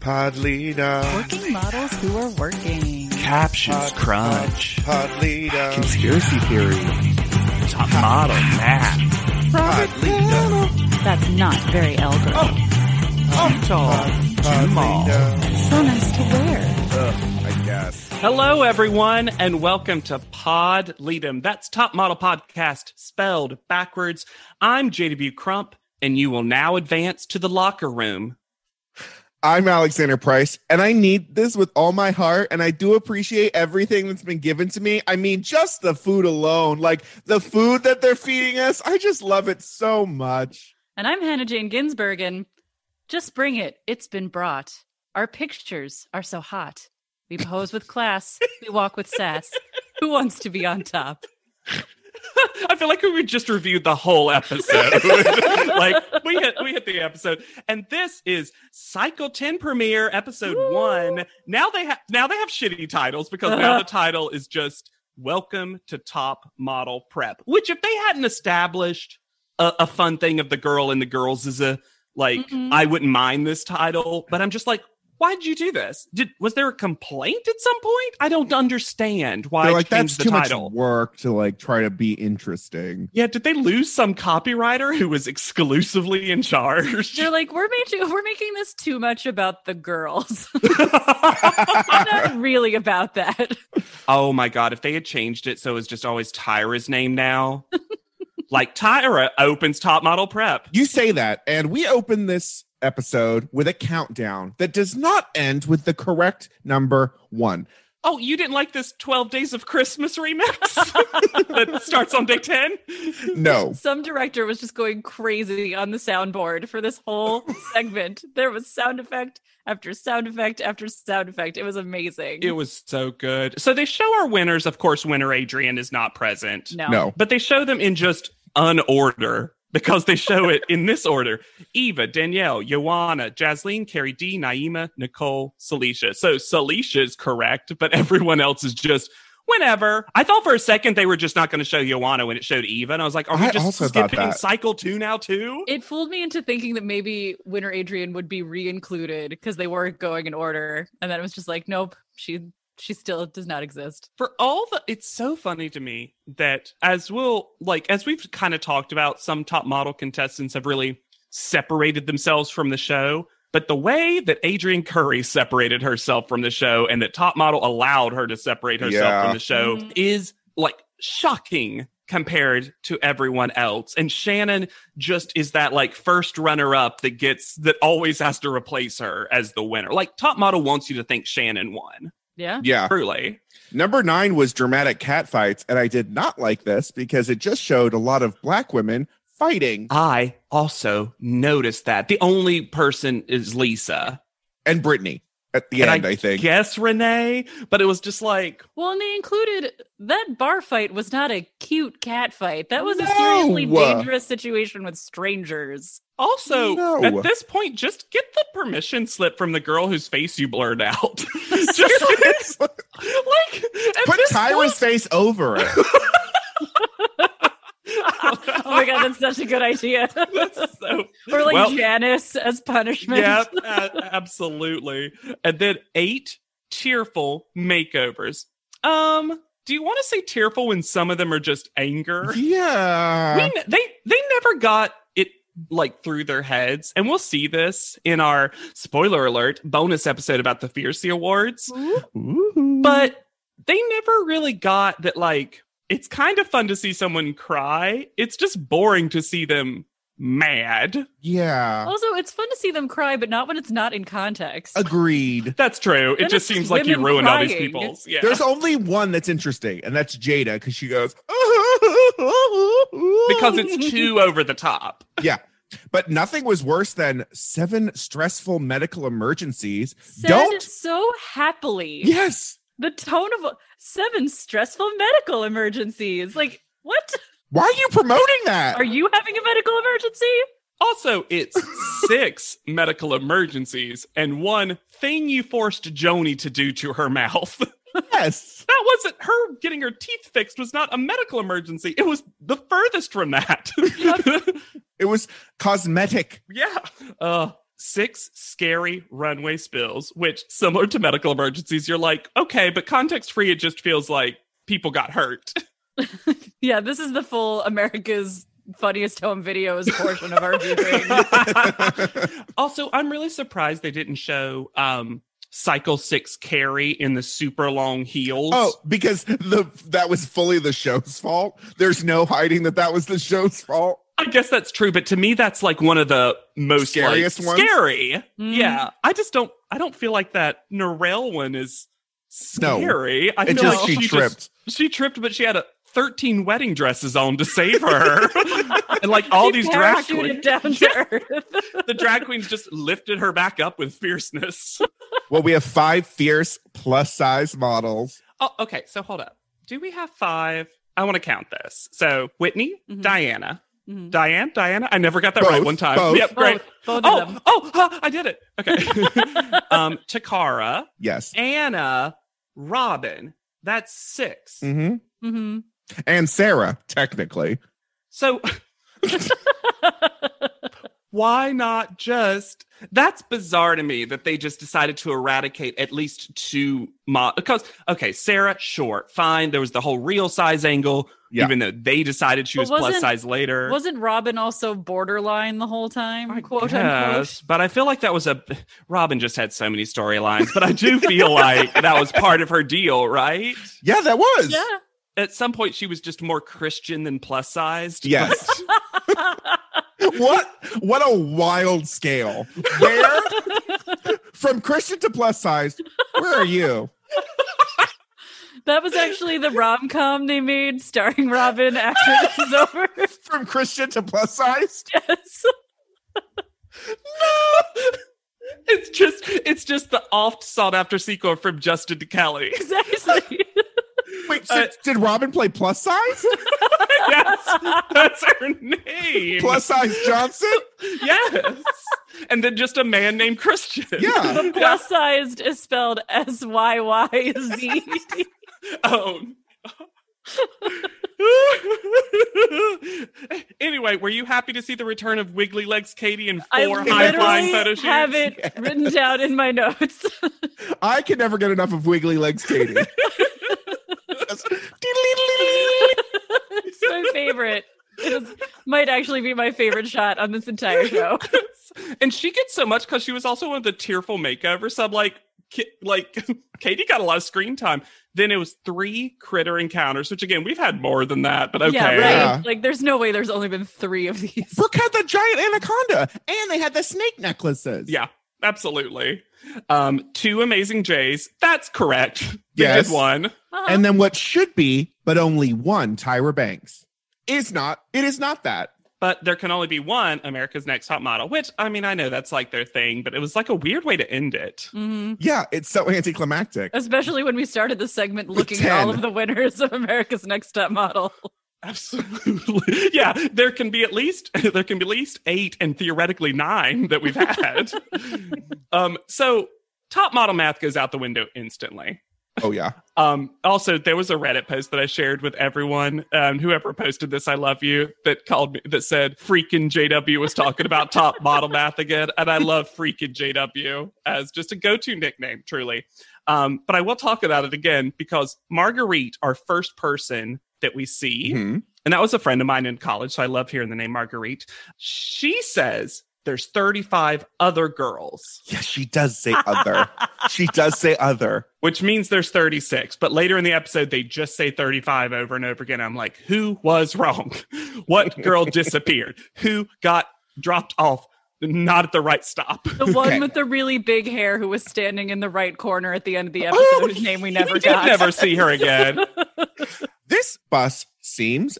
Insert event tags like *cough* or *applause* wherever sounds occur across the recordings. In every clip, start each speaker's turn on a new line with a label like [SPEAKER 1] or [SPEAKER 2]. [SPEAKER 1] Podlita.
[SPEAKER 2] Working models who are working.
[SPEAKER 3] Uh,
[SPEAKER 4] Captions crunch.
[SPEAKER 1] Podlita.
[SPEAKER 4] Conspiracy theory. Top model Matt.
[SPEAKER 1] Podlita.
[SPEAKER 2] That's not very elegant.
[SPEAKER 1] Podlita.
[SPEAKER 2] So nice to wear.
[SPEAKER 1] I guess.
[SPEAKER 5] Hello, everyone, and welcome to Pod Leadem. That's Top Model Podcast spelled backwards. I'm JW Crump, and you will now advance to the locker room.
[SPEAKER 3] I'm Alexander Price, and I need this with all my heart. And I do appreciate everything that's been given to me. I mean, just the food alone, like the food that they're feeding us, I just love it so much.
[SPEAKER 2] And I'm Hannah Jane Ginsburg, and just bring it. It's been brought. Our pictures are so hot. We pose with class. We walk with *laughs* sass. Who wants to be on top?
[SPEAKER 5] I feel like we just reviewed the
[SPEAKER 3] *laughs*
[SPEAKER 5] whole episode. *laughs* like we hit we hit the episode, and this is Cycle Ten premiere episode
[SPEAKER 2] Woo!
[SPEAKER 5] one. Now they have now they have shitty titles because
[SPEAKER 3] Uh-huh.
[SPEAKER 5] now the title is just "Welcome to Top Model Prep," which if they hadn't established a, a fun thing of the girl and the girls is a like
[SPEAKER 2] Mhm.
[SPEAKER 5] I wouldn't mind this title, but I'm just like. Why did you do this? Did was there a complaint at some point? I don't understand why
[SPEAKER 3] They're
[SPEAKER 5] it
[SPEAKER 3] like, that's
[SPEAKER 5] changed the
[SPEAKER 3] too
[SPEAKER 5] title.
[SPEAKER 3] much work to like try to be interesting.
[SPEAKER 5] Yeah, did they lose some copywriter who was exclusively in charge?
[SPEAKER 2] They're like, we're making we're making this too much about the girls. *laughs*
[SPEAKER 3] I
[SPEAKER 2] not really about that.
[SPEAKER 5] oh my god, if they had changed it so it's just always Tyra's name now. *laughs* like Tyra opens top model prep.
[SPEAKER 3] You say that, and we open this episode with a countdown that does not end with the correct number
[SPEAKER 5] *laughs*
[SPEAKER 3] one.
[SPEAKER 5] Oh, you didn't like this 12 Days of Christmas remix *laughs* that starts on day 10?
[SPEAKER 3] No.
[SPEAKER 2] Some director was just going crazy on the soundboard for this
[SPEAKER 5] *laughs*
[SPEAKER 2] whole segment. There was sound effect after sound effect after sound effect. It was amazing.
[SPEAKER 5] It was so good. So they show our winners. Of course, winner Adrian is not present.
[SPEAKER 2] no.
[SPEAKER 3] No.
[SPEAKER 5] but they show them in just unorder because they show it in this order Eva, Danielle, Joanna, Jasleen, Carrie D, Naima, Nicole, Celicia. So Celicia is correct, but everyone else is just whenever. I thought for a second they were just not going to show Joanna when it showed Eva. And I was like, are we
[SPEAKER 3] I
[SPEAKER 5] just
[SPEAKER 3] also thought
[SPEAKER 5] skipping
[SPEAKER 3] that.
[SPEAKER 5] cycle two now, too?
[SPEAKER 2] It fooled me into thinking that maybe Winter Adrian would be re-included because they weren't going in order. And then it was just like, nope, she she still does not exist.
[SPEAKER 5] for all the it's so funny to me that as we'll like as we've kind of talked about some top model contestants have really separated themselves from the show but the way that Adrienne Curry separated herself from the show and that Top Model allowed her to separate herself
[SPEAKER 3] Yeah.
[SPEAKER 5] from the show
[SPEAKER 2] Mhm.
[SPEAKER 5] is like shocking compared to everyone else. And Shannon just is that like first runner up that gets that always has to replace her as the winner. Like Top Model wants you to think Shannon won,
[SPEAKER 2] Yeah.
[SPEAKER 3] Yeah.
[SPEAKER 5] truly.
[SPEAKER 3] Number nine was dramatic catfights, and I did not like this because it just showed a lot of black women fighting
[SPEAKER 5] I also noticed that. The only person is Lisa.
[SPEAKER 3] and Brittany at the
[SPEAKER 5] And
[SPEAKER 3] end, I, think.
[SPEAKER 5] Yes, Renee, but it was just like
[SPEAKER 2] Well, and they included that bar fight was not a cute cat fight. That was a
[SPEAKER 3] No.
[SPEAKER 2] seriously dangerous situation with strangers.
[SPEAKER 5] also
[SPEAKER 3] No.
[SPEAKER 5] at this point, just get the permission slip from the girl whose face you blurred out. *laughs* just
[SPEAKER 3] It's like,
[SPEAKER 5] like at
[SPEAKER 3] Put
[SPEAKER 5] this
[SPEAKER 3] Tyra's
[SPEAKER 5] *laughs*
[SPEAKER 3] face over it.
[SPEAKER 5] point-
[SPEAKER 2] Oh my god, that's such a good idea.
[SPEAKER 5] *laughs* That's so
[SPEAKER 2] Or like
[SPEAKER 5] Well-
[SPEAKER 2] Janice as
[SPEAKER 5] *laughs*
[SPEAKER 2] punishment.
[SPEAKER 5] yeah, a- absolutely. And then eight tearful makeovers. Um, do you want to say tearful when some of them are just anger? we,
[SPEAKER 3] yeah.
[SPEAKER 5] n- they they never got it like through their heads and we'll see this in our spoiler alert bonus episode about the fiercy awards but they never really got that like it's kind of fun to see someone cry it's just boring to see them mad
[SPEAKER 3] Yeah.
[SPEAKER 2] Also, it's fun to see them cry, but not when it's not in
[SPEAKER 3] Uh,
[SPEAKER 2] context.
[SPEAKER 3] Agreed.
[SPEAKER 5] that's true it
[SPEAKER 2] And
[SPEAKER 5] just
[SPEAKER 2] it's
[SPEAKER 5] seems like you
[SPEAKER 2] women
[SPEAKER 5] ruined all these
[SPEAKER 2] crying.
[SPEAKER 5] people's yeah
[SPEAKER 3] There's only one that's interesting, and that's Jada because she goes, *laughs*
[SPEAKER 2] *laughs*
[SPEAKER 5] because it's too over the top
[SPEAKER 3] But nothing was worse than seven stressful medical emergencies.
[SPEAKER 2] Said
[SPEAKER 3] Don't-
[SPEAKER 2] so happily.
[SPEAKER 3] Yes.
[SPEAKER 2] The tone of seven stressful medical emergencies. Like, what?
[SPEAKER 3] Why are you promoting that?
[SPEAKER 2] Are you having a medical emergency?
[SPEAKER 5] Also,
[SPEAKER 2] *laughs*
[SPEAKER 5] it's six medical emergencies and one thing you forced Joni to do to her mouth.
[SPEAKER 3] yes.
[SPEAKER 5] That wasn't her getting her teeth fixed, was not a medical emergency. It was the furthest from that.
[SPEAKER 3] It was cosmetic.
[SPEAKER 5] *laughs* yeah. Uh, six scary runway spills, which, similar to medical emergencies, you're like, okay, but context free, it just feels like people
[SPEAKER 3] *laughs*
[SPEAKER 5] got hurt.
[SPEAKER 2] Yeah, this is the full America's funniest home videos portion
[SPEAKER 5] *laughs*
[SPEAKER 2] of our viewing.
[SPEAKER 5] also, I'm really surprised they didn't show um, Cycle 6 Carrie in the super long heels.
[SPEAKER 3] Oh, because the that was fully the show's fault. There's no hiding that that was the show's fault.
[SPEAKER 5] I guess that's true, but to me, that's like one of the most
[SPEAKER 3] Scariest
[SPEAKER 5] like,
[SPEAKER 3] ones?
[SPEAKER 5] Scary,
[SPEAKER 2] Mm.
[SPEAKER 5] yeah. I just don't. I don't feel like that Norel one is
[SPEAKER 3] No.
[SPEAKER 5] scary. I
[SPEAKER 3] It
[SPEAKER 5] feel
[SPEAKER 3] just
[SPEAKER 5] like
[SPEAKER 3] she
[SPEAKER 5] just-
[SPEAKER 3] tripped.
[SPEAKER 5] she tripped, but she had a thirteen wedding dresses on to save *laughs* her, and like all
[SPEAKER 2] She
[SPEAKER 5] these drag
[SPEAKER 2] parachuted
[SPEAKER 5] queens,
[SPEAKER 2] *laughs* down to earth.
[SPEAKER 5] the drag queens just lifted her back up with fierceness.
[SPEAKER 3] Well, we have five fierce plus size models.
[SPEAKER 5] *laughs* Oh, okay. So hold up. Do we have five? Mm-hmm. I want to count this. So Whitney,
[SPEAKER 2] Mhm.
[SPEAKER 5] Diana,
[SPEAKER 2] Mhm.
[SPEAKER 5] Diane, Diana. I never got that right
[SPEAKER 3] Both,
[SPEAKER 5] one time.
[SPEAKER 3] both.
[SPEAKER 5] Yep, great.
[SPEAKER 2] Both, both of
[SPEAKER 5] Oh,
[SPEAKER 2] them.
[SPEAKER 5] oh, *laughs* huh, I did it. Okay. um, Takara,
[SPEAKER 3] Yes.
[SPEAKER 5] Anna, Robin. That's 6
[SPEAKER 3] hmm
[SPEAKER 2] Mhm.
[SPEAKER 3] And Sarah, technically.
[SPEAKER 5] So why not just that's bizarre to me that they just decided to eradicate at least two mo because okay, Sarah, short, fine. There was the whole real size angle,
[SPEAKER 3] Yeah.
[SPEAKER 5] even though they decided she
[SPEAKER 2] But
[SPEAKER 5] was plus
[SPEAKER 2] wasn't-
[SPEAKER 5] size later.
[SPEAKER 2] Wasn't Robin also borderline the whole time?
[SPEAKER 5] I
[SPEAKER 2] quote
[SPEAKER 5] guess, but I feel like that was a Robin just had so many storylines, but I
[SPEAKER 2] *laughs*
[SPEAKER 5] do feel like that was part of her deal, right?
[SPEAKER 3] Yeah, that was.
[SPEAKER 2] unquote. Yeah.
[SPEAKER 5] At some point, she was just more Christian than plus sized.
[SPEAKER 3] Yes. what what a wild scale. Where from Christian to plus size, where are you?
[SPEAKER 2] That was actually the rom com they made starring Robin after this is over.
[SPEAKER 3] From Christian to plus size?
[SPEAKER 2] Yes.
[SPEAKER 5] no. *laughs* It's just it's just the oft sought after sequel from Justin to Kelly.
[SPEAKER 2] Exactly.
[SPEAKER 3] Wait,
[SPEAKER 5] Uh,
[SPEAKER 3] so did Robin play plus size?
[SPEAKER 5] *laughs* yes, that's her name.
[SPEAKER 3] Plus size Johnson?
[SPEAKER 5] yes, and then just a man named Christian.
[SPEAKER 3] Yeah.
[SPEAKER 2] Plus sized is spelled S Y Y Z.
[SPEAKER 5] Oh. *laughs* anyway, were you happy to see the return of Wiggly Legs Katie in
[SPEAKER 2] I
[SPEAKER 5] four high flying photo
[SPEAKER 2] literally
[SPEAKER 5] shoots?
[SPEAKER 2] have it written down in my notes.
[SPEAKER 3] I can never get enough of Wiggly Legs Katie.
[SPEAKER 2] it's my favorite. It is, might actually be my favorite shot on this entire show.
[SPEAKER 5] And she gets so much because she was also one of the tearful makeover. So I'm like, ki- like *laughs* Katie got a lot of screen time. Then it was three critter encounters, which again we've had more than that, but okay.
[SPEAKER 2] Yeah, right.
[SPEAKER 3] Yeah.
[SPEAKER 2] Like, there's no way there's only been three of these.
[SPEAKER 3] Brooke had the giant anaconda, and they had the snake necklaces.
[SPEAKER 5] Yeah, absolutely. Um, two amazing Jays. That's correct. *laughs* They
[SPEAKER 3] Yes.
[SPEAKER 5] did one.
[SPEAKER 2] Uh-huh.
[SPEAKER 3] And then what should be, but only one Tyra Banks is not. It is not that.
[SPEAKER 5] but there can only be one America's Next Top Model, which I mean, I know that's like their thing, but it was like a weird way to end it.
[SPEAKER 2] Mhm.
[SPEAKER 3] Yeah, it's so anticlimactic.
[SPEAKER 2] Especially when we started the segment looking at
[SPEAKER 3] Ten.
[SPEAKER 2] all of the winners of America's Next Top Model.
[SPEAKER 5] Absolutely. *laughs* yeah, there can be at least *laughs* there can be at least 8 and theoretically 9 that we've had. um so top model math goes out the window instantly.
[SPEAKER 3] Oh
[SPEAKER 5] *laughs*
[SPEAKER 3] yeah.
[SPEAKER 5] Um, also, there was a Reddit post that I shared with everyone. Um, whoever posted this, I love you, that called me, that said, freaking JW was talking about top model math again. And I love freaking JW as just a go to nickname, truly. Um, but I will talk about it again because Marguerite, our first person that we see,
[SPEAKER 3] Mhm.
[SPEAKER 5] and that was a friend of mine in college. So I love hearing the name Marguerite. She says there's 35 other girls.
[SPEAKER 3] Yeah, she does say other. she does say other.
[SPEAKER 5] which means there's 36. But later in the episode, they just say 35 over and over again. I'm like, who was wrong? *laughs* What girl disappeared? Who got dropped off? Not at the right stop.
[SPEAKER 2] The one
[SPEAKER 3] Okay.
[SPEAKER 2] with the really big hair who was standing in the right corner at the end of the episode,
[SPEAKER 3] Oh,
[SPEAKER 2] whose name we
[SPEAKER 5] You
[SPEAKER 2] never
[SPEAKER 5] did
[SPEAKER 2] got.
[SPEAKER 5] *laughs* never see her again.
[SPEAKER 3] This bus seems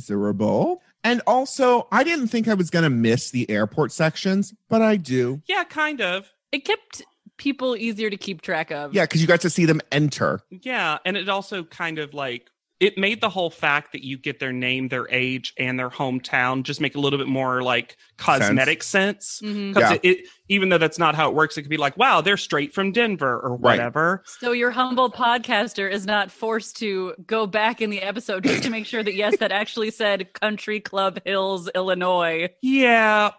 [SPEAKER 3] miserable. And also, I didn't think I was gonna miss the airport sections, but I do.
[SPEAKER 5] *laughs* yeah, kind of.
[SPEAKER 2] It kept people easier to keep track of.
[SPEAKER 3] Yeah, because you got to see them enter.
[SPEAKER 5] Yeah, and it also kind of like it made the whole fact that you get their name, their age, and their hometown just make a little bit more like cosmetic sense.
[SPEAKER 2] Mhm.
[SPEAKER 5] Because
[SPEAKER 3] Yeah.
[SPEAKER 5] it, it, even though that's not how it works, it could be like, wow, they're straight from Denver or
[SPEAKER 3] Right.
[SPEAKER 5] whatever.
[SPEAKER 2] So your humble podcaster is not forced to go back in the episode just to make sure that yes, that actually said Country Club Hills, Illinois.
[SPEAKER 5] Yeah,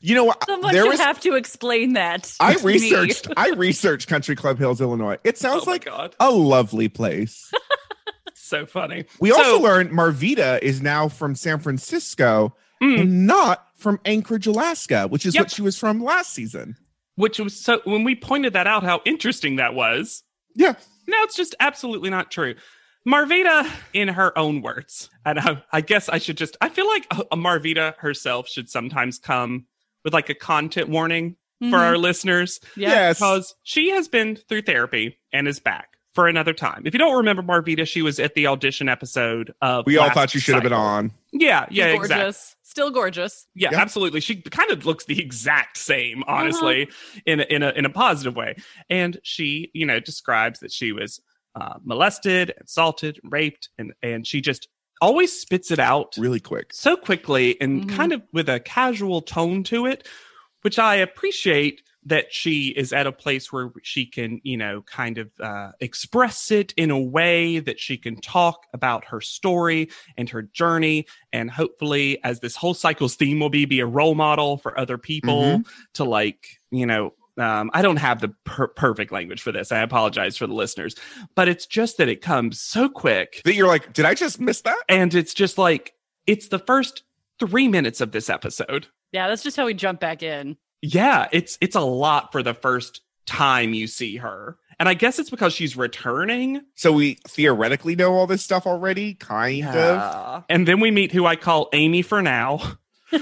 [SPEAKER 3] You know what?
[SPEAKER 2] Someone
[SPEAKER 3] there
[SPEAKER 2] should
[SPEAKER 3] was
[SPEAKER 2] have to explain that.
[SPEAKER 3] I
[SPEAKER 2] to me.
[SPEAKER 3] researched I researched Country Club Hills, Illinois. It sounds
[SPEAKER 5] oh my
[SPEAKER 3] like
[SPEAKER 5] god, *laughs*
[SPEAKER 3] a lovely place.
[SPEAKER 5] so funny.
[SPEAKER 3] We
[SPEAKER 5] So-
[SPEAKER 3] also learned Marvita is now from San Francisco
[SPEAKER 5] Mm.
[SPEAKER 3] and not from Anchorage, Alaska, which is
[SPEAKER 5] Yep.
[SPEAKER 3] what she was from last season.
[SPEAKER 5] Which was so when we pointed that out, how interesting that was.
[SPEAKER 3] Yeah.
[SPEAKER 5] No, it's just absolutely not true. Marvita, in her own words, and I, I guess I should just, I feel like uh, Marvita herself should sometimes come with like a content warning
[SPEAKER 2] Mhm.
[SPEAKER 5] for our listeners
[SPEAKER 2] yeah.
[SPEAKER 3] Yes.
[SPEAKER 5] because she has been through therapy and is back for another time. If you don't remember Marvita, she was at the audition episode of.
[SPEAKER 3] We all
[SPEAKER 5] last
[SPEAKER 3] thought she should have been
[SPEAKER 5] cycle.
[SPEAKER 3] on.
[SPEAKER 5] Yeah,
[SPEAKER 2] She's
[SPEAKER 5] yeah,
[SPEAKER 2] gorgeous.
[SPEAKER 5] exactly.
[SPEAKER 2] Still gorgeous.
[SPEAKER 5] Yeah,
[SPEAKER 3] Yeah.
[SPEAKER 5] absolutely. She kind of looks the exact same, honestly, in a, in a in a positive way. And she, you know, describes that she was uh, molested, assaulted, raped, and and she just always spits it out
[SPEAKER 3] Really quick.
[SPEAKER 5] so quickly and
[SPEAKER 2] Mhm.
[SPEAKER 5] kind of with a casual tone to it, which I appreciate that she is at a place where she can, you know, kind of uh, express it in a way that she can talk about her story and her journey. And hopefully, as this whole cycle's theme will be, be a role model for other people to like, you know, um, I don't have the per- perfect language for this. I apologize for the listeners, but it's just that it comes so quick
[SPEAKER 3] That you're like, did I just miss that?
[SPEAKER 5] and it's just like it's the first three minutes of this episode
[SPEAKER 2] Yeah, that's just how we jump back in.
[SPEAKER 5] yeah it's it's a lot for the first time you see her and i guess it's because she's returning
[SPEAKER 3] So we theoretically know all this stuff already, kind of.
[SPEAKER 5] and then we meet who i call amy
[SPEAKER 3] *laughs*
[SPEAKER 5] for now *laughs*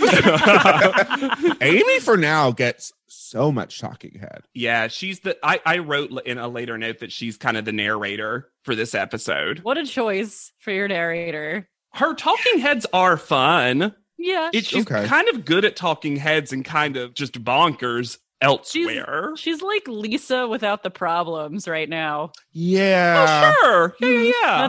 [SPEAKER 3] Amy for now gets so much talking head.
[SPEAKER 5] yeah she's the i i wrote in a later note that she's kind of the narrator for this episode
[SPEAKER 2] What a choice for your narrator.
[SPEAKER 5] her talking heads are fun
[SPEAKER 2] Yeah.
[SPEAKER 5] it, she's
[SPEAKER 3] Okay.
[SPEAKER 5] kind of good at talking heads and kind of just bonkers elsewhere
[SPEAKER 2] She's like Lisa without the problems right now.
[SPEAKER 3] Yeah.
[SPEAKER 5] oh sure yeah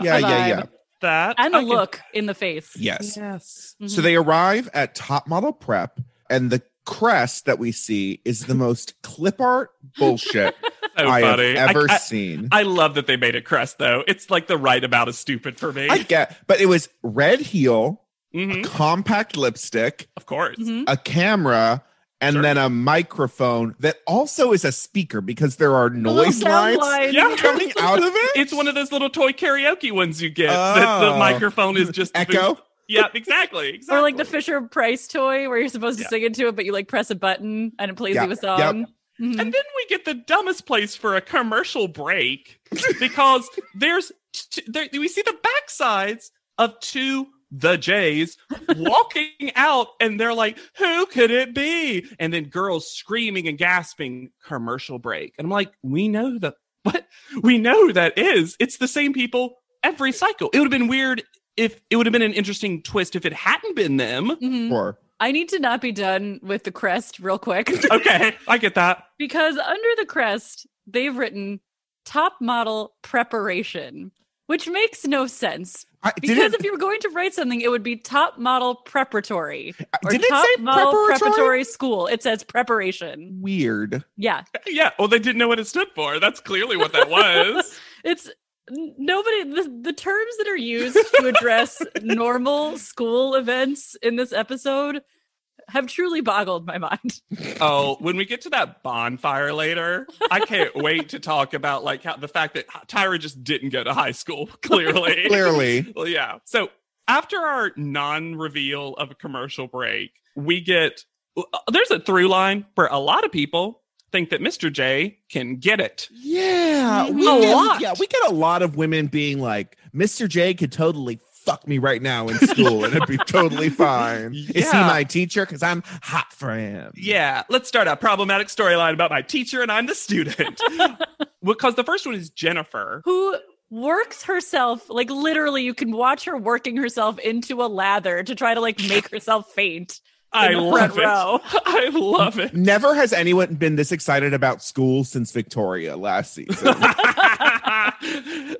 [SPEAKER 3] Ah, Yeah,
[SPEAKER 2] That's
[SPEAKER 5] yeah yeah
[SPEAKER 2] the
[SPEAKER 3] yeah, yeah.
[SPEAKER 2] vibe.
[SPEAKER 5] that
[SPEAKER 2] And
[SPEAKER 5] I
[SPEAKER 2] the
[SPEAKER 5] can-
[SPEAKER 2] look in the face.
[SPEAKER 3] Yes.
[SPEAKER 5] Yes.
[SPEAKER 3] So they arrive at Top Model Prep, and the crest that we see is the most clip art bullshit
[SPEAKER 5] *laughs* So
[SPEAKER 3] I have
[SPEAKER 5] funny. I-
[SPEAKER 3] ever
[SPEAKER 5] I,
[SPEAKER 3] seen.
[SPEAKER 5] I love that they made a crest though. It's like the right amount of stupid for me.
[SPEAKER 3] I get, but it was red heel,
[SPEAKER 5] Mhm.
[SPEAKER 3] compact lipstick,
[SPEAKER 5] Of course.
[SPEAKER 2] Mhm.
[SPEAKER 3] a camera, and
[SPEAKER 5] Sure.
[SPEAKER 3] then a microphone that also is a speaker because there are
[SPEAKER 2] The little
[SPEAKER 3] noise
[SPEAKER 2] sound
[SPEAKER 3] lines
[SPEAKER 2] lines.
[SPEAKER 3] *laughs*
[SPEAKER 5] Yeah.
[SPEAKER 3] coming out of it.
[SPEAKER 5] It's one of those little toy karaoke ones you get. that the
[SPEAKER 3] Oh.
[SPEAKER 5] microphone is just the
[SPEAKER 3] Echo.
[SPEAKER 5] booth. Yeah, exactly.
[SPEAKER 2] *laughs*
[SPEAKER 5] Exactly.
[SPEAKER 2] Or like the Fisher Price toy where you're supposed to
[SPEAKER 5] Yeah.
[SPEAKER 2] sing into it, but you like press a button and it plays
[SPEAKER 3] Yeah,
[SPEAKER 2] you a
[SPEAKER 3] yep.
[SPEAKER 2] song. Mhm.
[SPEAKER 5] And then we get the dumbest place for a commercial break because there's t- there, we see the backsides of two the Jays walking out, and they're like, "Who could it be?" And then girls screaming and gasping. Commercial break, and I'm like, "We know the *laughs* what? We know who that is. It's the same people every cycle. It would have been weird." If it would have been an interesting twist if it hadn't
[SPEAKER 2] *laughs*
[SPEAKER 5] been them.
[SPEAKER 2] Mhm.
[SPEAKER 3] Or-
[SPEAKER 2] I need to not be done with the crest
[SPEAKER 3] *laughs*
[SPEAKER 2] real quick *laughs*
[SPEAKER 5] Okay, I get that.
[SPEAKER 2] because under the crest, they've written top model preparation, which makes no sense.
[SPEAKER 3] I,
[SPEAKER 2] Because
[SPEAKER 3] did
[SPEAKER 2] if
[SPEAKER 3] it,
[SPEAKER 2] you were going to write something, it would be top model preparatory or
[SPEAKER 3] did it
[SPEAKER 2] top
[SPEAKER 3] say
[SPEAKER 2] model
[SPEAKER 3] preparatory?
[SPEAKER 2] preparatory? school. It says preparation.
[SPEAKER 3] Weird.
[SPEAKER 5] *laughs*
[SPEAKER 2] Yeah,
[SPEAKER 5] Yeah, well, they didn't know what it stood for. That's clearly what that was.
[SPEAKER 2] it's n- nobody. The, the terms that are used
[SPEAKER 3] *laughs*
[SPEAKER 2] to address normal school events in this episode have truly boggled my mind.
[SPEAKER 5] Oh, when we get to that bonfire later, I can't
[SPEAKER 2] *laughs*
[SPEAKER 5] wait to talk about like how the fact that Tyra just didn't go to high school. *laughs* Clearly,
[SPEAKER 3] Clearly.
[SPEAKER 5] Well, yeah. So after our non-reveal of a commercial break, we get uh, there's a through line where a lot of people think that Mr. J can get it.
[SPEAKER 3] Yeah, we
[SPEAKER 5] A
[SPEAKER 3] get,
[SPEAKER 5] lot.
[SPEAKER 3] Yeah, we get a lot of women being like, "Mr. J could totally fuck me right now in school, and
[SPEAKER 5] *laughs*
[SPEAKER 3] it'd be totally fine." Is he
[SPEAKER 5] Yeah.
[SPEAKER 3] my teacher? Because I'm hot for him.
[SPEAKER 5] Yeah, let's start a problematic storyline about my teacher and I'm
[SPEAKER 2] *laughs*
[SPEAKER 5] the student. because the first one is Jennifer.
[SPEAKER 2] Who works herself like literally? You can watch her working herself into a lather to try to like make herself faint.
[SPEAKER 5] I
[SPEAKER 2] the front
[SPEAKER 5] love it.
[SPEAKER 2] row.
[SPEAKER 5] *laughs* I love it.
[SPEAKER 3] Never has anyone been this excited about school since
[SPEAKER 5] *laughs*
[SPEAKER 3] Victoria last season.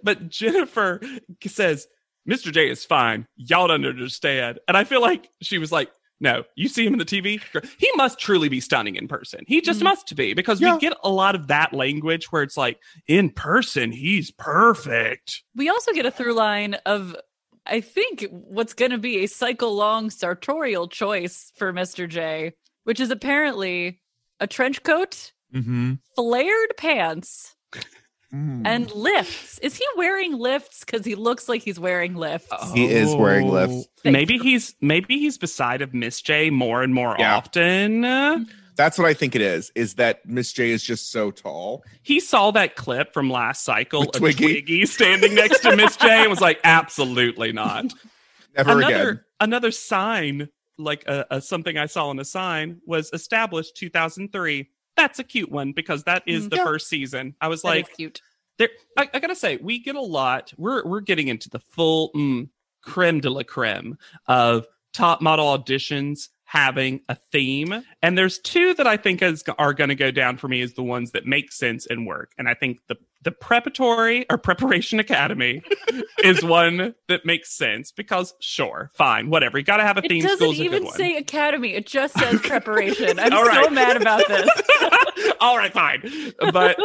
[SPEAKER 5] but Jennifer says, Mr. J is fine. Y'all don't understand. And I feel like she was like, no, you see him in the TV. He must truly be stunning in person. He just
[SPEAKER 2] Mhm.
[SPEAKER 5] must be because
[SPEAKER 3] Yeah.
[SPEAKER 5] we get a lot of that language where it's like, in person, he's perfect.
[SPEAKER 2] We also get a through line of, I think, what's going to be a cycle long sartorial choice for Mr. J, which is apparently a trench coat,
[SPEAKER 3] Mm-hmm.
[SPEAKER 2] flared pants,
[SPEAKER 3] Hmm.
[SPEAKER 2] and lifts. Is he wearing lifts? Because he looks like he's wearing lifts.
[SPEAKER 3] He is wearing lifts.
[SPEAKER 2] Thank
[SPEAKER 5] Oh. Maybe he's maybe he's beside of Miss J more and more
[SPEAKER 3] Yeah.
[SPEAKER 5] often.
[SPEAKER 3] That's what I think it is. Is that Miss J is just so tall?
[SPEAKER 5] He saw that clip from last cycle
[SPEAKER 3] With
[SPEAKER 5] of
[SPEAKER 3] Twiggy.
[SPEAKER 5] Twiggy. standing next to Miss J and was like, absolutely not.
[SPEAKER 3] Never
[SPEAKER 5] another
[SPEAKER 3] again.
[SPEAKER 5] another sign, like a, a something I saw on a sign, was established 2003. That's a cute one because that is
[SPEAKER 2] Mm.
[SPEAKER 5] the
[SPEAKER 3] Yeah.
[SPEAKER 5] first season. I was
[SPEAKER 2] That is
[SPEAKER 5] like,
[SPEAKER 2] cute.
[SPEAKER 5] there. I, I gotta say, we get a lot. We're we're getting into the full mm, creme de la creme of top model auditions having a theme, and there's two that I think is are going to go down for me as the ones that make sense and work. And I think the the preparatory or
[SPEAKER 2] *laughs*
[SPEAKER 5] preparation academy is one that makes sense because sure, fine, whatever. You got to have a
[SPEAKER 2] It
[SPEAKER 5] theme.
[SPEAKER 2] doesn't
[SPEAKER 5] School's a good
[SPEAKER 2] even
[SPEAKER 5] one. *laughs*
[SPEAKER 2] say academy. It just says preparation. I'm
[SPEAKER 5] All
[SPEAKER 2] so
[SPEAKER 5] right.
[SPEAKER 2] mad about
[SPEAKER 5] *laughs*
[SPEAKER 2] this.
[SPEAKER 5] All right, fine.
[SPEAKER 2] *laughs*
[SPEAKER 5] But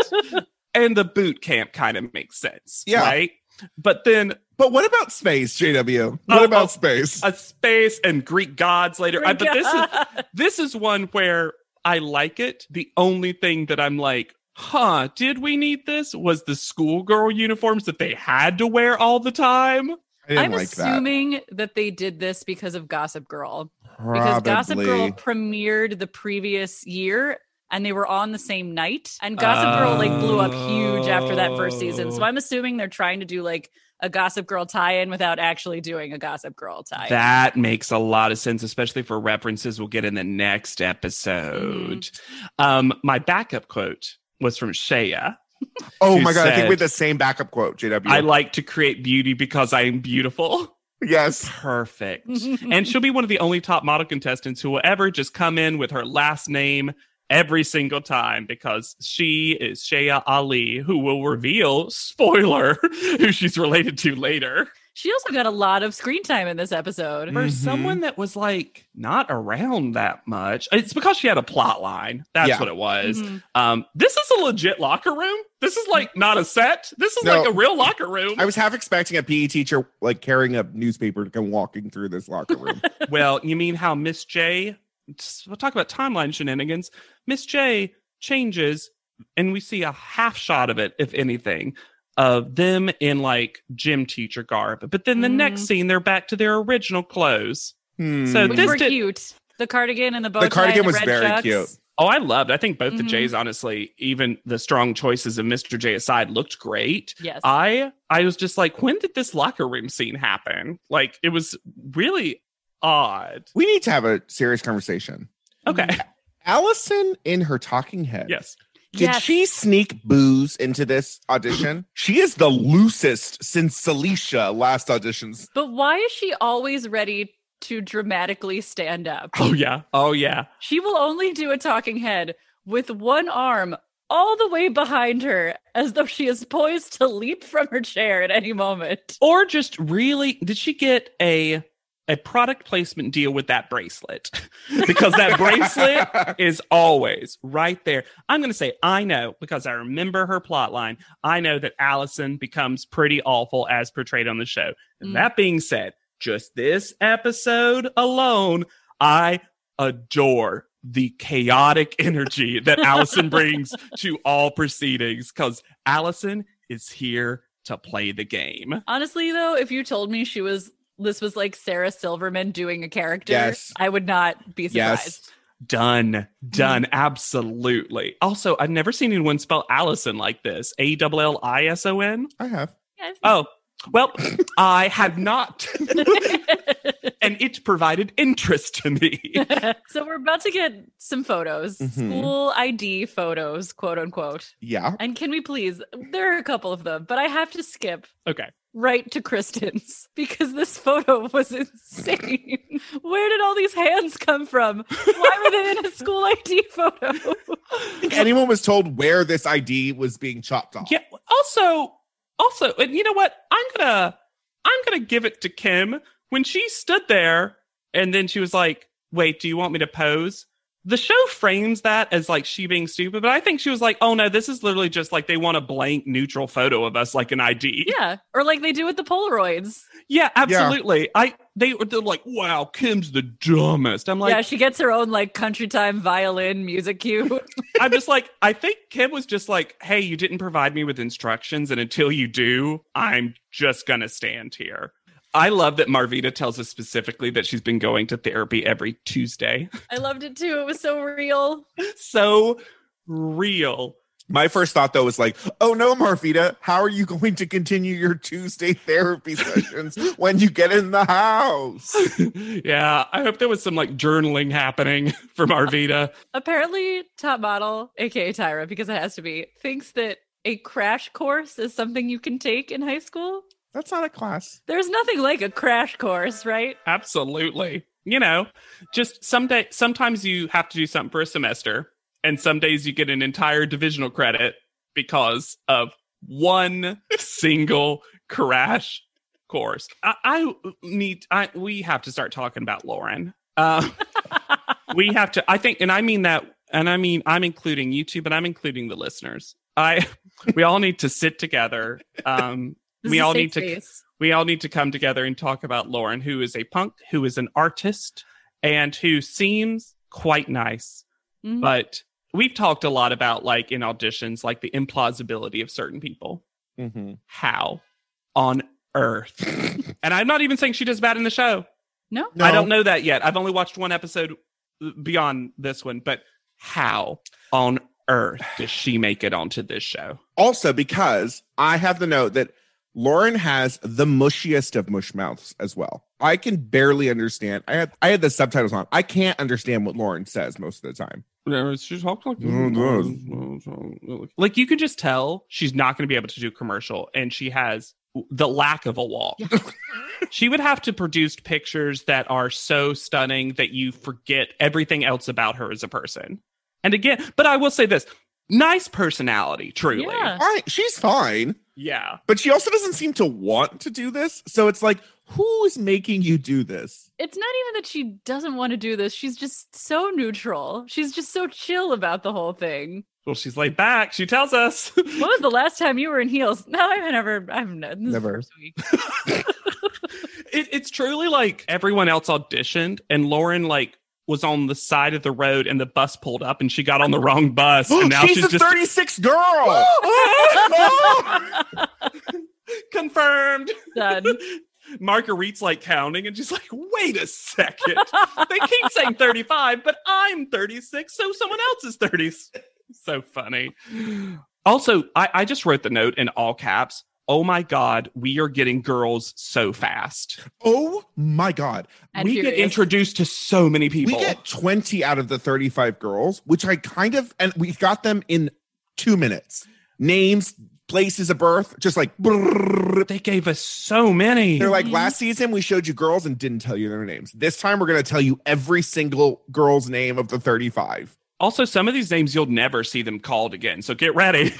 [SPEAKER 5] and the boot camp kind of makes sense,
[SPEAKER 3] Yeah.
[SPEAKER 5] right? But then
[SPEAKER 3] But what about space, JW? What
[SPEAKER 5] Oh,
[SPEAKER 3] about
[SPEAKER 5] oh.
[SPEAKER 3] space?
[SPEAKER 5] a space and Greek gods *laughs* later. I, but this is
[SPEAKER 2] God.
[SPEAKER 5] this is one where I like it. The only thing that I'm like, huh, did we need this? Was the schoolgirl uniforms that they had to wear all the time?
[SPEAKER 3] I didn't
[SPEAKER 2] I'm
[SPEAKER 3] like that.
[SPEAKER 2] assuming that. they did this because of Gossip Girl. Because Gossip
[SPEAKER 3] Probably.
[SPEAKER 2] Girl premiered the previous year and they were on the same night. And Gossip Girl like blew up huge after that first season. So
[SPEAKER 5] Oh.
[SPEAKER 2] I'm assuming they're trying to do like a Gossip Girl tie in without actually doing a Gossip Girl tie in.
[SPEAKER 5] That makes a lot of sense, especially for references we'll get in the next episode. Um, my backup quote was from Shea.
[SPEAKER 3] Oh
[SPEAKER 5] She
[SPEAKER 3] my god! I think
[SPEAKER 5] said-
[SPEAKER 3] we had the same backup quote, JW.
[SPEAKER 5] I like to create beauty because I am beautiful. *laughs*
[SPEAKER 3] yes.
[SPEAKER 5] Perfect. and she'll be one of the only top model contestants who will ever just come in with her last name every single time because she is Shea Ali, who will reveal, spoiler, *laughs* who she's related to later.
[SPEAKER 2] She also got a lot of screen time in this episode.
[SPEAKER 5] For
[SPEAKER 3] Mhm.
[SPEAKER 5] someone that was like not around that much, it's because she had a plot line. That's
[SPEAKER 3] Yeah.
[SPEAKER 5] what it was.
[SPEAKER 2] Mhm.
[SPEAKER 5] Um, this is a legit locker room. This is like not a set. This is
[SPEAKER 3] No.
[SPEAKER 5] like a real locker room.
[SPEAKER 3] I was half expecting a PE teacher like carrying a newspaper to come walking through this locker room.
[SPEAKER 5] *laughs* well, you mean how Miss J? We'll talk about timeline shenanigans. Miss J changes, and we see a half shot of it, if anything, of them in like gym teacher garb. But then the
[SPEAKER 2] Mm.
[SPEAKER 5] next scene, they're back to their original clothes. So
[SPEAKER 3] Hmm.
[SPEAKER 2] Which
[SPEAKER 5] this
[SPEAKER 2] were
[SPEAKER 5] did-
[SPEAKER 2] cute. The cardigan and the bow
[SPEAKER 3] The
[SPEAKER 2] tie
[SPEAKER 3] cardigan
[SPEAKER 2] and the
[SPEAKER 3] was
[SPEAKER 2] red
[SPEAKER 3] very
[SPEAKER 2] chucks.
[SPEAKER 3] cute.
[SPEAKER 5] Oh, I loved. I think both the
[SPEAKER 2] Mhm.
[SPEAKER 5] Jays, honestly, even the strong choices of Mr. J aside, looked great.
[SPEAKER 2] Yes.
[SPEAKER 3] Uh,
[SPEAKER 5] I I was just like, when did this locker room scene happen? Like, it was really odd.
[SPEAKER 3] we need to have a serious conversation.
[SPEAKER 5] Okay. *laughs*
[SPEAKER 3] Allison in her talking head.
[SPEAKER 5] Yes.
[SPEAKER 3] Did
[SPEAKER 2] Yes.
[SPEAKER 3] she sneak booze into this
[SPEAKER 5] *laughs*
[SPEAKER 3] audition? she is the loosest since Celicia last auditions.
[SPEAKER 2] But why is she always ready to dramatically stand up?
[SPEAKER 5] Oh yeah. Oh yeah.
[SPEAKER 2] She will only do a talking head with one arm all the way behind her as though she is poised to leap from her chair at any moment.
[SPEAKER 5] or just really did she get a a product placement deal with that bracelet *laughs* because that bracelet is always right there i'm going to say i know because i remember her plot line i know that allison becomes pretty awful as portrayed on the show and
[SPEAKER 2] Mm.
[SPEAKER 5] that being said just this episode alone i adore the chaotic *laughs* energy that allison brings to all proceedings because allison is here to play the game
[SPEAKER 2] Honestly though, if you told me she was this was like Sarah Silverman doing a character,
[SPEAKER 3] Yes.
[SPEAKER 2] I would not be surprised.
[SPEAKER 3] Yes.
[SPEAKER 5] Done. Done. Absolutely. Also, I've never seen anyone spell Allison like this. A L L I S O N.
[SPEAKER 3] I have.
[SPEAKER 2] Yes.
[SPEAKER 5] Oh, well, I have not. and it provided interest to me.
[SPEAKER 2] *laughs* so we're about to get some photos,
[SPEAKER 3] Mhm.
[SPEAKER 2] school ID photos, quote unquote.
[SPEAKER 3] Yeah.
[SPEAKER 2] And can we please? There are a couple of them, but I have to skip
[SPEAKER 5] Okay.
[SPEAKER 2] right to Kristen's *laughs* because this photo was insane. *laughs* Where did all these hands come from? Why were they in a school ID
[SPEAKER 5] *laughs*
[SPEAKER 2] photo?
[SPEAKER 3] I think anyone was told where this ID was being chopped off.
[SPEAKER 5] Yeah. Also, also, and you know what? I'm going to. I'm going to give it to Kim. When she stood there and then she was like, wait, do you want me to pose? The show frames that as like she being stupid, but I think she was like, oh no, this is literally just like they want a blank neutral photo of us, like an ID.
[SPEAKER 2] Yeah, or like they do with the Polaroids.
[SPEAKER 5] Yeah, absolutely. I they were they're like, wow, Kim's the dumbest. I'm like,
[SPEAKER 2] yeah, she gets her own like country time violin music cue.
[SPEAKER 5] I'm just like, I think Kim was just like, hey, you didn't provide me with instructions, and until you do, I'm just gonna stand here. I love that Marvita tells us specifically that she's been going to therapy every Tuesday.
[SPEAKER 2] *laughs*
[SPEAKER 5] *laughs*
[SPEAKER 2] I loved it too. It was so real.
[SPEAKER 5] so real. *laughs*
[SPEAKER 3] My first thought though was like, oh no, Marfita, how are you going to continue your Tuesday therapy *laughs* sessions when you get in the house?
[SPEAKER 5] yeah, I hope there was some like journaling happening *laughs* for Marvita.
[SPEAKER 2] Apparently, top model, aka Tyra, because it has to be, thinks that a crash course is something you can take in high school.
[SPEAKER 3] That's not a class.
[SPEAKER 2] There's nothing like a crash course, right?
[SPEAKER 5] Absolutely. You know, just someday sometimes you have to do something for a semester, and some days you get an entire divisional credit because of one *laughs* single crash course. I, I need I we have to start talking about Lauren. Uh, *laughs* we have to I think and I mean that and I mean I'm including you two, but I'm including the listeners. I *laughs* we all need to sit together. Um
[SPEAKER 2] This
[SPEAKER 5] we
[SPEAKER 2] is a
[SPEAKER 5] all
[SPEAKER 2] safe
[SPEAKER 5] need to
[SPEAKER 2] space.
[SPEAKER 5] we all need to come together and talk about Lauren, who is a punk, who is an artist, and who seems quite nice.
[SPEAKER 2] Mhm.
[SPEAKER 5] But we've talked a lot about, like, in auditions, like the implausibility of certain people.
[SPEAKER 3] Mm-hmm.
[SPEAKER 5] How on earth? and I'm not even saying she does bad in the show.
[SPEAKER 2] No,
[SPEAKER 3] No.
[SPEAKER 5] I don't know that yet. I've only watched one episode uh, beyond this one, but how on earth does she make it onto this show?
[SPEAKER 3] Also, because I have the note that Lauren has the mushiest of mush mouths as well. I can barely understand. I had I had the subtitles on. I can't understand what Lauren says most of the time.
[SPEAKER 5] Yeah, she talks like
[SPEAKER 3] Oh,
[SPEAKER 5] like you could just tell she's not going to be able to do commercial, and she has the lack of a wall. *laughs* she would have to produce pictures that are so stunning that you forget everything else about her as a person. And again, but I will say this: nice personality, truly.
[SPEAKER 2] Yeah.
[SPEAKER 3] I, she's fine,
[SPEAKER 5] Yeah.
[SPEAKER 3] but she also doesn't seem to want to do this. So it's like, who is making you do this?
[SPEAKER 2] it's not even that she doesn't want to do this. She's just so neutral. She's just so chill about the whole thing.
[SPEAKER 5] Well, she's laid back. She tells us.
[SPEAKER 2] When was the last time you were in heels? No, I've never. I've never.
[SPEAKER 3] Never.
[SPEAKER 2] First
[SPEAKER 5] *laughs*
[SPEAKER 2] week.
[SPEAKER 5] it, it's truly like everyone else auditioned and lauren like was on the side of the road and the bus pulled up and she got on the wrong
[SPEAKER 3] *gasps*
[SPEAKER 5] bus *gasps* and now she's,
[SPEAKER 3] she's, the
[SPEAKER 5] just
[SPEAKER 3] 36
[SPEAKER 5] *gasps*
[SPEAKER 3] girl.
[SPEAKER 5] *laughs* confirmed
[SPEAKER 2] Done.
[SPEAKER 5] marguerite's like counting and she's like wait a second they
[SPEAKER 3] *laughs*
[SPEAKER 5] keep saying 35 but i'm 36 so someone else is 30 *laughs* so funny also I, I just wrote the note in all caps oh my god we are getting girls so fast
[SPEAKER 3] oh my god.
[SPEAKER 2] And
[SPEAKER 5] we get
[SPEAKER 2] furious.
[SPEAKER 5] introduced to so many people.
[SPEAKER 3] We get 20 out of the 35 girls, which I kind of and we got them in 2 minutes. Names, places of birth, just like *laughs* brrrr.
[SPEAKER 5] they gave us so many.
[SPEAKER 3] They're like last season we showed you girls and didn't tell you their names. This time we're going to tell you every single girl's name of the 35.
[SPEAKER 5] also, some of these names you'll never see them called again. So get ready.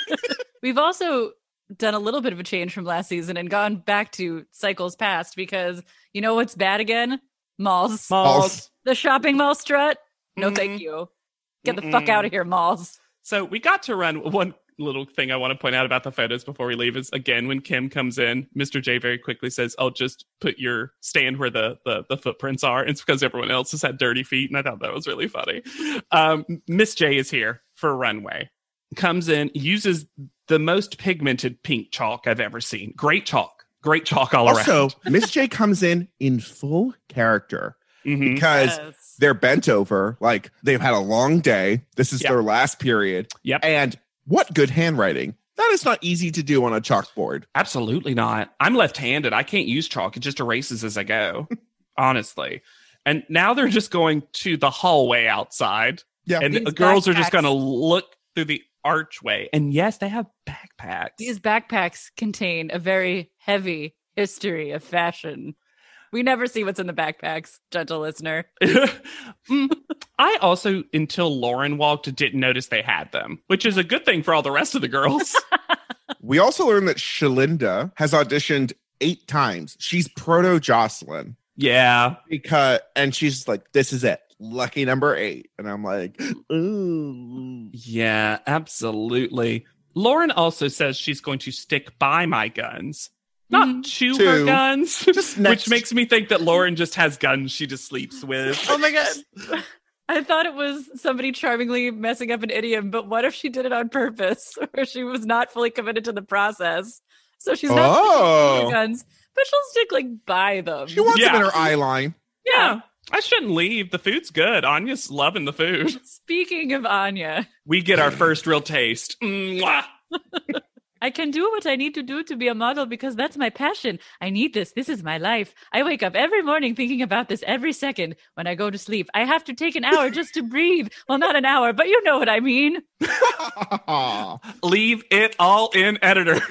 [SPEAKER 5] *laughs*
[SPEAKER 2] We've also done a little bit of a change from last season and gone back to cycles past because you know what's bad again? Malls.
[SPEAKER 3] Malls.
[SPEAKER 2] The shopping mall strut. No, thank you. Get the fuck
[SPEAKER 5] Mm-hmm. Mm-mm.
[SPEAKER 2] out of here, malls.
[SPEAKER 5] So we got to run one little thing I want to point out about the photos before we leave is again when Kim comes in, Mr. J very quickly says, "I'll just put your stand where the the, the footprints are." It's because everyone else has had dirty feet, and I thought that was really funny. Um, Miss J is here for runway, comes in, uses the most pigmented pink chalk I've ever seen. Great chalk, great chalk all
[SPEAKER 3] also,
[SPEAKER 5] around.
[SPEAKER 3] Miss J comes in in full character
[SPEAKER 5] Mhm.
[SPEAKER 3] because
[SPEAKER 2] Yes.
[SPEAKER 3] they're bent over, like they've had a long day. This is
[SPEAKER 5] Yeah.
[SPEAKER 3] their last period.
[SPEAKER 5] Yep.
[SPEAKER 3] And what good handwriting. That is not easy to do on a chalkboard.
[SPEAKER 5] Absolutely not. I'm left handed. I can't use chalk. It just erases as I go,
[SPEAKER 2] *laughs*
[SPEAKER 5] honestly. And now they're just going to the hallway outside.
[SPEAKER 3] Yeah. *laughs*
[SPEAKER 5] And
[SPEAKER 2] These
[SPEAKER 5] the girls are
[SPEAKER 2] backpacks.
[SPEAKER 5] just going to look through the archway. And yes, they have backpacks.
[SPEAKER 2] These backpacks contain a very heavy history of fashion. We never see what's in the backpacks, gentle listener.
[SPEAKER 5] *laughs* Mm. I also, until Lauren walked, didn't notice they had them, which is
[SPEAKER 2] *laughs*
[SPEAKER 5] a good thing for all the rest of the girls.
[SPEAKER 3] We also learned that Shalinda has auditioned eight times. She's proto Jocelyn
[SPEAKER 5] Yeah.
[SPEAKER 3] because, and she's just like, this is it, lucky number eight. And I'm like, ooh,
[SPEAKER 5] Yeah, absolutely. Lauren also says she's going to stick by my guns, not
[SPEAKER 2] Mhm.
[SPEAKER 5] chew
[SPEAKER 3] To-
[SPEAKER 5] her guns,
[SPEAKER 3] next-
[SPEAKER 5] *laughs* which
[SPEAKER 3] *laughs*
[SPEAKER 5] makes me think that Lauren just has guns she just sleeps with.
[SPEAKER 2] Oh my god. I thought it was somebody charmingly messing up an idiom, but what if she did it on purpose *laughs* or she was not fully committed to the process? So she's not sticking to
[SPEAKER 3] Oh.
[SPEAKER 2] her guns, but she'll stick like by them.
[SPEAKER 3] she wants him
[SPEAKER 5] Yeah.
[SPEAKER 3] in her eye line. *laughs*
[SPEAKER 5] Yeah, I shouldn't leave. The food's good. Anya's loving the food.
[SPEAKER 2] Speaking of Anya,
[SPEAKER 5] We get our first real taste. Mwah!
[SPEAKER 2] I can do what I need to do to be a model because that's my passion. I need this. This is my life. I wake up every morning thinking about this every second. When I go to sleep, I have to take an hour just
[SPEAKER 3] *laughs*
[SPEAKER 2] to breathe. Well, not an hour, but you know what I mean.
[SPEAKER 5] Leave it all in editors.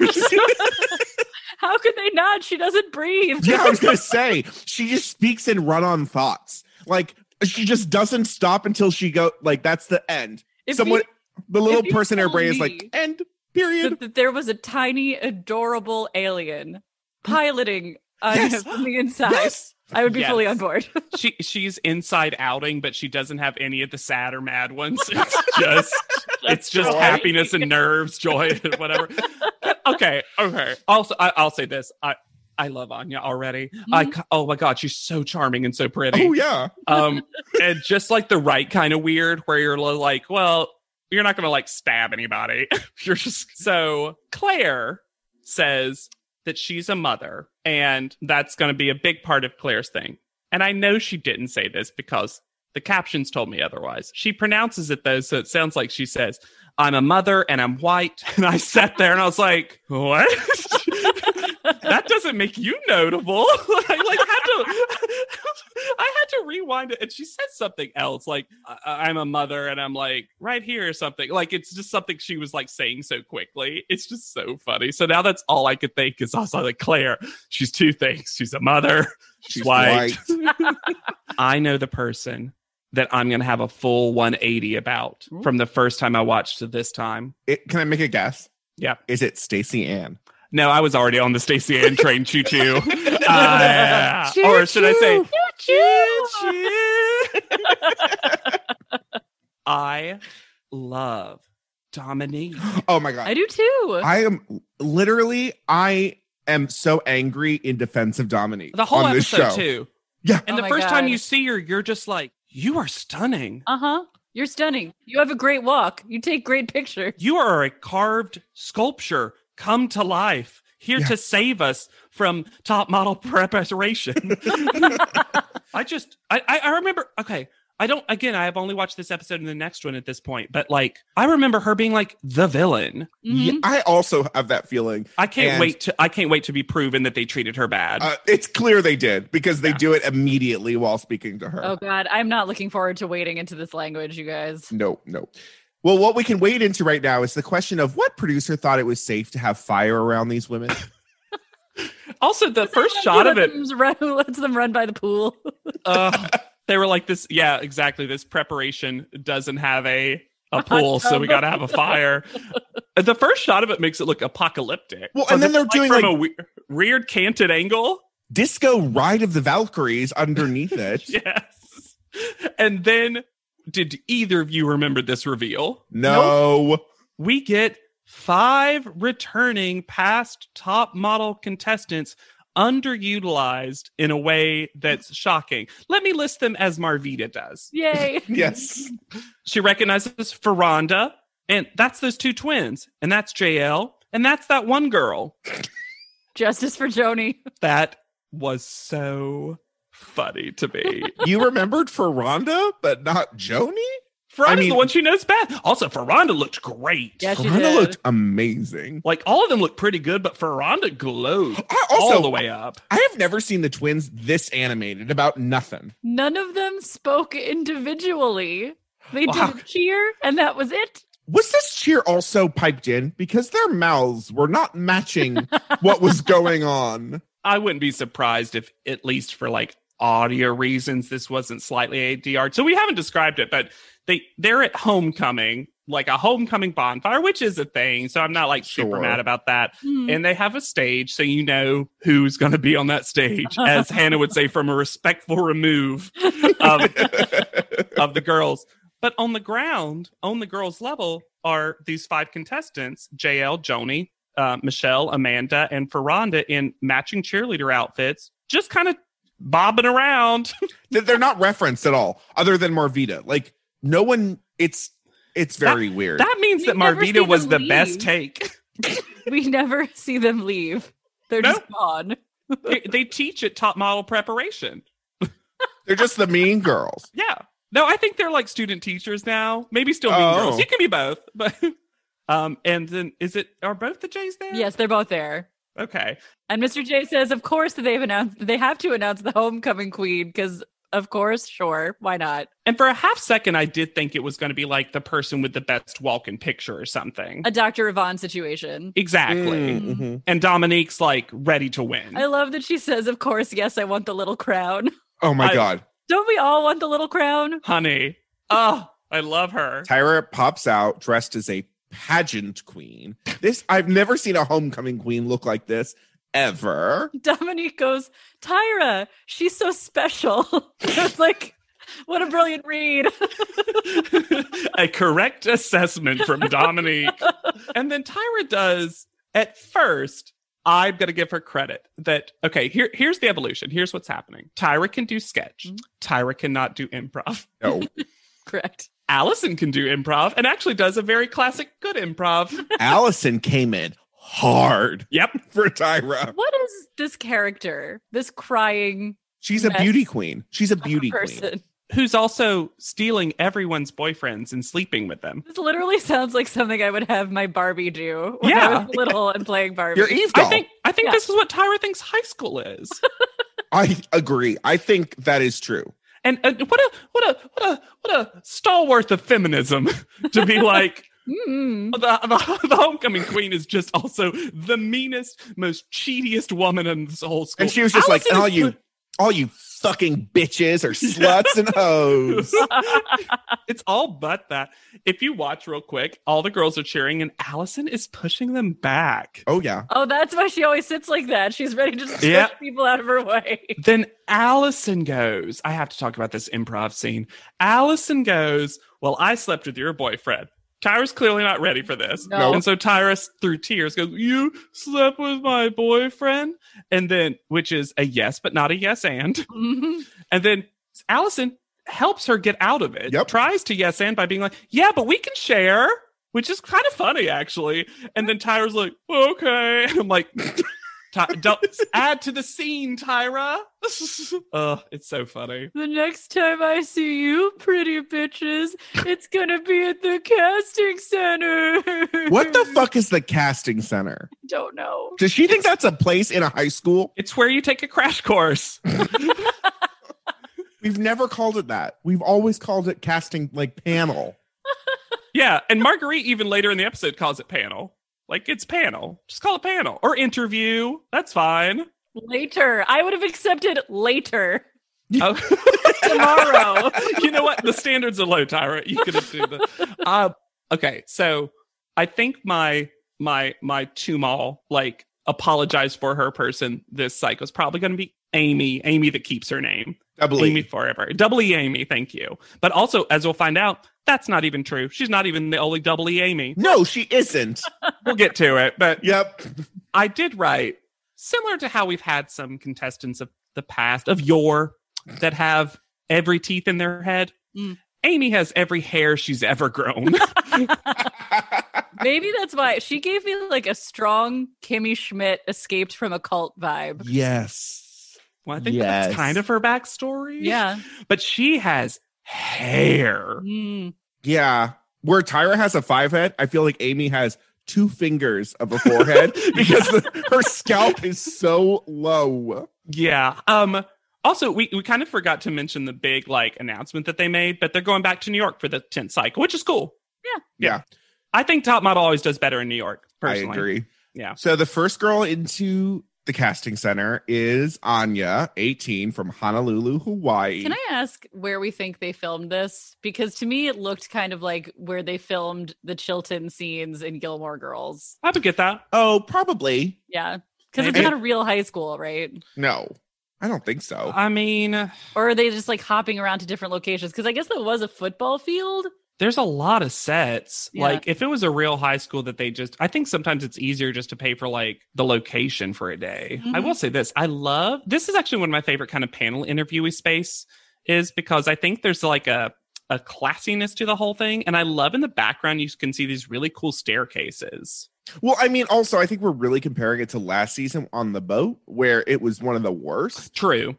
[SPEAKER 2] How could they not? She doesn't breathe.
[SPEAKER 3] Yeah, I was gonna say she just speaks in run-on thoughts. Like she just doesn't stop until she go. Like that's the end.
[SPEAKER 2] If
[SPEAKER 3] Someone,
[SPEAKER 2] you
[SPEAKER 3] the little
[SPEAKER 2] if you
[SPEAKER 3] person in her
[SPEAKER 2] told
[SPEAKER 3] brain is
[SPEAKER 2] me
[SPEAKER 3] like end.
[SPEAKER 2] said
[SPEAKER 3] Period.
[SPEAKER 2] that there was a tiny, adorable alien piloting Anya
[SPEAKER 3] Mm. Yes.
[SPEAKER 2] *laughs* from the inside, *laughs*
[SPEAKER 3] Yes.
[SPEAKER 2] I would be fully
[SPEAKER 5] Yes.
[SPEAKER 2] on board.
[SPEAKER 5] *laughs* she she's inside outing, but she doesn't have any of the sad or mad *laughs* ones. It's just it's just
[SPEAKER 2] joy.
[SPEAKER 5] happiness and nerves, joy, *laughs* and whatever. okay, okay. Also, I, I'll say this. I I love Anya already. I ca- oh my god, she's so charming and so pretty.
[SPEAKER 3] Oh yeah.
[SPEAKER 5] um and just like the right kind of weird where you're li- like well you're not gonna like stab anybody *laughs* you're just so claire says that she's a mother and that's gonna be a big part of claire's thing and i know she didn't say this because the captions told me otherwise she pronounces it though so it sounds like she says i'm a mother and i'm white *laughs* and i sat there and i was like what *laughs* that doesn't make you notable. *laughs* I like had to, *laughs* I had to rewind it, and she said something else, like I- "I'm a mother," and I'm like, "Right here" or something. Like it's just something she was like saying so quickly. It's just so funny. So now that's all I could think is also like Claire. She's two things. She's a mother.
[SPEAKER 3] She's
[SPEAKER 5] white.
[SPEAKER 3] white.
[SPEAKER 5] I know the person that I'm gonna have a full 180 about from the first time I watched to this time.
[SPEAKER 3] It- can I make a guess?
[SPEAKER 5] Yeah.
[SPEAKER 3] Is it Stacy
[SPEAKER 2] *laughs*
[SPEAKER 3] Ann?
[SPEAKER 5] No, I was already on the Stacey Ann train choo choo. Uh, or should I say *laughs* I love Dominique.
[SPEAKER 3] *laughs* Oh my
[SPEAKER 2] I
[SPEAKER 3] god.
[SPEAKER 2] do too.
[SPEAKER 3] *laughs* I am literally. I am so angry in defense of Dominique.
[SPEAKER 5] The whole
[SPEAKER 3] on this
[SPEAKER 5] episode
[SPEAKER 3] show.
[SPEAKER 5] too.
[SPEAKER 3] Yeah.
[SPEAKER 5] And
[SPEAKER 2] Oh
[SPEAKER 5] the
[SPEAKER 2] my
[SPEAKER 5] first time
[SPEAKER 2] God.
[SPEAKER 5] you see her, you're just like, you are stunning.
[SPEAKER 2] Uh huh. You're stunning. You have a great walk. You take great pictures.
[SPEAKER 5] You are a carved sculpture come to life, here
[SPEAKER 3] Yeah.
[SPEAKER 5] to save us from top model *laughs* preparation. I just, I, I, I remember, okay. I don't, again, I have only watched this episode and the next one at this point, but like, I remember her being like the villain.
[SPEAKER 3] Yeah,
[SPEAKER 2] Mhm.
[SPEAKER 3] I also have that feeling.
[SPEAKER 5] I can't
[SPEAKER 3] And-
[SPEAKER 5] wait to, I can't wait to be proven that they treated her bad.
[SPEAKER 3] Uh, it's clear they did because they
[SPEAKER 5] Yeah.
[SPEAKER 3] do it immediately while speaking to her.
[SPEAKER 2] Oh God, I'm not looking forward to wading into this language, you guys.
[SPEAKER 3] No, no. Well, what we can wade into right now is the question of what producer thought it was safe to have fire around these women.
[SPEAKER 5] Also, the first shot of it,
[SPEAKER 2] Lets them run, *laughs* lets them run by the pool. *laughs*
[SPEAKER 5] uh, they were like, "This, yeah, exactly. This preparation doesn't have a a pool, so we got to have a fire." the first shot of it makes it look apocalyptic.
[SPEAKER 3] Well, and then they're
[SPEAKER 5] Because
[SPEAKER 3] doing,
[SPEAKER 5] it's, like, from a we- weird canted angle. *laughs*
[SPEAKER 3] Disco Ride of the Valkyries underneath it.
[SPEAKER 5] Yes, and then did either of you remember this reveal?
[SPEAKER 3] No.
[SPEAKER 5] we get five returning past top model contestants underutilized in a way that's shocking. Let me list them as Marvita does. *laughs*
[SPEAKER 2] Yay.
[SPEAKER 3] Yes.
[SPEAKER 5] She recognizes Ferranda, and that's those two twins, and that's JL, and that's that one girl.
[SPEAKER 2] Justice for Joni.
[SPEAKER 5] That was so funny to me.
[SPEAKER 3] You remembered Ferranda, but not Joni?
[SPEAKER 5] Ferranda's
[SPEAKER 3] I mean-
[SPEAKER 5] the one she knows best. Also, Ferranda looked great.
[SPEAKER 2] Yeah, she
[SPEAKER 3] Ferranda
[SPEAKER 2] did.
[SPEAKER 3] looked amazing.
[SPEAKER 5] Like all of them look pretty good, but Ferranda glowed
[SPEAKER 3] I
[SPEAKER 5] all the
[SPEAKER 3] also,
[SPEAKER 5] way up.
[SPEAKER 3] I have never seen the twins this animated about nothing.
[SPEAKER 2] None of them spoke individually. They did
[SPEAKER 5] Wow.
[SPEAKER 2] a cheer, and that was it.
[SPEAKER 3] Was this cheer also piped in? Because their mouths were not matching what was going on. *laughs*
[SPEAKER 5] I wouldn't be surprised if, at least for like audio reasons, this wasn't slightly ADR. So we haven't described it, but they they're at homecoming. like a homecoming bonfire, which is a thing. So I'm not like super
[SPEAKER 3] Sure.
[SPEAKER 5] mad about that.
[SPEAKER 2] Hmm.
[SPEAKER 5] And they have a stage, so you know who's going to be on that stage,
[SPEAKER 2] *laughs*
[SPEAKER 5] as Hannah would say, from a respectful remove of, of the girls. But on the ground, on the girls' level, are these five contestants JL, Joni, uh, Michelle, Amanda, and Ferranda in matching cheerleader outfits, just kind of bobbing around.
[SPEAKER 3] Th- They're not referenced at all, other than Marvita. Like no one. It's it's very weird.
[SPEAKER 5] that means
[SPEAKER 2] We've
[SPEAKER 5] that
[SPEAKER 2] never
[SPEAKER 5] Marvita
[SPEAKER 2] seen
[SPEAKER 5] was
[SPEAKER 2] them
[SPEAKER 5] the
[SPEAKER 2] leave.
[SPEAKER 5] best take.
[SPEAKER 2] we never *laughs* see them leave. They're
[SPEAKER 5] No.
[SPEAKER 2] just gone.
[SPEAKER 5] they, they teach at top model preparation.
[SPEAKER 3] They're just the mean girls.
[SPEAKER 5] Yeah. No, I think they're like student teachers now. Maybe still mean
[SPEAKER 3] Oh.
[SPEAKER 5] girls. You can be both, but *laughs* um, and then is it are both the Jays there?
[SPEAKER 2] Yes, they're both there.
[SPEAKER 5] Okay.
[SPEAKER 2] And Mr. J says, of course that they've announced they have to announce the homecoming queen because of course, sure, why not?
[SPEAKER 5] And for a half second, I did think it was going to be like the person with the best walk-in picture or something.
[SPEAKER 2] A Dr. Yvonne situation.
[SPEAKER 5] exactly.
[SPEAKER 3] Mm, mhm.
[SPEAKER 5] And Dominique's like ready to win.
[SPEAKER 2] I love that she says, of course, yes, I want the little crown.
[SPEAKER 3] Oh my
[SPEAKER 5] I-
[SPEAKER 3] god.
[SPEAKER 2] Don't we all want the little crown? *laughs*
[SPEAKER 5] Honey. Oh, I love her.
[SPEAKER 3] Tyra pops out dressed as a pageant queen. This I've never seen a homecoming queen look like this ever.
[SPEAKER 2] Dominique goes, Tyra, she's so special. *laughs* it's like, what a brilliant read. *laughs*
[SPEAKER 5] *laughs* a correct assessment from Dominique. and then Tyra does at first. I'm gonna give her credit that okay. Here, here's the evolution. Here's what's happening. Tyra can do sketch. Tyra cannot do improv.
[SPEAKER 3] No,
[SPEAKER 2] Correct.
[SPEAKER 5] Allison can do improv and actually does a very classic good improv.
[SPEAKER 3] Allison came in hard
[SPEAKER 5] yep.
[SPEAKER 3] for Tyra.
[SPEAKER 2] What is this character, this crying
[SPEAKER 3] She's a
[SPEAKER 2] Yes.
[SPEAKER 3] beauty queen. She's a beauty queen.
[SPEAKER 2] person?
[SPEAKER 5] Who's also stealing everyone's boyfriends and sleeping with them.
[SPEAKER 2] This literally sounds like something I would have my Barbie do when I
[SPEAKER 5] Yeah.
[SPEAKER 2] was little and playing Barbie.
[SPEAKER 3] You're Eve doll.
[SPEAKER 5] I think I think
[SPEAKER 2] Yeah.
[SPEAKER 5] this is what Tyra thinks high school is.
[SPEAKER 3] I agree. I think that is true.
[SPEAKER 5] and, and what a what a what a what a stalwart of feminism *laughs* to be like
[SPEAKER 2] Mm.
[SPEAKER 5] the, the, *laughs* the homecoming queen is just also the meanest, most cheatiest woman in this whole school.
[SPEAKER 3] And she was just like,
[SPEAKER 5] Allison
[SPEAKER 3] all
[SPEAKER 5] is
[SPEAKER 3] you, all you fucking bitches are sluts and
[SPEAKER 5] *laughs*
[SPEAKER 3] hoes.
[SPEAKER 5] It's all but that. If you watch real quick, all the girls are cheering, and Allison is pushing them back.
[SPEAKER 3] Oh yeah.
[SPEAKER 2] Oh, that's why she always sits like that. She's ready to just push
[SPEAKER 5] Yeah.
[SPEAKER 2] people out of her way. *laughs*
[SPEAKER 5] Then Allison goes, I have to talk about this improv scene. Allison goes, Well, I slept with your boyfriend. Tyra's clearly not ready for this.
[SPEAKER 2] No.
[SPEAKER 5] And so Tyra, s- through tears, goes, You slept with my boyfriend? And then, which is a yes, but not a yes and.
[SPEAKER 2] Mhm.
[SPEAKER 5] And then Allison helps her get out of it.
[SPEAKER 3] Yep.
[SPEAKER 5] Tries to yes and by being like, yeah, but we can share, which is kind of funny actually. And then Tyra's like, okay. *laughs* And I'm like, Ty- don't add to the scene, Tyra. *laughs* Ugh, it's so funny.
[SPEAKER 2] The next time I see you, pretty bitches, it's gonna be at the casting center.
[SPEAKER 3] What the fuck is the casting center?
[SPEAKER 2] I *laughs* don't know.
[SPEAKER 3] Does she think that's a place in a high school?
[SPEAKER 5] It's where you take a crash course.
[SPEAKER 3] We've never called it that. We've always called it casting like panel.
[SPEAKER 5] yeah. And Marguerite, even later in the episode, calls it panel. Like, it's panel. Just call it panel or interview. That's fine.
[SPEAKER 2] Later. I would have accepted later.
[SPEAKER 5] Oh.
[SPEAKER 2] Tomorrow.
[SPEAKER 5] *laughs* you know what? The standards are low, Tyra. You could do that. Uh, okay, so I think my my my Tumal like apologize for her person this cycle is probably going to be Amy. Amy that keeps her name.
[SPEAKER 3] Double
[SPEAKER 5] Amy forever. Double E Amy. Thank you. But also, as we'll find out, that's not even true. She's not even the only double E Amy.
[SPEAKER 3] No, she isn't.
[SPEAKER 5] We'll get to it. But
[SPEAKER 3] yep.
[SPEAKER 5] I did write similar to how we've had some contestants of the past of yore that have every teeth in their head.
[SPEAKER 2] Mm.
[SPEAKER 5] Amy has every hair she's
[SPEAKER 2] *laughs*
[SPEAKER 5] ever grown.
[SPEAKER 2] Maybe that's why she gave me like a strong Kimmy Schmidt escaped from a cult vibe.
[SPEAKER 3] yes.
[SPEAKER 5] well, I think
[SPEAKER 3] Yes.
[SPEAKER 5] that's kind of her backstory.
[SPEAKER 2] Yeah.
[SPEAKER 5] but she has hair.
[SPEAKER 2] Mm.
[SPEAKER 3] Yeah. Where Tyra has a five head, I feel like Amy has two fingers of a forehead because the, her scalp is so low.
[SPEAKER 5] Yeah. Um. Also, we, we kind of forgot to mention the big like announcement that they made, but they're going back to New York for the tenth cycle, which is cool.
[SPEAKER 2] Yeah.
[SPEAKER 3] Yeah.
[SPEAKER 5] I think Top Model always does better in New York. Personally,
[SPEAKER 3] I agree.
[SPEAKER 5] Yeah.
[SPEAKER 3] So the first girl into the casting center is Anya, 18, from Honolulu, Hawaii.
[SPEAKER 2] Can I ask where we think they filmed this? Because to me, it looked kind of like where they filmed the Chilton scenes in Gilmore Girls.
[SPEAKER 5] I would get that.
[SPEAKER 3] oh, probably.
[SPEAKER 2] Yeah. Because it's
[SPEAKER 5] Maybe.
[SPEAKER 2] not a real high school, right?
[SPEAKER 3] No, I don't think
[SPEAKER 2] Oh.
[SPEAKER 3] so.
[SPEAKER 5] I mean,
[SPEAKER 2] Or are they just like hopping around to different locations? Because I guess there was a football field.
[SPEAKER 5] there's a lot of sets.
[SPEAKER 2] Yeah.
[SPEAKER 5] Like if it was a real high school that they just I think sometimes it's easier just to pay for like the location for a day. I
[SPEAKER 2] Mhm.
[SPEAKER 5] will say this. I love this is actually one of my favorite kind of panel interviewee space is because I think there's like a a classiness to the whole thing and I love in the background you can see these really cool staircases.
[SPEAKER 3] well, I mean, also, I think we're really comparing it to last season on the boat, where it was one of the worst.
[SPEAKER 5] True.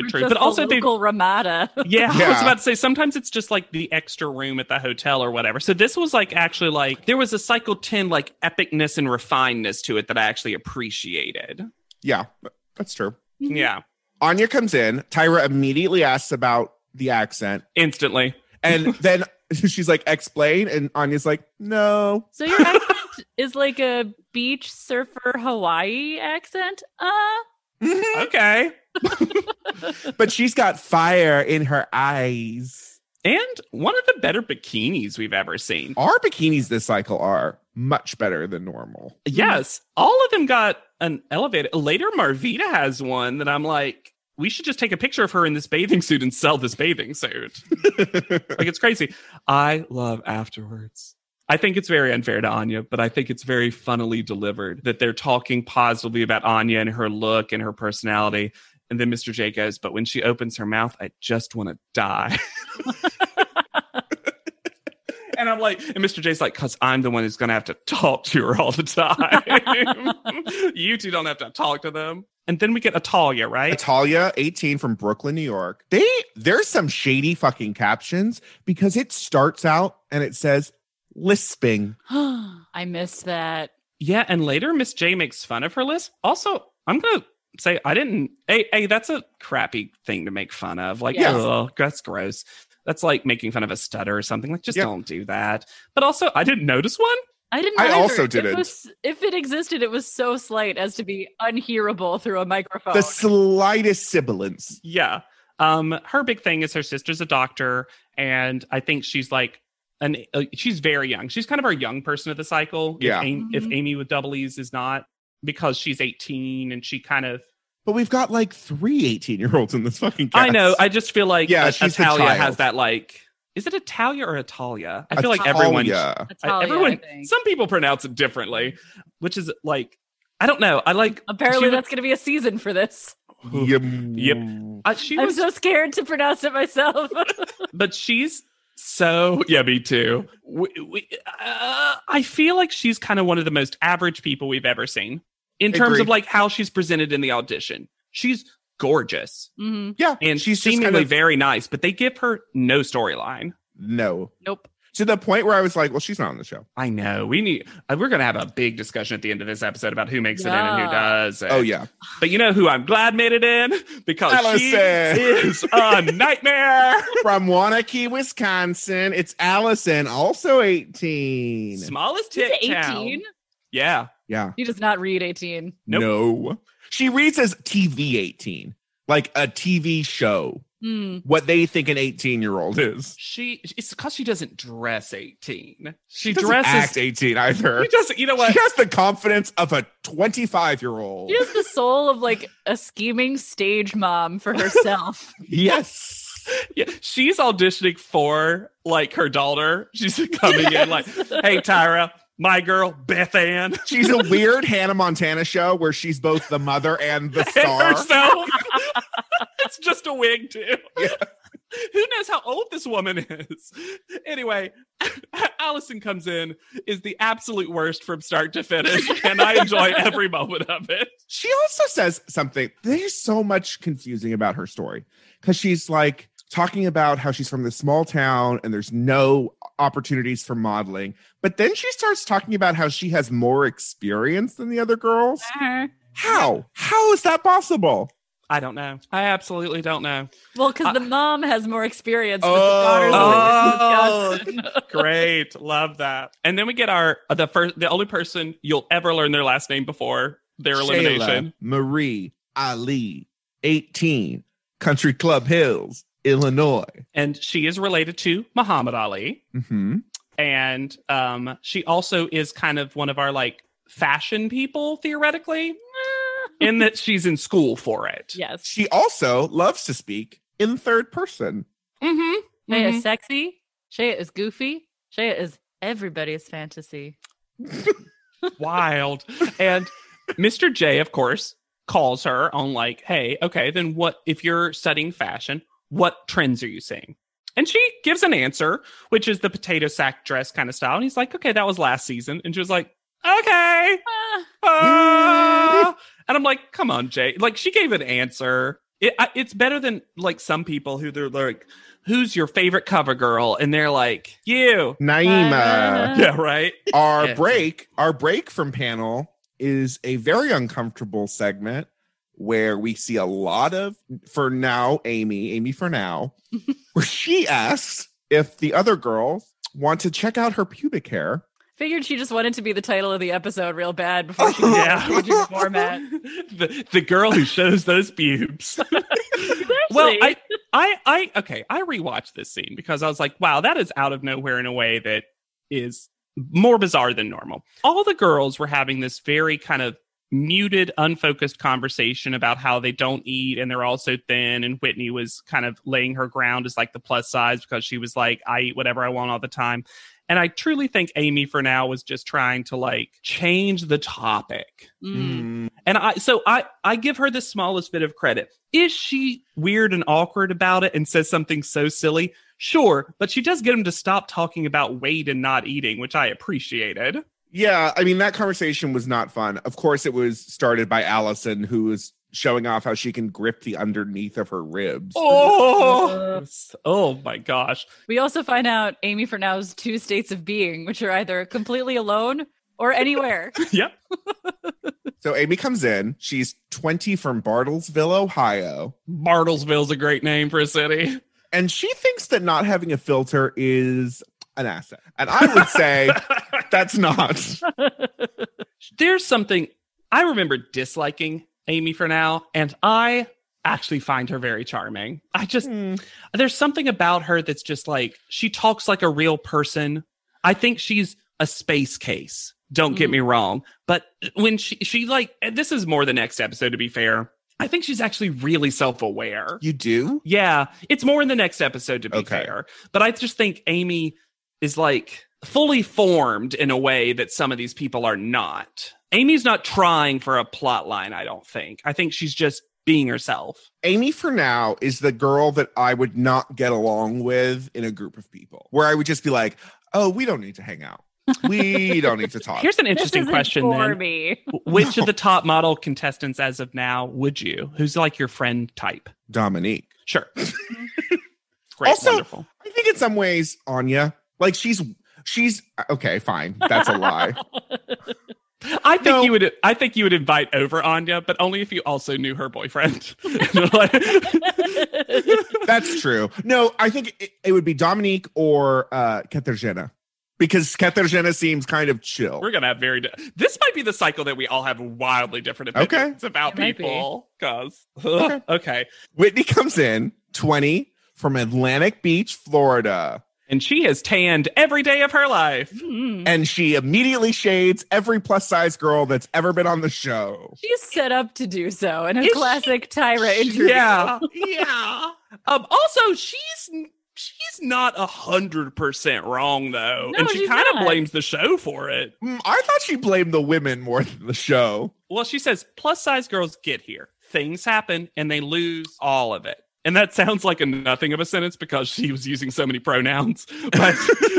[SPEAKER 2] Or
[SPEAKER 5] true.
[SPEAKER 2] just
[SPEAKER 5] But
[SPEAKER 2] the
[SPEAKER 5] also they
[SPEAKER 2] local Ramada.
[SPEAKER 5] yeah, I was
[SPEAKER 3] Yeah.
[SPEAKER 5] about to say sometimes it's just like the extra room at the hotel or whatever. So this was like actually like there was a cycle 10 like epicness and refinedness to it that I actually appreciated.
[SPEAKER 3] Yeah, that's true.
[SPEAKER 2] Mm-hmm.
[SPEAKER 5] Yeah.
[SPEAKER 3] Anya comes in. Tyra immediately asks about the accent.
[SPEAKER 5] Instantly.
[SPEAKER 3] And then *laughs* she's like, explain. And Anya's like, no. *laughs*
[SPEAKER 2] *laughs* So your accent is like a beach surfer Hawaii accent? Uh *gasps*
[SPEAKER 5] Okay.
[SPEAKER 3] But she's got fire in her eyes.
[SPEAKER 5] And one of the better bikinis we've ever seen.
[SPEAKER 3] Our bikinis this cycle are much better than normal.
[SPEAKER 5] Yes. All of them got an elevated. Later, Marvita has one that I'm like, we should just take a picture of her in this bathing suit and sell this bathing suit. like, it's crazy. I love afterwards. I think it's very unfair to Anya, but I think it's very funnily delivered that they're talking positively about Anya and her look and her personality. And then Mr. J goes, but when she opens her mouth, I just want to die. *laughs* and I'm like, and Mr. J's like, because I'm the one who's going to have to talk to her all the time. *laughs* you two don't have to talk to them. And then we get Atalia, right?
[SPEAKER 3] Natalia, 18 from Brooklyn, New York. They there's some shady fucking captions because it starts out and it says lisping.
[SPEAKER 2] I missed that.
[SPEAKER 5] Yeah. And later, Miss J makes fun of her list. Also, I'm going to say, I didn't. Hey, hey, that's a crappy thing to make fun of. Like,
[SPEAKER 2] Yes.
[SPEAKER 5] ugh, that's gross. That's like making fun of a stutter or something. Like, just
[SPEAKER 3] Yeah.
[SPEAKER 5] don't do that. But also, I didn't notice one.
[SPEAKER 2] I didn't.
[SPEAKER 3] I
[SPEAKER 2] either.
[SPEAKER 3] also
[SPEAKER 2] It
[SPEAKER 3] didn't.
[SPEAKER 2] was- if it existed, it was so slight as to be unhearable through a
[SPEAKER 5] Oh,
[SPEAKER 2] microphone.
[SPEAKER 3] The slightest sibilance.
[SPEAKER 5] Yeah. Um, her big thing is her sister's a doctor, and I think she's like an uh, she's very young. She's kind of our young person of the cycle. if
[SPEAKER 3] Yeah.
[SPEAKER 5] Am- If,
[SPEAKER 2] Mhm.
[SPEAKER 5] Amy with double E's is not because she's 18 and she kind of
[SPEAKER 3] But we've got like three 18 year olds in this fucking cast.
[SPEAKER 5] I know. I just feel like
[SPEAKER 3] Yeah,
[SPEAKER 5] yeah,
[SPEAKER 3] she's the
[SPEAKER 5] Italia
[SPEAKER 3] child.
[SPEAKER 5] has that like is it Italia or Italia? I feel like everyone
[SPEAKER 3] Italia.
[SPEAKER 2] Natalia, I
[SPEAKER 5] everyone
[SPEAKER 2] think.
[SPEAKER 5] some people pronounce it differently, which is like I don't know. I like
[SPEAKER 2] Apparently,
[SPEAKER 5] she-
[SPEAKER 2] that's going to be a season for this.
[SPEAKER 3] Yum.
[SPEAKER 5] I, she
[SPEAKER 2] I'm
[SPEAKER 5] was
[SPEAKER 2] so scared to pronounce it myself. *laughs*
[SPEAKER 5] but she's so yeah me too we, we, uh, i feel like she's kind of one of the most average people we've ever seen in terms
[SPEAKER 3] Agreed.
[SPEAKER 5] of like how she's presented in the audition she's gorgeous
[SPEAKER 2] Mhm.
[SPEAKER 3] Yeah.
[SPEAKER 5] and she's
[SPEAKER 3] just kind
[SPEAKER 5] seemingly
[SPEAKER 3] of-
[SPEAKER 5] very nice but they give her no storyline
[SPEAKER 3] no.
[SPEAKER 2] Nope.
[SPEAKER 3] To the point where I was like, well, she's not on the show.
[SPEAKER 5] i know we need uh, we're gonna have a big discussion at the end of this episode about who makes it in and who
[SPEAKER 2] Yeah.
[SPEAKER 5] does
[SPEAKER 3] Oh yeah.
[SPEAKER 5] but you know who i'm glad made it in because she
[SPEAKER 3] Allison.
[SPEAKER 5] is
[SPEAKER 3] *laughs*
[SPEAKER 5] a nightmare
[SPEAKER 3] From Wanakee, Wisconsin. It's Allison, also 18.
[SPEAKER 5] smallest
[SPEAKER 2] She's
[SPEAKER 5] hit 18
[SPEAKER 2] 18.
[SPEAKER 5] yeah
[SPEAKER 3] Yeah.
[SPEAKER 2] She does not read 18.
[SPEAKER 5] Nope.
[SPEAKER 3] No. She reads as TV 18, like a TV show,
[SPEAKER 2] Hmm.
[SPEAKER 3] what they think an 18 year old is.
[SPEAKER 5] She it's because she doesn't dress 18. She,
[SPEAKER 3] doesn't act
[SPEAKER 5] dresses
[SPEAKER 3] 18 either.
[SPEAKER 5] she doesn't, you know what?
[SPEAKER 3] She has the confidence of a 25 year old.
[SPEAKER 2] She has the soul of like a scheming stage mom
[SPEAKER 5] *laughs*
[SPEAKER 2] for herself.
[SPEAKER 3] Yes.
[SPEAKER 5] Yeah, she's auditioning for like her daughter. She's *laughs* coming in like, hey Tyra, my girl, Beth Ann.
[SPEAKER 3] *laughs* She's a weird Hannah Montana show where she's both the mother and the
[SPEAKER 5] And
[SPEAKER 3] star.
[SPEAKER 5] *laughs* herself. it's just a wig too. *laughs* Who knows how old this woman is? Anyway, *laughs* Allison comes in, is the absolute worst from start to finish, and I *laughs* enjoy every moment of it.
[SPEAKER 3] She also says something. There's so much confusing about her story because she's like talking about how she's from this small town and there's no opportunities for modeling. But then she starts talking about how she has more experience than the other girls. How? How is that possible?
[SPEAKER 5] I don't know. I absolutely don't know.
[SPEAKER 2] *laughs* Well,
[SPEAKER 5] Uh,
[SPEAKER 2] because the mom has more experience. With
[SPEAKER 3] Oh.
[SPEAKER 2] the
[SPEAKER 5] Oh.
[SPEAKER 2] daughter's
[SPEAKER 5] *laughs*
[SPEAKER 2] oh.
[SPEAKER 5] Great, love that. And then we get our the first, the only person you'll ever learn their last name before their
[SPEAKER 3] Shayla
[SPEAKER 5] elimination.
[SPEAKER 3] Marie Ali, 18, Country Club Hills, Illinois.
[SPEAKER 5] And she is related to Muhammad Ali.
[SPEAKER 3] Mm-hmm.
[SPEAKER 5] And um, she also is kind of one of our like fashion people, theoretically, in that she's in school for it.
[SPEAKER 2] yes.
[SPEAKER 3] She also loves to speak in third person.
[SPEAKER 5] Mm-hmm.
[SPEAKER 2] Shea *laughs* is sexy. Shea is goofy. Shea is everybody's fantasy.
[SPEAKER 5] wild. And Mr. J, of course, calls her on like, hey, okay, then what if you're studying fashion, what trends are you seeing? And she gives an answer, which is the potato sack dress kind of style. And he's like, okay, that was last season. And she was like, okay.
[SPEAKER 2] Ah,
[SPEAKER 5] ah." and I'm like, come on, Jay. Like, she gave an answer. It, I, it's better than like some people who they're like, who's your favorite cover girl? And they're like, you.
[SPEAKER 3] Naima.
[SPEAKER 5] *laughs*
[SPEAKER 2] Uh.
[SPEAKER 5] Yeah, right.
[SPEAKER 3] our
[SPEAKER 5] Yeah.
[SPEAKER 3] break, our break from panel is a very uncomfortable segment where we see a lot of for now Amy, Amy for now, where she asks if the other girls want to check out her pubic hair.
[SPEAKER 2] figured she just wanted to be the title of the episode real bad before
[SPEAKER 5] *laughs*
[SPEAKER 2] she
[SPEAKER 5] Yeah.
[SPEAKER 2] changing the *laughs*
[SPEAKER 5] *laughs*
[SPEAKER 2] format.
[SPEAKER 5] the, the girl who shows those *laughs* pubes. well, I, I, I, okay, I rewatched this scene because I was like, wow, that is out of nowhere in a way that is more bizarre than normal. All the girls were having this very kind of muted, unfocused conversation about how they don't eat and they're also thin. And Whitney was kind of laying her ground as like the plus size because she was like, I eat whatever I want all the time. And I truly think Amy for now was just trying to like change the topic.
[SPEAKER 2] Mm.
[SPEAKER 5] And I so I I give her the smallest bit of credit. Is she weird and awkward about it and says something so silly? Sure, but she does get him to stop talking about weight and not eating, which I appreciated.
[SPEAKER 3] Yeah, I mean that conversation was not fun. Of course, it was started by Allison, who was showing off how she can grip the underneath of her ribs.
[SPEAKER 5] Oh, oh my gosh.
[SPEAKER 2] We also find out Amy for now's two states of being, which are either completely alone or anywhere.
[SPEAKER 5] Yep.
[SPEAKER 3] So Amy comes in. She's 20 from Bartlesville, Ohio.
[SPEAKER 5] Bartlesville's a great name for a city. *laughs*
[SPEAKER 3] And she thinks that not having a filter is an asset. And I would
[SPEAKER 5] *laughs*
[SPEAKER 3] say that's not.
[SPEAKER 5] There's something I remember disliking Amy for now, and I actually find her very charming. I just there's something about her that's just like she talks like a real person. I think she's a space case. Don't get
[SPEAKER 2] Mm.
[SPEAKER 5] me wrong, but when she she like and this is more the next episode to be fair. I think she's actually really self-aware.
[SPEAKER 3] You do?
[SPEAKER 5] Yeah, it's more in the next episode to be
[SPEAKER 3] Okay.
[SPEAKER 5] fair. But I just think Amy is like fully formed in a way that some of these people are not. Amy's not trying for a plot line, I don't think. I think she's just being herself.
[SPEAKER 3] Amy for now is the girl that I would not get along with in a group of people where I would just be like, oh, we don't need to hang out. We don't need to talk.
[SPEAKER 5] Here's
[SPEAKER 2] *laughs*
[SPEAKER 5] an
[SPEAKER 2] This
[SPEAKER 5] interesting
[SPEAKER 2] isn't
[SPEAKER 5] question
[SPEAKER 2] for
[SPEAKER 5] then. *laughs*
[SPEAKER 2] me. *laughs*
[SPEAKER 5] Which of the top model contestants as of now would you? Who's like your friend type?
[SPEAKER 3] Dominique.
[SPEAKER 5] Sure. *laughs* Great,
[SPEAKER 3] Also-
[SPEAKER 5] wonderful.
[SPEAKER 3] I think in some ways, Anya, like she's, she's, okay, fine. That's a lie.
[SPEAKER 5] I think
[SPEAKER 3] No.
[SPEAKER 5] you would. I think you would invite over Anya, but only if you also knew her boyfriend. *laughs*
[SPEAKER 3] That's true. No, I think it, it would be Dominique or uh, Katerjena because Katerjena seems kind of chill.
[SPEAKER 5] We're gonna have very. Di- this might be the cycle that we all have wildly different opinions about
[SPEAKER 2] It might be.
[SPEAKER 5] people. Cause
[SPEAKER 3] Okay.
[SPEAKER 5] okay.
[SPEAKER 3] Whitney comes in 20 from Atlantic Beach, Florida,
[SPEAKER 5] and she has tanned every day of her life.
[SPEAKER 2] Mm.
[SPEAKER 3] and she immediately shades every plus size girl that's ever been on the show.
[SPEAKER 2] She's set up to do so in a
[SPEAKER 5] Is she-
[SPEAKER 2] classic Tyra interview. *laughs*
[SPEAKER 5] Yeah, yeah. Um. Also, she's she's not a hundred percent wrong though,
[SPEAKER 2] No,
[SPEAKER 5] and she
[SPEAKER 2] she's
[SPEAKER 5] kind of
[SPEAKER 2] not.
[SPEAKER 5] blames the show for it.
[SPEAKER 3] Mm, I thought she blamed the women more than the show.
[SPEAKER 5] Well, she says plus size girls get here. Things happen and they lose all of it. And that sounds like a nothing of a sentence because she was using so many pronouns.
[SPEAKER 2] *laughs*
[SPEAKER 5] But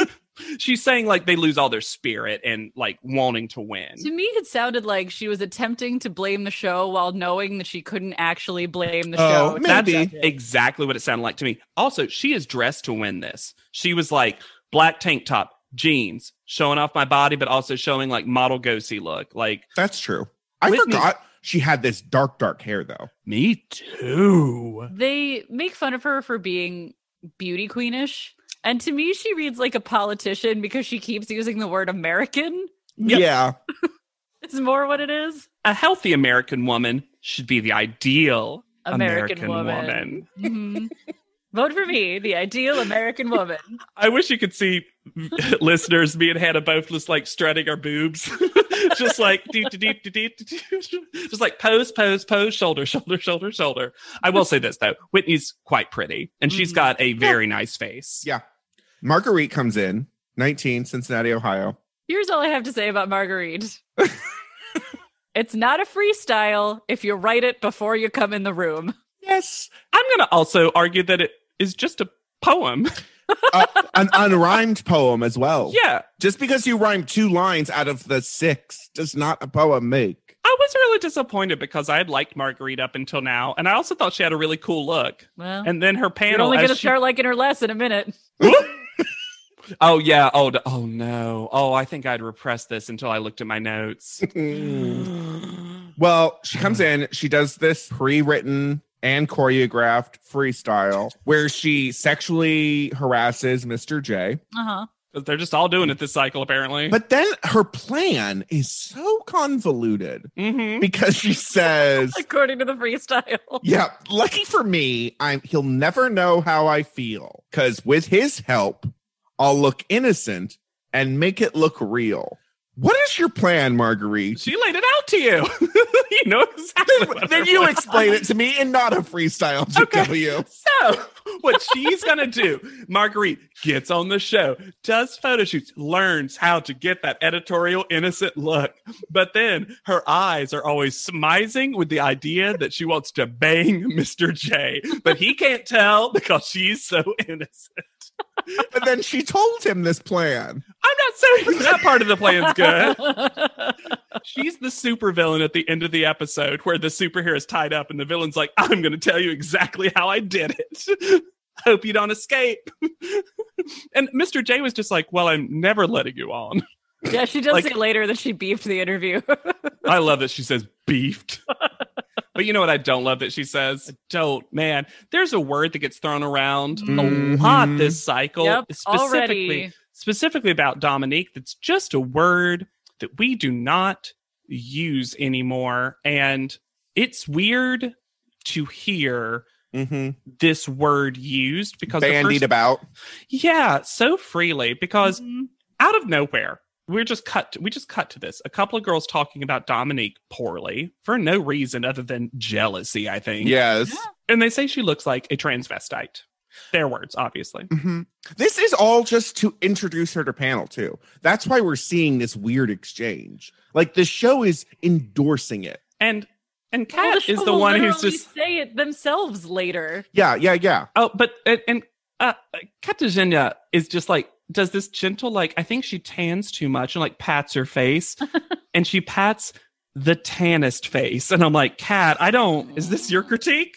[SPEAKER 5] *laughs* she's saying like they lose all their spirit and like wanting to win.
[SPEAKER 2] To me, it sounded like she was attempting to blame the show while knowing that she couldn't actually blame the
[SPEAKER 3] Oh,
[SPEAKER 2] show.
[SPEAKER 5] That's
[SPEAKER 3] maybe.
[SPEAKER 5] exactly what it sounded like to me. Also, she is dressed to win this. She was like black tank top, jeans, showing off my body, but also showing like model go-see look. Like
[SPEAKER 3] That's true. I
[SPEAKER 5] Whitney-
[SPEAKER 3] forgot she had this dark, dark hair though.
[SPEAKER 5] me too.
[SPEAKER 2] They make fun of her for being beauty queenish. And to me, she reads like a politician because she keeps using the word American.
[SPEAKER 5] Yep.
[SPEAKER 3] Yeah.
[SPEAKER 2] That's more what it is.
[SPEAKER 5] A healthy American woman should be the ideal
[SPEAKER 2] American, woman.
[SPEAKER 5] woman.
[SPEAKER 2] Mhm. Vote for me, the ideal American woman.
[SPEAKER 5] I wish you could see *laughs* listeners, me and Hannah both just like strutting our boobs. *laughs* just like do do do do do do do. just like pose, pose, pose, shoulder, *laughs* shoulder, shoulder, shoulder. I will say this though. Whitney's quite pretty and she's
[SPEAKER 2] Mhm.
[SPEAKER 5] got a very nice face.
[SPEAKER 3] Yeah. Marguerite comes in, 19, Cincinnati, Ohio.
[SPEAKER 2] Here's all I have to say about Marguerite. *laughs* it's not a freestyle if you write it before you come in the room.
[SPEAKER 5] Yes. I'm gonna also argue that it is just a poem.
[SPEAKER 3] Uh, an unrhymed poem as well.
[SPEAKER 5] Yeah.
[SPEAKER 3] Just because you rhyme two lines out of the six does not a poem make.
[SPEAKER 5] I was really disappointed because I had liked Marguerite up until now, and I also thought she had a really cool look.
[SPEAKER 2] Well,
[SPEAKER 5] And then her
[SPEAKER 2] you're
[SPEAKER 5] panel
[SPEAKER 2] only
[SPEAKER 5] as
[SPEAKER 2] going to
[SPEAKER 5] she-
[SPEAKER 2] start liking her less in a minute.
[SPEAKER 5] Oh yeah. Oh d- oh no. Oh, I think I'd repress this until I looked at my notes.
[SPEAKER 2] Mm.
[SPEAKER 5] Mm.
[SPEAKER 3] Well, she comes in, she does this pre written and choreographed freestyle where she sexually harasses Mr. J.
[SPEAKER 2] Uh huh.
[SPEAKER 5] But They're just all doing it this cycle, apparently.
[SPEAKER 3] But then her plan is so convoluted
[SPEAKER 5] Mhm.
[SPEAKER 3] because she says,
[SPEAKER 2] *laughs* According to the freestyle.
[SPEAKER 3] Yeah, lucky for me, I'm he'll never know how I feel cuz with his help, I'll look innocent and make it look real. What is your plan,
[SPEAKER 5] *laughs*
[SPEAKER 3] Marguerite?
[SPEAKER 5] she laid it out to you. *laughs* you know exactly. what
[SPEAKER 3] then
[SPEAKER 5] her
[SPEAKER 3] you
[SPEAKER 5] plan-
[SPEAKER 3] explain it to me and not a freestyle GW.
[SPEAKER 5] So, *laughs* what she's gonna do? Marguerite gets on the show, does photo shoots, learns how to get that editorial innocent look, but then her eyes are always smizing with the idea that she wants to bang *laughs* Mr. J, but he can't tell because she's so innocent.
[SPEAKER 3] But then she told him this plan.
[SPEAKER 5] I'm not saying that part of the plan's good. She's the supervillain at the end of the episode where the superhero is tied up and the villain's like, I'm going to tell you exactly how I did it. *laughs* Hope you don't escape. *laughs* and Mr. J was just like, Well, I'm never letting you on.
[SPEAKER 2] *laughs*
[SPEAKER 5] *laughs*
[SPEAKER 2] yeah, she does
[SPEAKER 5] Like-
[SPEAKER 2] say later that she beefed the
[SPEAKER 5] *laughs*
[SPEAKER 2] interview.
[SPEAKER 5] I love that she says beefed.
[SPEAKER 2] *laughs*
[SPEAKER 5] but you know what I don't love that she says? Don't, man. There's a word that gets thrown around
[SPEAKER 3] Mhm.
[SPEAKER 5] a lot this cycle,
[SPEAKER 2] Mm-hmm. yep,
[SPEAKER 5] specifically
[SPEAKER 2] already.
[SPEAKER 5] specifically about Dominique, that's just a word that we do not use anymore. And it's weird to hear
[SPEAKER 3] Mm-hmm.
[SPEAKER 5] this word used because the
[SPEAKER 3] Bandied
[SPEAKER 5] first-
[SPEAKER 3] about.
[SPEAKER 5] yeah, so freely because
[SPEAKER 2] Mhm.
[SPEAKER 5] out of nowhere, we're just cut. We just cut to this. A couple of girls talking about Dominique poorly for no reason other than jealousy, I think.
[SPEAKER 3] Yes.
[SPEAKER 5] and they say she looks like a transvestite. Their words, obviously.
[SPEAKER 3] Mhm. This is all just to introduce her to panel too. That's why we're seeing this weird exchange. Like the show is endorsing it.
[SPEAKER 5] And and Kat
[SPEAKER 2] Well, show
[SPEAKER 5] is the
[SPEAKER 2] will
[SPEAKER 5] one who's
[SPEAKER 2] literally
[SPEAKER 5] just
[SPEAKER 2] say it themselves later.
[SPEAKER 3] Yeah, yeah, yeah.
[SPEAKER 5] Oh, but and, and uh, Katarzyna is just like does this gentle like I think she tans too much and like pats her face, and she pats the tannest face, and I'm like, Kat, I don't. Is this your critique?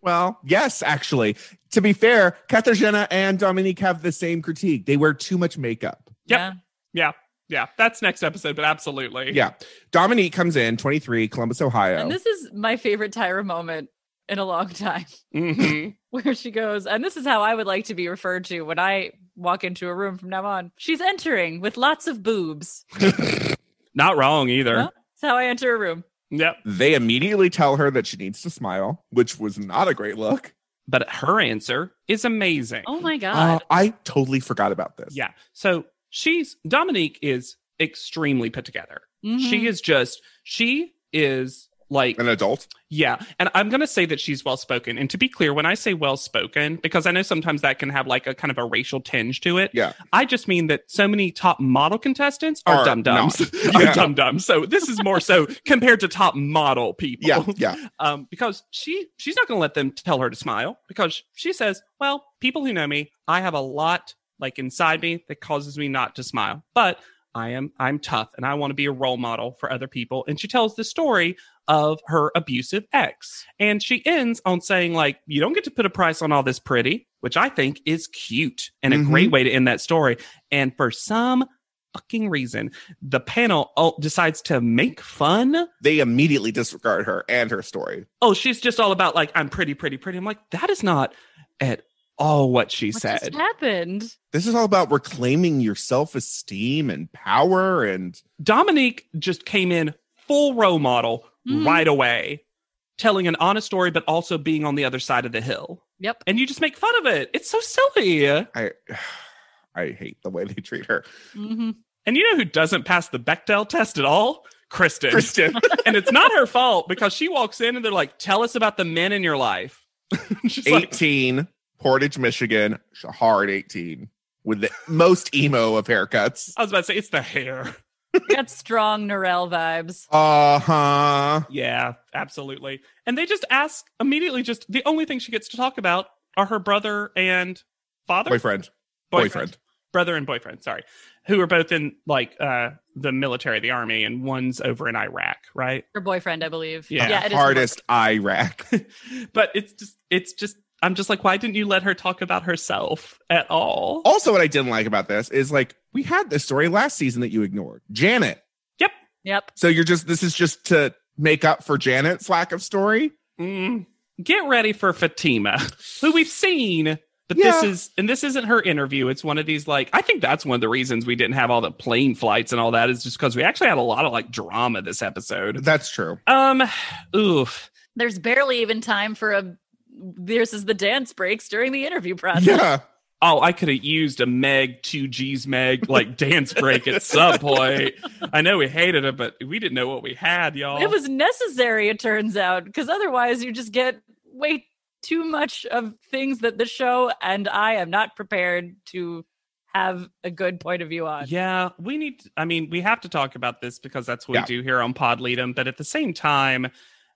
[SPEAKER 3] Well, yes, actually. To be fair, Katarzyna and Dominique have the same critique. They wear too much makeup.
[SPEAKER 5] Yep.
[SPEAKER 2] Yeah.
[SPEAKER 5] Yeah, that's next episode, but absolutely.
[SPEAKER 3] Yeah. Dominique comes in, 23, Columbus, Ohio.
[SPEAKER 2] And this is my favorite Tyra moment in a long time.
[SPEAKER 5] Mhm.
[SPEAKER 2] *laughs* where she goes, and this is how I would like to be referred to when I walk into a room from now on. She's entering with lots of boobs.
[SPEAKER 5] not wrong either.
[SPEAKER 2] No. That's how I enter a room.
[SPEAKER 5] Yep.
[SPEAKER 3] they immediately tell her that she needs to smile, which was not a great look.
[SPEAKER 5] But her answer is amazing.
[SPEAKER 2] Oh my
[SPEAKER 3] Uh,
[SPEAKER 2] god.
[SPEAKER 3] I totally forgot about this.
[SPEAKER 5] Yeah. So she's Dominique is extremely put together.
[SPEAKER 2] Mm-hmm.
[SPEAKER 5] She is just she is like
[SPEAKER 3] An adult.
[SPEAKER 5] Yeah. And I'm going to say that she's well spoken. And to be clear, when I say well spoken, because I know sometimes that can have like a kind of a racial tinge to it.
[SPEAKER 3] Yeah.
[SPEAKER 5] I just mean that so many top model contestants are
[SPEAKER 3] Are
[SPEAKER 5] dum dums.
[SPEAKER 3] not. Yeah.
[SPEAKER 5] *laughs* Are dum dums. So this is more so compared to top model people.
[SPEAKER 3] Yeah,
[SPEAKER 2] Oh.
[SPEAKER 3] yeah.
[SPEAKER 5] Um, because she she's not going to let them tell her to smile because she says, well, people who know me, I have a lot like inside me that causes me not to smile. But I am I'm tough and I want to be a role model for other people. And she tells the story of her abusive ex. And she ends on saying like you don't get to put a price on all this pretty, which I think is cute and
[SPEAKER 3] Mhm.
[SPEAKER 5] a great way to end that story. And for some fucking reason, the panel all decides to make fun.
[SPEAKER 3] They immediately disregard her and her story.
[SPEAKER 5] Oh, she's just all about like I'm pretty pretty pretty. I'm like that is not at all what she
[SPEAKER 2] what
[SPEAKER 5] said.
[SPEAKER 2] just happened?
[SPEAKER 3] This is all about reclaiming your self esteem and *sighs* power and
[SPEAKER 5] Dominique just came in full role model
[SPEAKER 2] Mhm.
[SPEAKER 5] right away, telling an honest story, but also being on the other side of the hill.
[SPEAKER 2] Yep.
[SPEAKER 5] And you just make fun of it. It's so silly.
[SPEAKER 3] I I hate the way they treat her.
[SPEAKER 2] hmm
[SPEAKER 5] And you know who doesn't pass the Bechdel test at all? Kristen.
[SPEAKER 3] Kristen.
[SPEAKER 5] *laughs* and it's not her fault because she walks in and they're like, tell us about the men in your life. *laughs* She's like,
[SPEAKER 3] 18, Portage, Michigan, sh- hard 18 with the most emo of haircuts.
[SPEAKER 5] I was about to say, it's the hair.
[SPEAKER 2] Got strong Norel vibes.
[SPEAKER 3] Uh-huh.
[SPEAKER 5] Yeah, absolutely. And they just ask immediately just the only thing she gets to talk about are her brother and father?
[SPEAKER 3] Boyfriend. Boyfriend.
[SPEAKER 5] Brother and boyfriend, sorry. Who are both in like uh the military, the army, and one's over in Iraq, right?
[SPEAKER 2] Her boyfriend, I believe.
[SPEAKER 5] Yeah.
[SPEAKER 2] it is her
[SPEAKER 3] Hardest Iraq.
[SPEAKER 5] but it's just it's just I'm just like, why didn't you let her talk about herself at all?
[SPEAKER 3] Also, what I didn't like about this is like we had this story last season that you ignored. Janet.
[SPEAKER 2] boyfriend. Yep.
[SPEAKER 3] So you're just this is just to make up for Janet's lack of story.
[SPEAKER 5] Mm, get ready for Fatima, who we've seen. But this
[SPEAKER 3] Yeah.
[SPEAKER 5] is and this isn't her interview. It's one of these like I think that's one of the reasons we didn't have all the plane flights and all that is just because we actually had a lot of like drama this episode.
[SPEAKER 3] That's true.
[SPEAKER 5] Um oof.
[SPEAKER 2] There's barely even time for a. This is the dance breaks during the interview process.
[SPEAKER 3] Yeah.
[SPEAKER 5] Oh, I could have used a Meg, two G's Meg, like dance break at some point. I know we hated it, but we didn't know what we had, y'all.
[SPEAKER 2] It was necessary, it turns out, because otherwise you just get way too much of things that the show and I am not prepared to have a good point of view on.
[SPEAKER 5] Yeah, we need. I mean, we have to talk about this because that's what
[SPEAKER 3] Yeah.
[SPEAKER 5] we do here on Pod Leadem. But at the same time,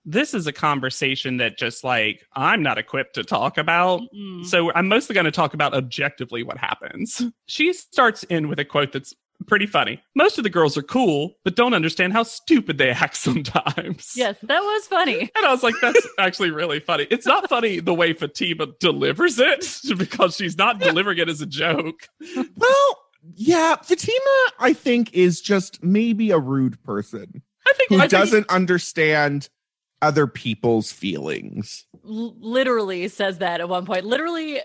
[SPEAKER 5] this is a conversation that just like I'm not equipped to talk about.
[SPEAKER 2] Mm-mm.
[SPEAKER 5] So I'm mostly going to talk about objectively what happens. She starts in with a quote that's pretty funny. Most of the girls are cool, but don't understand how stupid they act *laughs* sometimes.
[SPEAKER 2] Yes, that
[SPEAKER 3] *laughs*
[SPEAKER 2] was funny.
[SPEAKER 5] And I was like, that's actually really funny. It's not funny the way Fatima delivers it *laughs* because she's not delivering it as a joke.
[SPEAKER 3] Well, yeah, Fatima, I think, is just maybe a rude person
[SPEAKER 5] I
[SPEAKER 2] *laughs*
[SPEAKER 5] think
[SPEAKER 3] who
[SPEAKER 5] I think-
[SPEAKER 3] doesn't understand other people's feelings.
[SPEAKER 2] L- literally says that at one point. Literally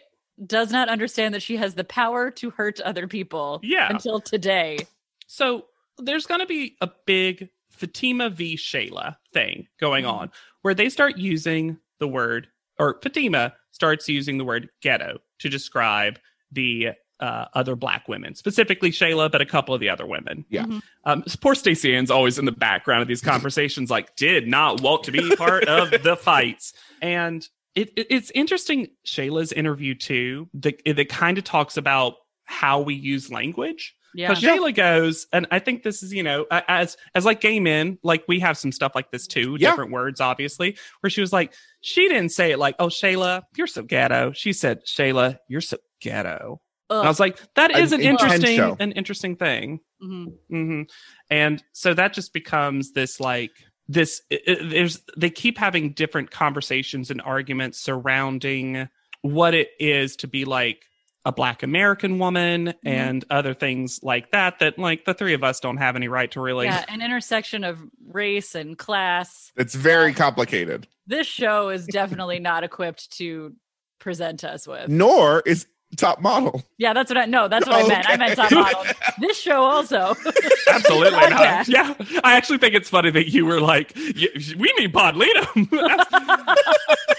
[SPEAKER 2] does not understand that she has the power to hurt other people
[SPEAKER 5] yeah.
[SPEAKER 2] until today.
[SPEAKER 5] So there's going to be a big Fatima v. Shayla thing going on where they start using the word, or Fatima starts using the word ghetto to describe the uh, other black women, specifically Shayla, but a couple of the other women.
[SPEAKER 3] Yeah.
[SPEAKER 2] Mhm.
[SPEAKER 5] Um, poor Stacey Ann's always in the background of these conversations, like, did not want to be part of the fights. And it, it- it's interesting, Shayla's interview too, that, that kind of talks about how we use language.
[SPEAKER 2] Yeah.
[SPEAKER 5] Because Shayla goes, and I think this is, you know, a- as as like gay men, like we have some stuff like this too,
[SPEAKER 3] Yeah.
[SPEAKER 5] different words, obviously, where she was like, she didn't say it like, oh, Shayla, you're so ghetto. She said, Shayla, you're so ghetto. And I
[SPEAKER 2] Ugh.
[SPEAKER 5] was like, that
[SPEAKER 3] An
[SPEAKER 5] is an
[SPEAKER 3] intense
[SPEAKER 5] interesting,
[SPEAKER 3] show.
[SPEAKER 5] an interesting thing.
[SPEAKER 2] Mhm.
[SPEAKER 5] hmm And so that just becomes this like this. i i- there's they keep having different conversations and arguments surrounding what it is to be like a Black American woman and other things like that. That like the three of us don't have any right to really.
[SPEAKER 2] yeah, an intersection of race and class.
[SPEAKER 3] It's
[SPEAKER 2] Oh.
[SPEAKER 3] very complicated.
[SPEAKER 2] This show is definitely not equipped to present us with.
[SPEAKER 3] Nor is top
[SPEAKER 2] *laughs*
[SPEAKER 3] model.
[SPEAKER 2] Yeah, that's what I no, that's what I meant. I meant top
[SPEAKER 3] Okay.
[SPEAKER 2] model. this show also.
[SPEAKER 5] *laughs*
[SPEAKER 2] *laughs*
[SPEAKER 3] *laughs*
[SPEAKER 5] Absolutely
[SPEAKER 2] Yeah.
[SPEAKER 5] not. Yeah, I actually think it's funny that you were like, "Y- "We need *laughs* Podlitum,"
[SPEAKER 2] Mm-hmm.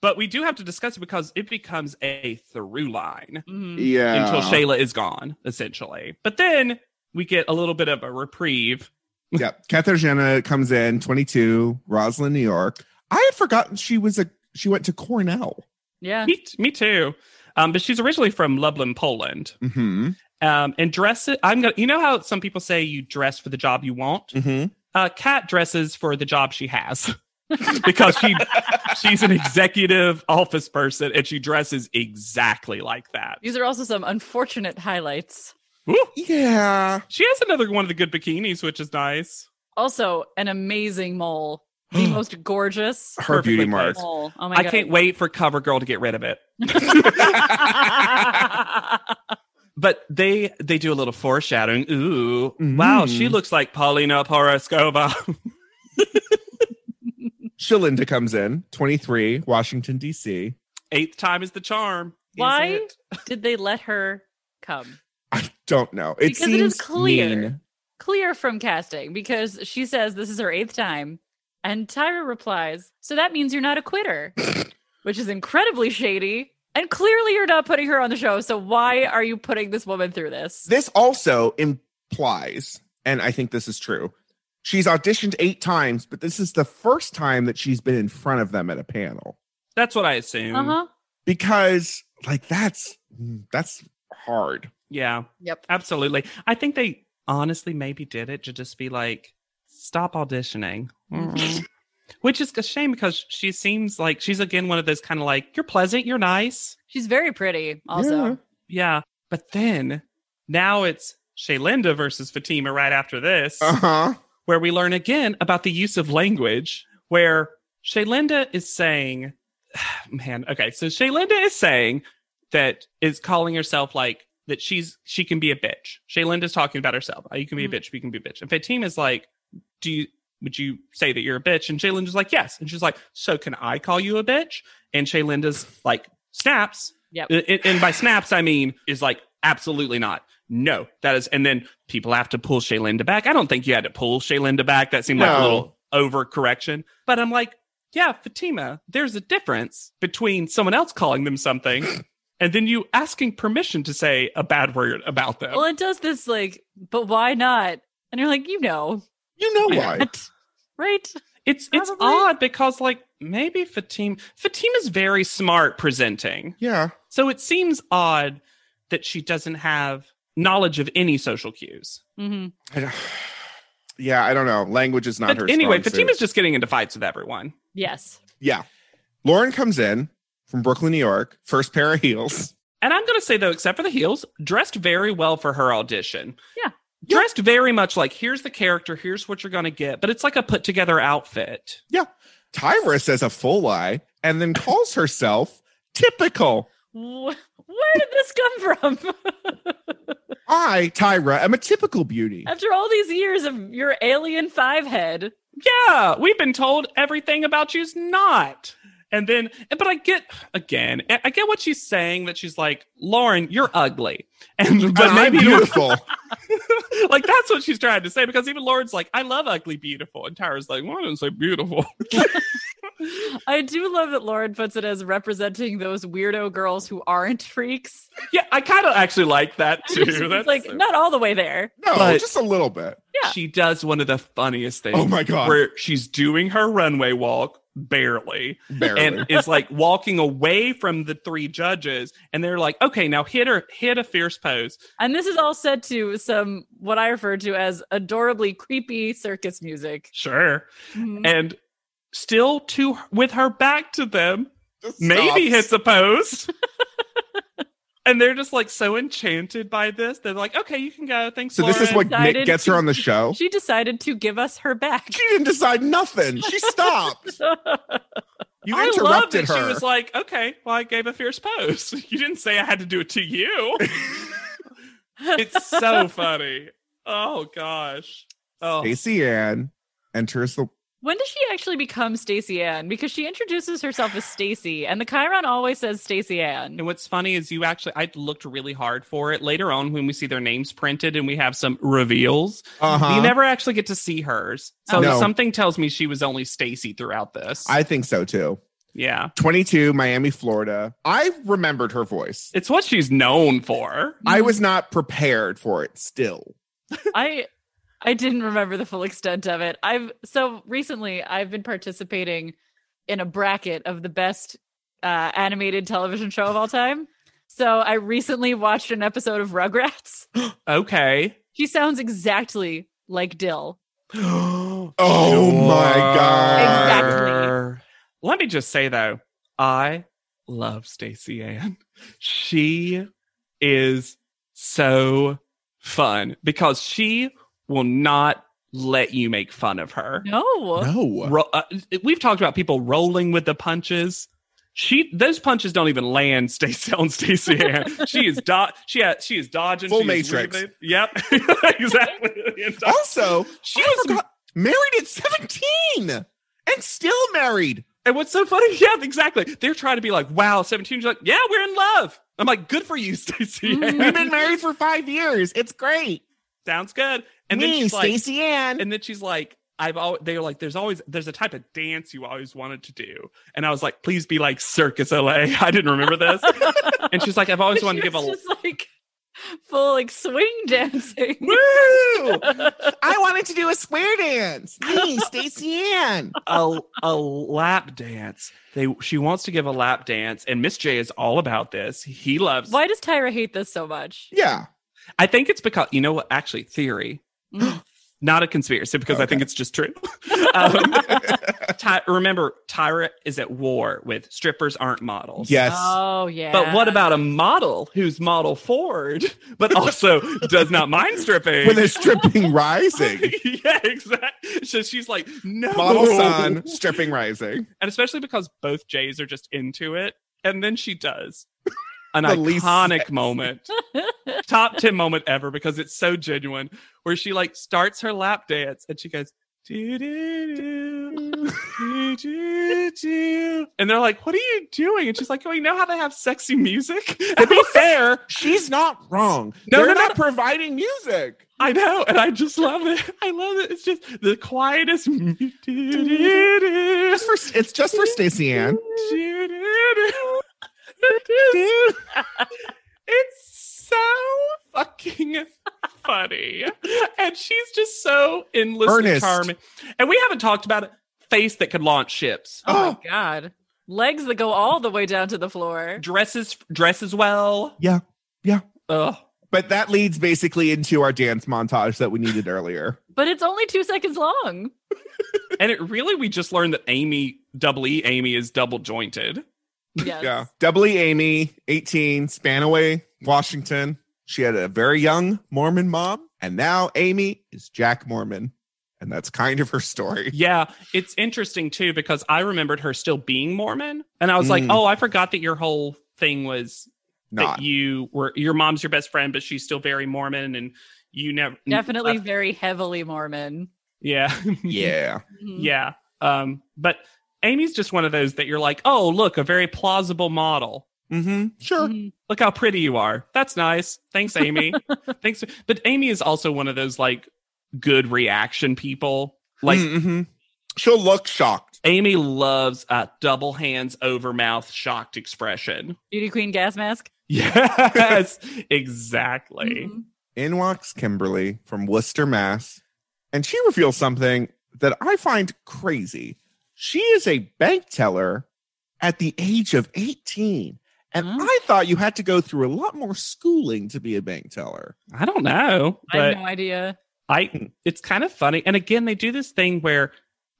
[SPEAKER 5] but we do have to discuss it because it becomes a through line.
[SPEAKER 2] Mhm.
[SPEAKER 3] Yeah.
[SPEAKER 5] until Shayla is gone, essentially. But then we get a little bit of a reprieve.
[SPEAKER 3] yeah. Katarzyna comes in, 22, Roslyn, New York. I had forgotten she was a she went to Cornell.
[SPEAKER 2] Yeah.
[SPEAKER 5] Me, me too. Um, but she's originally from Lublin, Poland.
[SPEAKER 3] Mm-hmm.
[SPEAKER 5] Um, and dress it. I'm gonna. You know how some people say you dress for the job you want.
[SPEAKER 3] Mm-hmm.
[SPEAKER 5] Uh, Kat dresses for the job she has *laughs* because she she's an executive office person and she dresses exactly like that.
[SPEAKER 2] These are also some unfortunate highlights.
[SPEAKER 5] Woo!
[SPEAKER 3] Yeah.
[SPEAKER 5] She has another one of the good bikinis, which is nice.
[SPEAKER 2] Oh Also, an amazing mole. The
[SPEAKER 5] *gasps*
[SPEAKER 2] most gorgeous
[SPEAKER 3] Her
[SPEAKER 5] Perfectly
[SPEAKER 3] beauty mark.
[SPEAKER 5] placed.
[SPEAKER 2] mole. Oh my
[SPEAKER 5] I
[SPEAKER 2] god.
[SPEAKER 5] can't wait for CoverGirl to get rid of it.
[SPEAKER 2] *laughs*
[SPEAKER 5] *laughs* but they they do a little foreshadowing. Ooh, wow,
[SPEAKER 3] Mm.
[SPEAKER 5] she looks like Paulina Poroskova.
[SPEAKER 3] Shalinda comes in, 23, Washington, D.C.
[SPEAKER 5] *laughs* Eighth time is the charm. is
[SPEAKER 2] Why?
[SPEAKER 5] it?
[SPEAKER 2] Did they let her come?
[SPEAKER 3] I don't know. It
[SPEAKER 2] Because it
[SPEAKER 3] seems
[SPEAKER 2] is clear.
[SPEAKER 3] mean.
[SPEAKER 2] clear from casting because she says this is her eighth time. And Tyra replies, So that means you're not a quitter, which is incredibly shady. And clearly you're not putting her on the show. So why are you putting this woman through this?
[SPEAKER 3] This also implies, and I think this is true, she's auditioned eight times, but this is the first time that she's been in front of them at a panel
[SPEAKER 5] That's what I assume.
[SPEAKER 2] Uh huh.
[SPEAKER 3] because, like, that's that's hard.
[SPEAKER 5] Yeah.
[SPEAKER 2] Yep.
[SPEAKER 5] Absolutely. I think they honestly maybe did it to just be like, stop auditioning. Which is a shame because she seems like she's again one of those kind of like, you're pleasant, you're nice.
[SPEAKER 2] *laughs* She's very pretty, also.
[SPEAKER 3] Yeah.
[SPEAKER 5] Yeah. But then now it's Shaylinda versus Fatima right after this,
[SPEAKER 3] Uh huh.
[SPEAKER 5] where we learn again about the use of language, where Shaylinda is saying, *sighs* man, okay. So Shaylinda is saying that is calling herself like that she's she can be a bitch. Shaylinda's talking about herself. Oh, You can be a
[SPEAKER 2] Mhm.
[SPEAKER 5] bitch, but you can be a bitch. And Fatima's like, do you would you say that you're a bitch? And Shaylinda's like, yes. And she's like, so can I call you a bitch? And Shaylinda's like snaps.
[SPEAKER 2] Yep.
[SPEAKER 5] A- And, and by snaps I mean is like absolutely not. No, that is. And then people have to pull Shaylinda back. I don't think you had to pull Shaylinda back. That seemed like a
[SPEAKER 3] No.
[SPEAKER 5] little overcorrection. But I'm like, yeah, Fatima, there's a difference between someone else calling
[SPEAKER 3] *clears throat*
[SPEAKER 5] them something and then you asking permission to say a bad word about them.
[SPEAKER 2] Well, it does this, like, but why not? And you're like, You know,
[SPEAKER 3] You know
[SPEAKER 5] Yeah.
[SPEAKER 3] why?
[SPEAKER 2] right?
[SPEAKER 5] It's it's
[SPEAKER 2] probably-
[SPEAKER 5] odd because like maybe Fatima Fatima's very smart presenting.
[SPEAKER 3] Yeah.
[SPEAKER 5] So it seems odd that she doesn't have knowledge of any social cues.
[SPEAKER 2] Mm-hmm.
[SPEAKER 3] I don't- yeah, I don't know. Language is not
[SPEAKER 5] But
[SPEAKER 3] her.
[SPEAKER 5] anyway,
[SPEAKER 3] strong suit.
[SPEAKER 5] Fatima's just getting into fights with everyone.
[SPEAKER 2] Yes.
[SPEAKER 3] Yeah. Lauren comes in from Brooklyn, New York, first pair of heels.
[SPEAKER 5] And I'm going to say, though, except for the heels, dressed very well for her audition.
[SPEAKER 2] Yeah.
[SPEAKER 5] Dressed very much like here's the character, here's what you're going to get, but it's like a put together outfit.
[SPEAKER 3] Tyra says a full lie and then calls herself typical.
[SPEAKER 2] Wh- Where did this come from? *laughs*
[SPEAKER 3] I, Tyra, am a typical beauty.
[SPEAKER 2] After all these years of your alien five head,
[SPEAKER 5] Yeah, we've been told everything about you's not. And then, but I get again, I I get what she's saying that she's like, Lauren, you're ugly. *laughs* And but
[SPEAKER 3] But I'm
[SPEAKER 5] maybe
[SPEAKER 3] beautiful.
[SPEAKER 5] like that's what she's trying to say because even Lauren's like, I love ugly, beautiful. And Tyra's like, well, I didn't say beautiful. *laughs*
[SPEAKER 2] I do love that Lauren puts it as representing those weirdo girls who aren't freaks.
[SPEAKER 5] yeah, I kind of actually like that too.
[SPEAKER 2] It's
[SPEAKER 5] That's
[SPEAKER 2] like
[SPEAKER 5] so-
[SPEAKER 2] not all the way there.
[SPEAKER 3] *laughs* no,
[SPEAKER 5] But-
[SPEAKER 3] just a little bit.
[SPEAKER 2] Yeah.
[SPEAKER 5] she does one of the funniest things.
[SPEAKER 3] Oh my God.
[SPEAKER 5] Where she's doing her runway walk barely,
[SPEAKER 3] Barely.
[SPEAKER 5] and is like walking away from the three judges, and they're like, "Okay, now hit her, hit a fierce pose."
[SPEAKER 2] And this is all said to some what I refer to as adorably creepy circus music.
[SPEAKER 5] Sure,
[SPEAKER 2] Mhm.
[SPEAKER 3] Mm.
[SPEAKER 5] and still to with her back to them,
[SPEAKER 3] Just
[SPEAKER 5] maybe
[SPEAKER 3] stops.
[SPEAKER 5] hits
[SPEAKER 3] *laughs*
[SPEAKER 5] a pose. And they're just like so enchanted by this. They're like, okay, you can go. Thanks.
[SPEAKER 3] So this is
[SPEAKER 5] Lauren."
[SPEAKER 3] what Nick
[SPEAKER 2] decided
[SPEAKER 3] gets her
[SPEAKER 2] to-
[SPEAKER 3] on
[SPEAKER 5] *laughs*
[SPEAKER 3] the show.
[SPEAKER 2] She decided to give us her back.
[SPEAKER 3] She didn't decide nothing. She
[SPEAKER 5] *laughs*
[SPEAKER 3] stopped. You
[SPEAKER 5] I love
[SPEAKER 3] interrupted
[SPEAKER 5] that
[SPEAKER 3] her.
[SPEAKER 5] she was like, okay, well, I gave a fierce pose. *laughs* You didn't say I had to do it
[SPEAKER 3] *laughs*
[SPEAKER 5] to you. it's so funny. Oh gosh. Oh,
[SPEAKER 3] Stacey Ann enters the.
[SPEAKER 2] When does she actually become Stacey Ann? Because she introduces herself as Stacey, and the Chiron always says Stacey Ann.
[SPEAKER 5] and what's funny is you actually I looked really hard for it later on when we see their names printed and we have some reveals.
[SPEAKER 3] Uh huh.
[SPEAKER 5] You never actually get to see hers. So
[SPEAKER 3] Oh. No.
[SPEAKER 5] something tells me she was only Stacy throughout this.
[SPEAKER 3] I think so too.
[SPEAKER 5] yeah.
[SPEAKER 3] 22, Miami, Florida. I remembered her voice.
[SPEAKER 5] It's what she's known for.
[SPEAKER 3] I was not prepared for it
[SPEAKER 5] *gasps*
[SPEAKER 3] still.
[SPEAKER 2] I I didn't remember the full extent of it. I've so recently I've been participating in a bracket of the best uh, animated television show of all time. So I recently watched an episode of Rugrats. *laughs*
[SPEAKER 5] Okay.
[SPEAKER 2] She sounds exactly like Dill.
[SPEAKER 5] oh
[SPEAKER 3] Oh my God.
[SPEAKER 2] Exactly.
[SPEAKER 5] Let me just say though, I love Stacey Ann. She is so fun because she will not let you make fun of her.
[SPEAKER 2] No. *laughs*
[SPEAKER 3] No.
[SPEAKER 5] Ro- uh, we've talked about people rolling with the punches. She those punches don't even land *laughs* Stacey on Stacey Ann. She is do- she ha- she is dodging.
[SPEAKER 3] Full
[SPEAKER 5] she is
[SPEAKER 3] Matrix.
[SPEAKER 5] weaving. Yep, *laughs* exactly. *laughs* The entire-
[SPEAKER 3] Also,
[SPEAKER 5] she
[SPEAKER 3] I
[SPEAKER 5] was
[SPEAKER 3] forgot- married at 17 and still married.
[SPEAKER 5] And what's so funny? *laughs* Yeah, exactly. They're trying to be like, wow, 17. She's like, yeah, we're in love. I'm like, good for you, *laughs* Stacey.
[SPEAKER 3] Mm-hmm.
[SPEAKER 2] Mhm.
[SPEAKER 3] We've been married for five years. It's great.
[SPEAKER 5] sounds good. And then
[SPEAKER 3] me,
[SPEAKER 5] she's like,
[SPEAKER 3] Stacey Ann.
[SPEAKER 5] and then she's like, I've always, they were like, there's always, there's a type of dance you always wanted to do. And I was like, please be like Circus LA. *laughs* I didn't remember this. and she's like, I've always wanted to give a
[SPEAKER 2] just like full like swing *laughs* dancing.
[SPEAKER 3] *laughs* Woo! I wanted to do a square dance. Me, Stacey Ann.
[SPEAKER 5] a a lap dance. They she wants to give a lap dance, and Miss J is all about this. He loves.
[SPEAKER 2] Why does Tyra hate this so
[SPEAKER 5] *gasps*
[SPEAKER 2] much?
[SPEAKER 3] Yeah.
[SPEAKER 5] I think it's because you know what? Actually, theory,
[SPEAKER 2] Mm.
[SPEAKER 5] not a conspiracy, because I think it's just true. um, Ty, remember, Tyra is at war with strippers aren't models.
[SPEAKER 3] Yes.
[SPEAKER 2] Oh yeah.
[SPEAKER 5] But what about a model who's model forward, but also does not mind stripping?
[SPEAKER 3] when they're stripping *laughs* rising.
[SPEAKER 5] *laughs* yeah, exactly. So she's like, no.
[SPEAKER 3] Model son, stripping rising.
[SPEAKER 5] and especially because both Jays are just into it, and then she
[SPEAKER 3] *laughs*
[SPEAKER 5] does an
[SPEAKER 3] The least
[SPEAKER 5] iconic moment, top ten moment ever because it's so genuine, where she like starts her lap dance and she goes. "Do-do-do, do-do-do." And they're like, "What are you doing?" And she's like, "Oh, you know how they have sexy music." *laughs*
[SPEAKER 3] To be fair, she's not wrong.
[SPEAKER 5] No,
[SPEAKER 3] they're
[SPEAKER 5] no, no,
[SPEAKER 3] not providing music.
[SPEAKER 5] I know, and I just love it. I love it. It's just the quietest.
[SPEAKER 3] Just for it's just for Stacey Ann.
[SPEAKER 5] it's so fucking funny. And she's just so endlessly
[SPEAKER 3] Ernest.
[SPEAKER 5] charming. And we haven't talked about a face that could launch ships.
[SPEAKER 2] Oh
[SPEAKER 5] *gasps*
[SPEAKER 2] my god. Legs that go all the way down to the floor.
[SPEAKER 5] Dresses dresses well.
[SPEAKER 3] Yeah, yeah.
[SPEAKER 5] Ugh.
[SPEAKER 3] But that leads basically into our dance montage that we needed earlier.
[SPEAKER 2] But it's only two seconds long.
[SPEAKER 5] And it really we just learned that Amy double E Amy is double jointed.
[SPEAKER 2] *laughs* Yes.
[SPEAKER 3] Yeah.
[SPEAKER 5] Mm-hmm.
[SPEAKER 3] Double E Amy, 18, Spanaway, Washington. She had a very young Mormon mom, and now Amy is Jack Mormon. And that's kind of her story.
[SPEAKER 5] Yeah, it's interesting too because I remembered her still being Mormon, and I was like,
[SPEAKER 3] Mm.
[SPEAKER 5] "Oh, I forgot that your whole thing was
[SPEAKER 3] *laughs* Not.
[SPEAKER 5] that you were your mom's your best friend, but she's still very Mormon, and you never
[SPEAKER 2] Definitely
[SPEAKER 5] uh,
[SPEAKER 2] very heavily Mormon.
[SPEAKER 5] yeah, *laughs*
[SPEAKER 3] Yeah.
[SPEAKER 2] Mhm.
[SPEAKER 5] yeah. Um, but Amy's just one of those that you're like, "Oh, look, a very plausible model.
[SPEAKER 3] Mm-hmm. Sure.
[SPEAKER 2] Mhm.
[SPEAKER 5] Look how pretty you are. That's nice. Thanks, Amy. Thanks." But Amy is also one of those like good reaction people. Like
[SPEAKER 3] Mhm. she'll look shocked.
[SPEAKER 5] Amy loves a double hands over mouth shocked expression.
[SPEAKER 2] Beauty Queen gas mask.
[SPEAKER 5] *laughs* Yes, exactly.
[SPEAKER 2] Mhm.
[SPEAKER 3] In walks Kimberly from Worcester, Mass. And she reveals something that I find crazy. She is a bank teller at the age of 18. And
[SPEAKER 2] Mm.
[SPEAKER 3] I thought you had to go through a lot more schooling to be a bank teller.
[SPEAKER 5] I don't know,
[SPEAKER 2] I have
[SPEAKER 5] but
[SPEAKER 2] no idea.
[SPEAKER 5] I it's kind of funny. And again, they do this thing where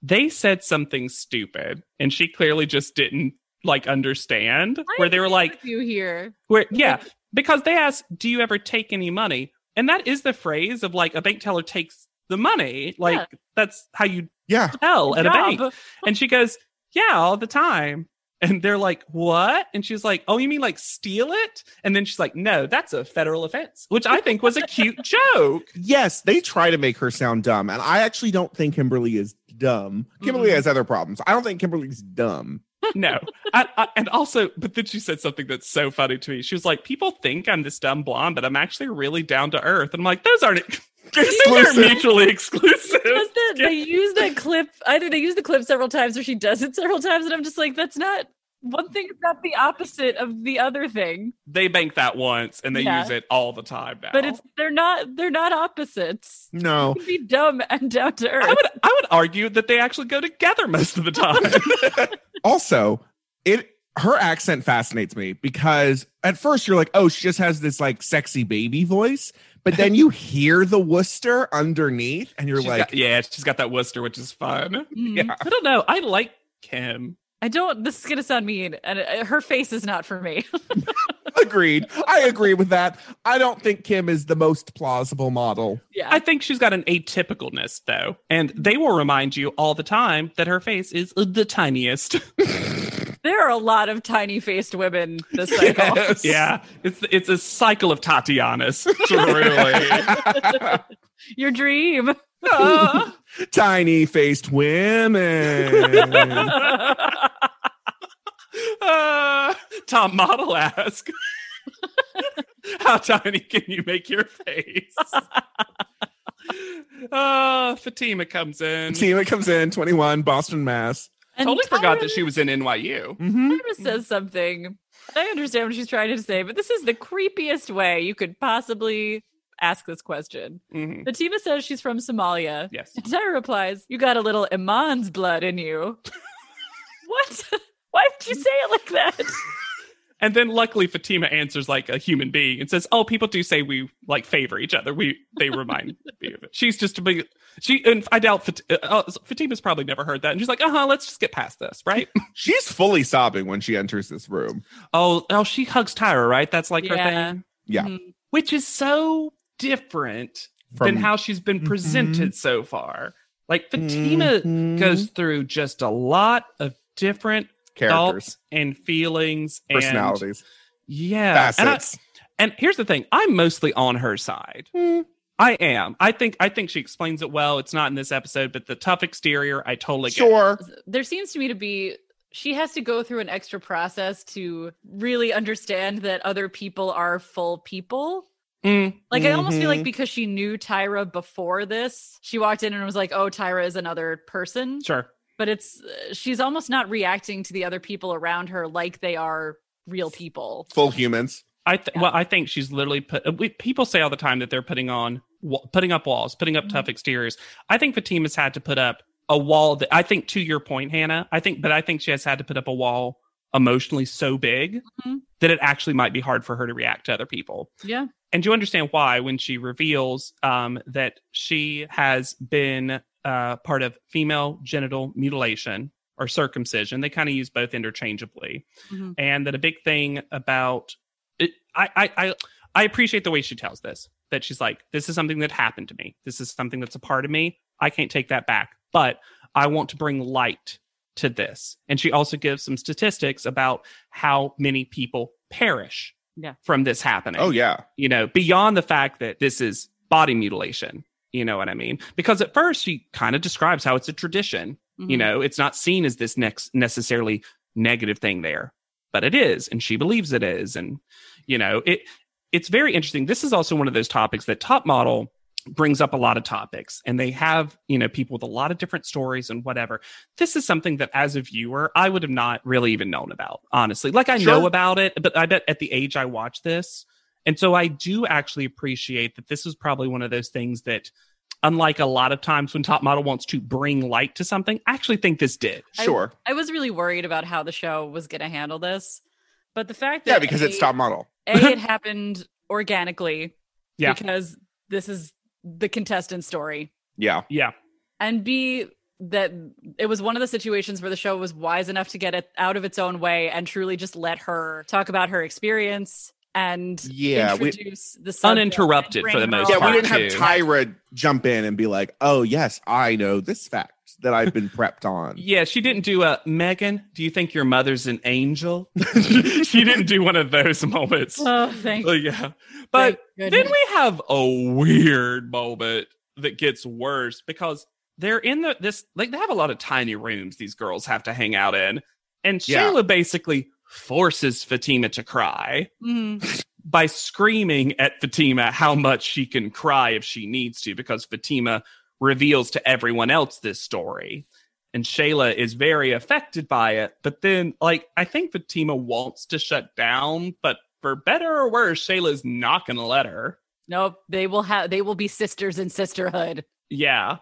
[SPEAKER 5] they said something stupid and she clearly just didn't like understand where they were like
[SPEAKER 2] you here.
[SPEAKER 5] where yeah, because they asked, "Do you ever take any money?" And that is the phrase of like a bank teller takes the money. Like
[SPEAKER 2] Yeah.
[SPEAKER 5] that's how you
[SPEAKER 3] Yeah.
[SPEAKER 5] tell at
[SPEAKER 2] *laughs*
[SPEAKER 5] a bank.
[SPEAKER 2] Job.
[SPEAKER 5] And she goes, Yeah, all the time. And they're like, What? And she's like, Oh, you mean like steal it? And then she's like, No, that's a federal offense, which I think was
[SPEAKER 2] *laughs*
[SPEAKER 5] a cute joke.
[SPEAKER 3] *laughs* Yes, they try to make her sound dumb. And I actually don't think Kimberly is dumb. Kimberly
[SPEAKER 2] Mhm.
[SPEAKER 3] has other problems. I don't think Kimberly's dumb.
[SPEAKER 5] No. I, I, and also, but then she said something that's so funny to me. She was like, People think I'm this dumb blonde, but I'm actually really down to earth. And I'm like, Those aren't *laughs* those are
[SPEAKER 3] Exclusive.
[SPEAKER 5] mutually exclusive.
[SPEAKER 2] Because the- they use that clip. Either they use the clip several times, or she does it several times, and I'm just like, that's not one thing. It's not the opposite of the other thing.
[SPEAKER 5] They bank that once and they
[SPEAKER 2] Yeah.
[SPEAKER 5] use it all the time now.
[SPEAKER 2] But it's they're not they're not opposites.
[SPEAKER 3] No.
[SPEAKER 2] You can be dumb and down
[SPEAKER 5] *laughs*
[SPEAKER 2] to
[SPEAKER 5] I
[SPEAKER 2] earth.
[SPEAKER 5] would I would argue that they actually go together most
[SPEAKER 2] *laughs*
[SPEAKER 5] of the time.
[SPEAKER 3] *laughs* also it her accent fascinates me because at first you're like oh she just has this like sexy baby voice but then
[SPEAKER 5] *laughs*
[SPEAKER 3] you hear the worcester underneath and you're
[SPEAKER 5] She's
[SPEAKER 3] like
[SPEAKER 5] got- yeah, she's got that Worcester, which is fun.
[SPEAKER 2] Mhm.
[SPEAKER 3] yeah.
[SPEAKER 5] I don't know. I like Kim.
[SPEAKER 2] I don't. This is gonna sound mean, and uh, her face is not for me.
[SPEAKER 3] *laughs*
[SPEAKER 2] *laughs*
[SPEAKER 3] agreed i agree with that i don't think kim is the most plausible model
[SPEAKER 2] yeah,
[SPEAKER 5] I think she's got an atypicalness, though. And they will remind you all the time that her face is the tiniest.
[SPEAKER 2] there are a lot of tiny faced women
[SPEAKER 5] *laughs*
[SPEAKER 2] this cycle.
[SPEAKER 5] yeah. It's it's a cycle of Tatianas. Truly.
[SPEAKER 2] Your dream.
[SPEAKER 3] tiny faced
[SPEAKER 5] *laughs*
[SPEAKER 3] women
[SPEAKER 5] *laughs* uh, Tom Model *laughs* ask. How tiny can you make your face? Uh, Fatima comes in.
[SPEAKER 3] Tina comes in, 21, Boston, Mass.
[SPEAKER 5] Totally forgot that she was in NYU.
[SPEAKER 3] Mm-hmm.
[SPEAKER 2] Tyra says something. I understand what she's trying to say, but this is the creepiest way you could possibly ask this question.
[SPEAKER 5] Mhm.
[SPEAKER 2] Fatima says she's from Somalia.
[SPEAKER 5] Yes.
[SPEAKER 2] And Tyra replies, You got a little Iman's blood in you. *laughs* what? Why did you say it like that?
[SPEAKER 5] And then luckily Fatima answers like a human being and says, "Oh, people do say we like favor each other. We they *laughs* remind me of it." She's just a big she and I doubt Fat, uh, uh, Fatima's probably never heard that. And she's like, "Uh-huh, let's just get past this, right?"
[SPEAKER 3] She's fully sobbing when she enters this room.
[SPEAKER 5] *laughs* oh, oh, she hugs Tyra, right? That's like
[SPEAKER 2] Yeah.
[SPEAKER 5] her thing.
[SPEAKER 3] Yeah.
[SPEAKER 2] Mhm.
[SPEAKER 5] Which is so different
[SPEAKER 3] From Mm-hmm.
[SPEAKER 5] than how she's been presented so far. Like Fatima
[SPEAKER 3] Mhm.
[SPEAKER 5] goes through just a lot of different
[SPEAKER 3] characters,
[SPEAKER 5] thoughts and feelings and
[SPEAKER 3] personalities,
[SPEAKER 5] Yeah. And I-
[SPEAKER 3] facets.
[SPEAKER 5] and here's the thing i'm mostly on her side i am i think i think she explains it well it's not in this episode but the tough exterior i totally get it.
[SPEAKER 3] Mm, sure.
[SPEAKER 2] There seems to me to be. She has to go through an extra process to really understand that other people are full people.
[SPEAKER 5] Mm,
[SPEAKER 2] Like I almost feel
[SPEAKER 3] Mhm.
[SPEAKER 2] like because she knew Tyra before this, she walked in and was like, "Oh, Tyra is another person."
[SPEAKER 5] sure
[SPEAKER 2] But it's uh, she's almost not reacting to the other people around her like they are real people.
[SPEAKER 3] Full humans.
[SPEAKER 5] i th- well i think she's literally put uh, we, people say all the time that they're putting on wa- putting up walls putting up tough exteriors i think fatima's had to put up a wall that i think to your point hannah i think but i think she has had to put up a wall emotionally so big
[SPEAKER 2] Mhm.
[SPEAKER 5] that it actually might be hard for her to react to other people
[SPEAKER 2] Yeah.
[SPEAKER 5] and you understand why when she reveals um, that she has been uh, part of female genital mutilation or circumcision. They kind of use both interchangeably,
[SPEAKER 2] Mhm.
[SPEAKER 5] and that a big thing about it, I, I I I appreciate the way she tells this. That she's like, this is something that happened to me. This is something that's a part of me. I can't take that back, but I want to bring light to this. And she also gives some statistics about how many people perish
[SPEAKER 2] Yeah.
[SPEAKER 5] from this happening
[SPEAKER 3] Oh, yeah.
[SPEAKER 5] you know, beyond the fact that this is body mutilation. You know what I mean? Because at first she kind of describes how it's a tradition. You
[SPEAKER 2] Mhm.
[SPEAKER 5] know, it's not seen as this next necessarily negative thing there, but it is, and she believes it is, and you know, it it's very interesting. This is also one of those topics that Top Model brings up a lot of topics and they have, you know, people with a lot of different stories and whatever. This is something that as a viewer, I would have not really even known about, honestly. Like I know
[SPEAKER 3] Sure.
[SPEAKER 5] about it, but I bet at the age I watched this, and so I do actually appreciate that this is probably one of those things that, unlike a lot of times when Top Model wants to bring light to something, I actually think this did.
[SPEAKER 2] I-
[SPEAKER 3] Sure.
[SPEAKER 2] I was really worried about how the show was going to handle this, but the fact that
[SPEAKER 3] yeah, because
[SPEAKER 2] A-
[SPEAKER 3] it's top model.
[SPEAKER 2] A,
[SPEAKER 5] *laughs*
[SPEAKER 2] it happened organically.
[SPEAKER 5] Yeah.
[SPEAKER 2] Because this is the contestant story.
[SPEAKER 3] Yeah.
[SPEAKER 5] Yeah.
[SPEAKER 2] and b that it was one of the situations where the show was wise enough to get it out of its own way and truly just let her talk about her experience and
[SPEAKER 3] Yeah. We,
[SPEAKER 2] introduce the subject
[SPEAKER 5] Uninterrupted
[SPEAKER 2] and bring
[SPEAKER 5] for the
[SPEAKER 2] her
[SPEAKER 5] most
[SPEAKER 2] on.
[SPEAKER 3] yeah, we
[SPEAKER 5] part,
[SPEAKER 3] didn't
[SPEAKER 5] too.
[SPEAKER 3] have Tyra jump in and be like, oh, yes, I know this fact that I've been prepped on.
[SPEAKER 5] *laughs* Yeah, she didn't do a Megan, do you think your mother's an
[SPEAKER 3] *laughs*
[SPEAKER 5] angel? she didn't do one of those moments.
[SPEAKER 2] Oh, thank
[SPEAKER 5] Oh, yeah. But
[SPEAKER 2] thank
[SPEAKER 5] Then
[SPEAKER 2] goodness.
[SPEAKER 5] we have a weird moment that gets worse because they're in the this like they have a lot of tiny rooms these girls have to hang out in. And
[SPEAKER 3] Yeah.
[SPEAKER 5] Shayla basically forces Fatima to cry
[SPEAKER 2] Mhm.
[SPEAKER 5] by screaming at Fatima how much she can cry if she needs to, because Fatima reveals to everyone else this story. And Shayla is very affected by it. But then, like, I think Fatima wants to shut down, but for better or worse, Shayla's not going to let her.
[SPEAKER 2] nope they will have they will be sisters in sisterhood
[SPEAKER 5] Yeah.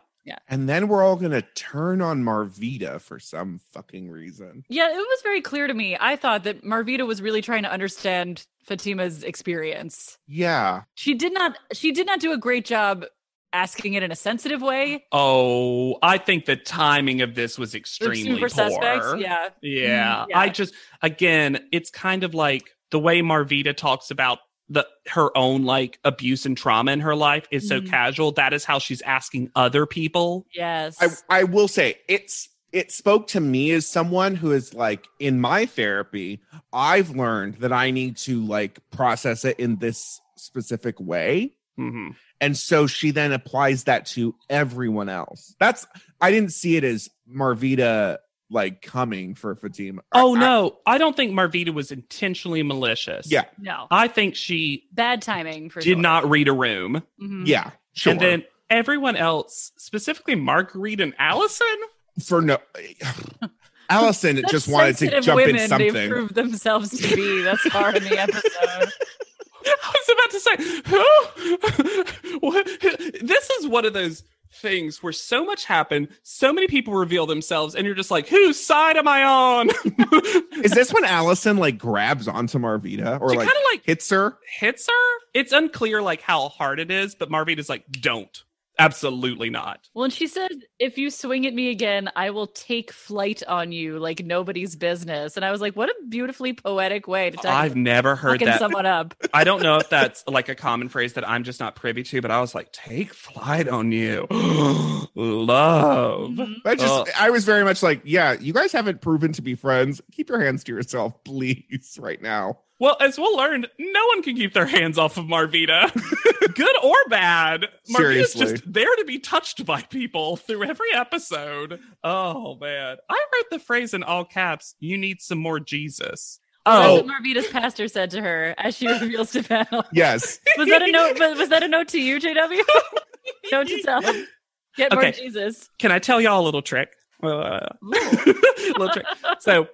[SPEAKER 3] And then we're all going to turn on Marvita for some fucking reason.
[SPEAKER 2] yeah it was very clear to me i thought that marvita was really trying to understand fatima's experience
[SPEAKER 3] Yeah.
[SPEAKER 2] she did not she did not do a great job asking it in a sensitive way
[SPEAKER 5] Oh, I think the timing of this was
[SPEAKER 2] They're
[SPEAKER 5] extremely
[SPEAKER 2] super
[SPEAKER 5] poor.
[SPEAKER 2] suspects yeah
[SPEAKER 5] Yeah.
[SPEAKER 2] Mhm, yeah.
[SPEAKER 5] I just again, it's kind of like the way Marvita talks about the her own like abuse and trauma in her life is so
[SPEAKER 2] Mhm.
[SPEAKER 5] casual. That is how she's asking other people.
[SPEAKER 2] yes
[SPEAKER 3] I, I will say it's it spoke to me as someone who is like in my therapy i've learned that i need to like process it in this specific way
[SPEAKER 5] Mm-hmm.
[SPEAKER 3] and so she then applies that to everyone else that's i didn't see it as marvita like coming for fatima I-
[SPEAKER 5] Oh
[SPEAKER 3] I-
[SPEAKER 5] no, I don't think Marvita was intentionally malicious.
[SPEAKER 3] yeah
[SPEAKER 2] no
[SPEAKER 5] I think she
[SPEAKER 2] bad timing for sure.
[SPEAKER 5] did not read a room.
[SPEAKER 2] Mhm.
[SPEAKER 3] yeah sure
[SPEAKER 5] And then everyone else, specifically Marguerite and Allison.
[SPEAKER 3] for
[SPEAKER 5] *laughs*
[SPEAKER 3] no. Allison
[SPEAKER 2] Such
[SPEAKER 3] just wanted to
[SPEAKER 2] sensitive
[SPEAKER 3] jump
[SPEAKER 2] women,
[SPEAKER 3] in
[SPEAKER 2] They've
[SPEAKER 3] something.
[SPEAKER 2] proved themselves to be thus far in
[SPEAKER 3] *laughs*
[SPEAKER 2] the episode.
[SPEAKER 5] I was about to say, who? *laughs* What? this is one of those things where so much happened, so many people reveal themselves, and you're just like, whose side am I on? *laughs* she
[SPEAKER 3] Is this when Allison like grabs onto Marvita or like
[SPEAKER 5] kind of like
[SPEAKER 3] hits her?
[SPEAKER 5] hits her. It's unclear like how hard it is, but Marvita's like, don't. Absolutely not.
[SPEAKER 2] Well, and she said, if you swing at me again, I will take flight on you like nobody's business. And I was like, what a beautifully poetic way to talk
[SPEAKER 5] I've never heard
[SPEAKER 2] fucking
[SPEAKER 5] that.
[SPEAKER 2] someone up.
[SPEAKER 3] *laughs*
[SPEAKER 5] I don't know if that's like a common phrase that I'm just not privy to, but I was like, take flight on you. *gasps* Love.
[SPEAKER 2] Mhm.
[SPEAKER 3] That just
[SPEAKER 5] Ugh.
[SPEAKER 3] I was very much like, yeah, you guys haven't proven to be friends. Keep your hands to yourself, *laughs* please, right now.
[SPEAKER 5] Well, as we'll learn, no one can keep their hands off of Marvita, *laughs* good or bad. Marvita's
[SPEAKER 3] Seriously.
[SPEAKER 5] just there to be touched by people through every episode. Oh, man. I wrote the phrase in all caps you need some more Jesus.
[SPEAKER 2] That's
[SPEAKER 5] Oh,
[SPEAKER 2] what Marvita's pastor said to her as she *laughs* reveals to Val.
[SPEAKER 3] Yes.
[SPEAKER 2] Was that a note? but Was that a note to you, *laughs* JW? note to tell. Get more
[SPEAKER 5] Okay.
[SPEAKER 2] Jesus.
[SPEAKER 5] can I tell y'all a little trick? Uh, *laughs* little trick. So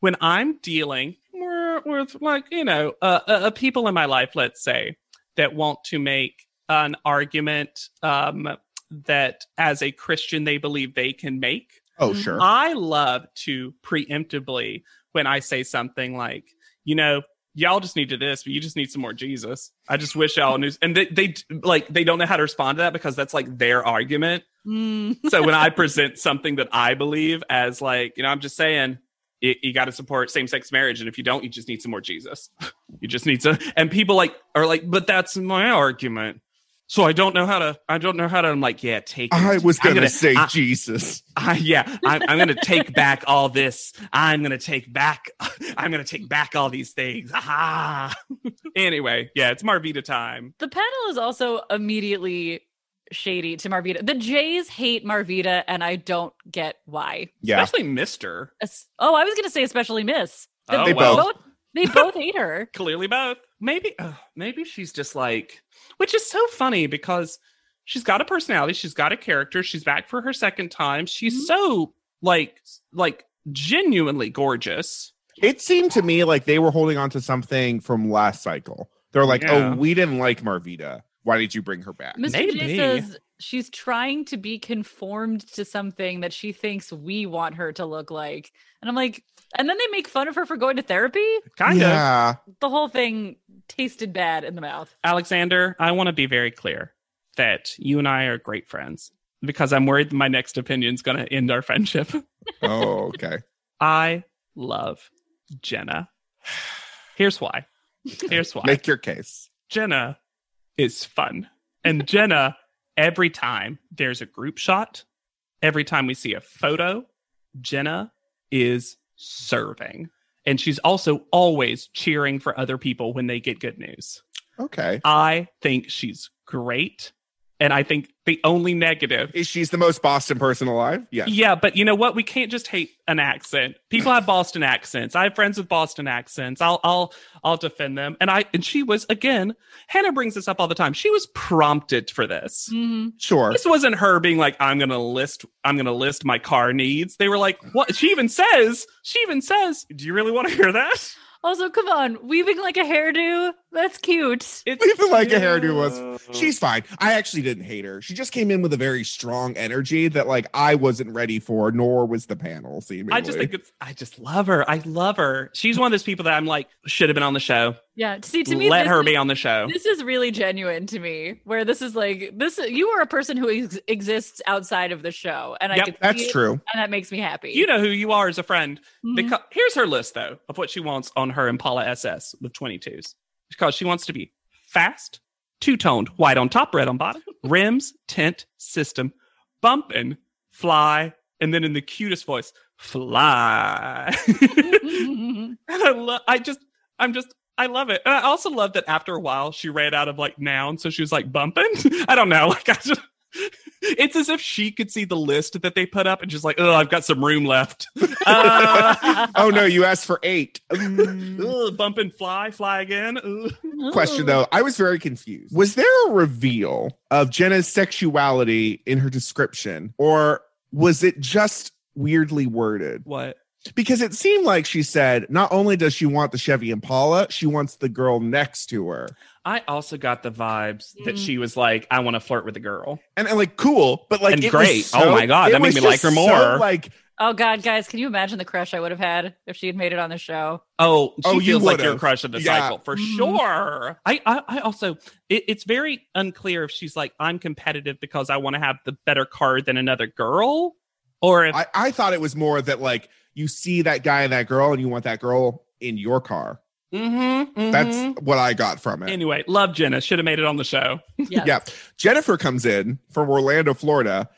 [SPEAKER 5] when I'm dealing with, with, like, you know, uh, uh, people in my life, let's say, that want to make an argument um, that as a Christian they believe they can make,
[SPEAKER 3] Oh,
[SPEAKER 5] *laughs*
[SPEAKER 3] sure.
[SPEAKER 5] I love to preemptively when I say something like, you know, y'all just needed this, but you just need some more Jesus. I just wish y'all knew. And they, they like they don't know how to respond to that because that's like their argument
[SPEAKER 2] Mm.
[SPEAKER 5] so when I present something that I believe as like, you know, I'm just saying you, you got to support same sex marriage, and if you don't, you just need some more Jesus. *laughs* You just need to. And people like are like, but that's my argument. So I don't know how to. I don't know how to. I'm like, yeah, take. it.
[SPEAKER 3] I was
[SPEAKER 5] I'm
[SPEAKER 3] gonna, say
[SPEAKER 5] I-
[SPEAKER 3] Jesus.
[SPEAKER 5] I- yeah, I'm, I'm gonna take back all this. I'm gonna take back. *laughs* I'm gonna take back all these things. Aha. *laughs* anyway, yeah, it's Marvita time.
[SPEAKER 2] The panel is also immediately shady to Marvita. The Jays hate Marvita, and I don't get why.
[SPEAKER 3] Yeah.
[SPEAKER 5] Especially Mister.
[SPEAKER 2] Es- Oh, I was going to say especially Miss. The-
[SPEAKER 5] Oh,
[SPEAKER 3] They
[SPEAKER 5] well.
[SPEAKER 3] both.
[SPEAKER 2] They both hate
[SPEAKER 5] *laughs*
[SPEAKER 2] her.
[SPEAKER 5] clearly both maybe uh, maybe she's just like which is so funny because she's got a personality she's got a character she's back for her second time she's so like like genuinely gorgeous
[SPEAKER 3] It seemed to me like they were holding on to something from last cycle. They're like,
[SPEAKER 5] Yeah.
[SPEAKER 3] oh, we didn't like Marvita. Why did you bring her back?
[SPEAKER 2] Mr.
[SPEAKER 5] Maybe.
[SPEAKER 2] J says she's trying to be conformed to something that she thinks we want her to look like. And I'm like, and then they make fun of her for going to therapy.
[SPEAKER 5] kind of *laughs*
[SPEAKER 3] yeah.
[SPEAKER 2] The whole thing tasted bad in the mouth.
[SPEAKER 5] alexander i want to be very clear that you and i are great friends because i'm worried that my next opinion's going to end our friendship *laughs*
[SPEAKER 3] Oh, okay.
[SPEAKER 5] i love jenna *sighs* here's why here's why
[SPEAKER 3] Make your case.
[SPEAKER 5] Jenna is fun. And Jenna, every time there's a group shot, every time we see a photo, Jenna is serving. And she's also always cheering for other people when they get good news.
[SPEAKER 3] Okay.
[SPEAKER 5] I think she's great. And I think the only negative
[SPEAKER 3] Is she's the most Boston person alive? Yeah.
[SPEAKER 5] yeah, but you know what? We can't just hate an accent. People have Boston accents. I have friends with Boston accents. I'll I'll I'll defend them. And I and she was again, Hannah brings this up all the time. She was prompted for this.
[SPEAKER 2] Mhm.
[SPEAKER 3] Sure.
[SPEAKER 5] This wasn't her being like, I'm gonna list I'm gonna list my car needs. They were like, What she even says, she even says, Do you really want to hear that?
[SPEAKER 2] Also, come on, weaving like a hairdo. That's cute.
[SPEAKER 5] It's
[SPEAKER 3] Even like a hairdo was
[SPEAKER 5] cute.
[SPEAKER 3] She's fine. I actually didn't hate her. She just came in with a very strong energy that like I wasn't ready for, nor was the panel seemingly.
[SPEAKER 5] I just think it's I just love her. I love her. She's one of those people that I'm like, should have been on the show.
[SPEAKER 2] Yeah. See, to me,
[SPEAKER 5] Let
[SPEAKER 2] this
[SPEAKER 5] her
[SPEAKER 2] is-
[SPEAKER 5] be on the show.
[SPEAKER 2] This is really genuine to me. Where this is like this, you are a person who ex- exists outside of the show, and
[SPEAKER 5] Yep,
[SPEAKER 2] I can see
[SPEAKER 3] that's
[SPEAKER 2] it,
[SPEAKER 3] true.
[SPEAKER 5] Uh-huh.
[SPEAKER 2] and that makes me happy.
[SPEAKER 5] You know who you are as a friend.
[SPEAKER 2] Mhm.
[SPEAKER 5] Because here's her list though of what she wants on her Impala SS with 22s. Because she wants to be fast, two-toned, white on top, red on bottom, rims, tint, system, bumping, fly, and then in the cutest voice, fly. *laughs* And I love. I just. I'm just. I love it. And I also love that *laughs* after a while she ran out of like noun, so she was like bumping. I don't know. Like I just. *laughs* It's It's as if she could see the list that they put up and just like, oh, I've got some room left. *laughs* Uh,
[SPEAKER 3] oh no, you asked for
[SPEAKER 5] *laughs*
[SPEAKER 3] eight.
[SPEAKER 5] ugh, bump and fly, fly again. Ugh. *laughs*
[SPEAKER 3] Question though, I was very confused. Was there a reveal of Jenna's sexuality in her description, or was it just weirdly worded?
[SPEAKER 5] What?
[SPEAKER 3] Because it seemed like she said not only does she want the Chevy Impala, she wants the girl next to her.
[SPEAKER 5] I also got the vibes that
[SPEAKER 2] Mm.
[SPEAKER 5] she was like, I want to flirt with a girl.
[SPEAKER 3] And, and, like cool, but like
[SPEAKER 5] And
[SPEAKER 3] it was
[SPEAKER 5] great.
[SPEAKER 3] so-
[SPEAKER 5] Oh, my God,
[SPEAKER 3] it
[SPEAKER 5] that made
[SPEAKER 3] was
[SPEAKER 5] me like
[SPEAKER 3] just
[SPEAKER 5] her
[SPEAKER 3] so,
[SPEAKER 5] more.
[SPEAKER 3] like
[SPEAKER 2] *laughs* Oh God, guys, can you imagine the crush I would have had if she had made it on the show?
[SPEAKER 5] Oh, she
[SPEAKER 3] Oh, you
[SPEAKER 5] feels like your
[SPEAKER 3] would've.
[SPEAKER 5] crush of the
[SPEAKER 3] Yeah.
[SPEAKER 5] cycle for
[SPEAKER 2] Mhm.
[SPEAKER 5] sure. I, I, I also, it, it's very unclear if she's like, I'm competitive because I want to have the better car than another girl, or
[SPEAKER 3] *laughs*
[SPEAKER 5] if
[SPEAKER 3] I, I thought it was more that like you see that guy and that girl and you want that girl in your car.
[SPEAKER 5] Mhm, mhm.
[SPEAKER 3] That's what I got from it.
[SPEAKER 5] anyway. Love Jenna should have made it on the show.
[SPEAKER 2] Yes.
[SPEAKER 3] Yeah. Jennifer comes in from Orlando, Florida,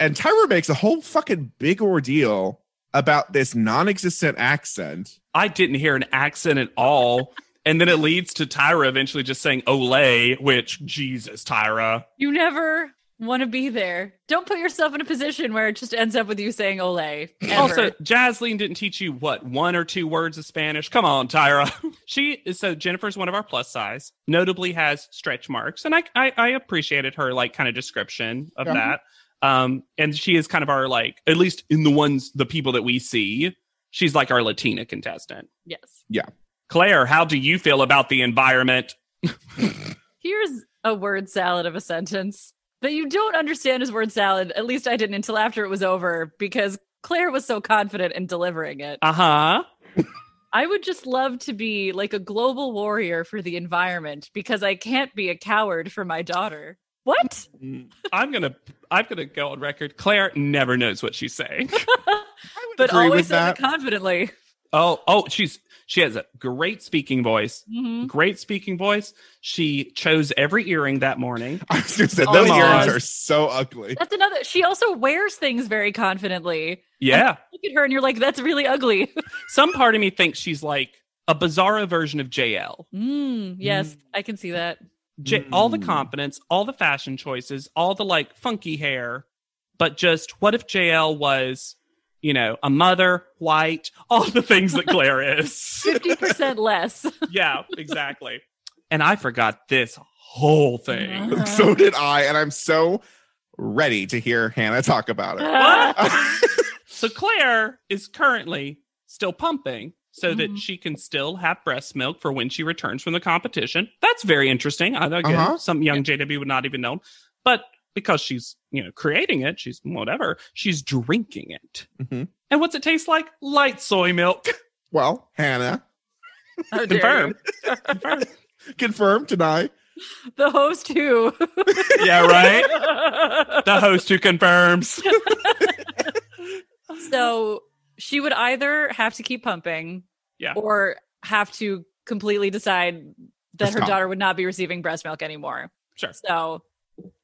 [SPEAKER 3] and Tyra makes a whole fucking big ordeal about this non-existent accent.
[SPEAKER 5] I didn't hear an accent at all, and then it leads to Tyra eventually just saying "Olay," which Jesus, Tyra.
[SPEAKER 2] You never want to be there. Don't put yourself in a position where it just ends up with you saying "Ole." ever.
[SPEAKER 5] Also, Jasleen didn't teach you what one or two words of Spanish. Come on, Tyra. *laughs* she is so Jennifer's one of our plus size. Notably has stretch marks, and I I, I appreciated her like kind of description of
[SPEAKER 3] Yeah.
[SPEAKER 5] that. Um, and she is kind of our like at least in the ones the people that we see, she's like our Latina contestant.
[SPEAKER 2] yes.
[SPEAKER 5] Claire, how do you feel about the environment?
[SPEAKER 2] Here's a word salad of a sentence that you don't understand as word salad. At least I didn't until after it was over because Claire was so confident in delivering it.
[SPEAKER 5] Uh huh.
[SPEAKER 2] I would just love to be like a global warrior for the environment because I can't be a coward for my daughter. What?
[SPEAKER 5] I'm gonna I'm gonna go on record. Claire never knows what she's saying.
[SPEAKER 3] I would
[SPEAKER 2] But
[SPEAKER 3] agree
[SPEAKER 2] always
[SPEAKER 3] with
[SPEAKER 2] says
[SPEAKER 3] that.
[SPEAKER 2] it confidently.
[SPEAKER 5] oh oh, she's she has a great speaking voice.
[SPEAKER 2] Mhm.
[SPEAKER 5] Great speaking voice. She chose every earring that morning.
[SPEAKER 3] *laughs* I was just said
[SPEAKER 2] Oh
[SPEAKER 3] those
[SPEAKER 5] my
[SPEAKER 3] earrings
[SPEAKER 5] God.
[SPEAKER 3] are so ugly.
[SPEAKER 2] That's another. She also wears things very confidently.
[SPEAKER 5] Yeah.
[SPEAKER 2] Look at her and you're like, that's really ugly. *laughs*
[SPEAKER 5] Some part of me thinks she's like a bizarro version of JL.
[SPEAKER 2] Mm, yes, I can
[SPEAKER 3] *laughs*
[SPEAKER 2] see that.
[SPEAKER 5] J- All the
[SPEAKER 3] Mm.
[SPEAKER 5] confidence, all the fashion choices, all the like funky hair, but just what if JL was, you know, a mother, white, all the things that
[SPEAKER 2] *laughs*
[SPEAKER 5] Claire is.
[SPEAKER 2] 50% less.
[SPEAKER 5] yeah, exactly. And I forgot this whole thing.
[SPEAKER 3] so did I, and I'm so ready to hear Hannah talk
[SPEAKER 2] *laughs*
[SPEAKER 3] about it.
[SPEAKER 2] Ah.
[SPEAKER 3] *laughs*
[SPEAKER 5] So Claire is currently still pumping so that
[SPEAKER 2] Mhm.
[SPEAKER 5] she can still have breast milk for when she returns from the competition. That's very interesting. I again,
[SPEAKER 3] Uh-huh.
[SPEAKER 5] some young JW would not even know, but because she's you know creating it, she's whatever. She's drinking it,
[SPEAKER 3] Mhm.
[SPEAKER 5] and what's it taste like? Light soy *laughs* milk.
[SPEAKER 3] Well, Hannah,
[SPEAKER 2] How dare
[SPEAKER 5] Confirm.
[SPEAKER 3] confirm, deny.
[SPEAKER 2] you. The host who.
[SPEAKER 5] *laughs* yeah, right. *laughs* The host who confirms.
[SPEAKER 2] so she would either have to keep pumping
[SPEAKER 5] Yeah.
[SPEAKER 2] or have to completely decide that her
[SPEAKER 3] Stop.
[SPEAKER 2] daughter would not be receiving breast milk anymore.
[SPEAKER 5] Sure.
[SPEAKER 2] So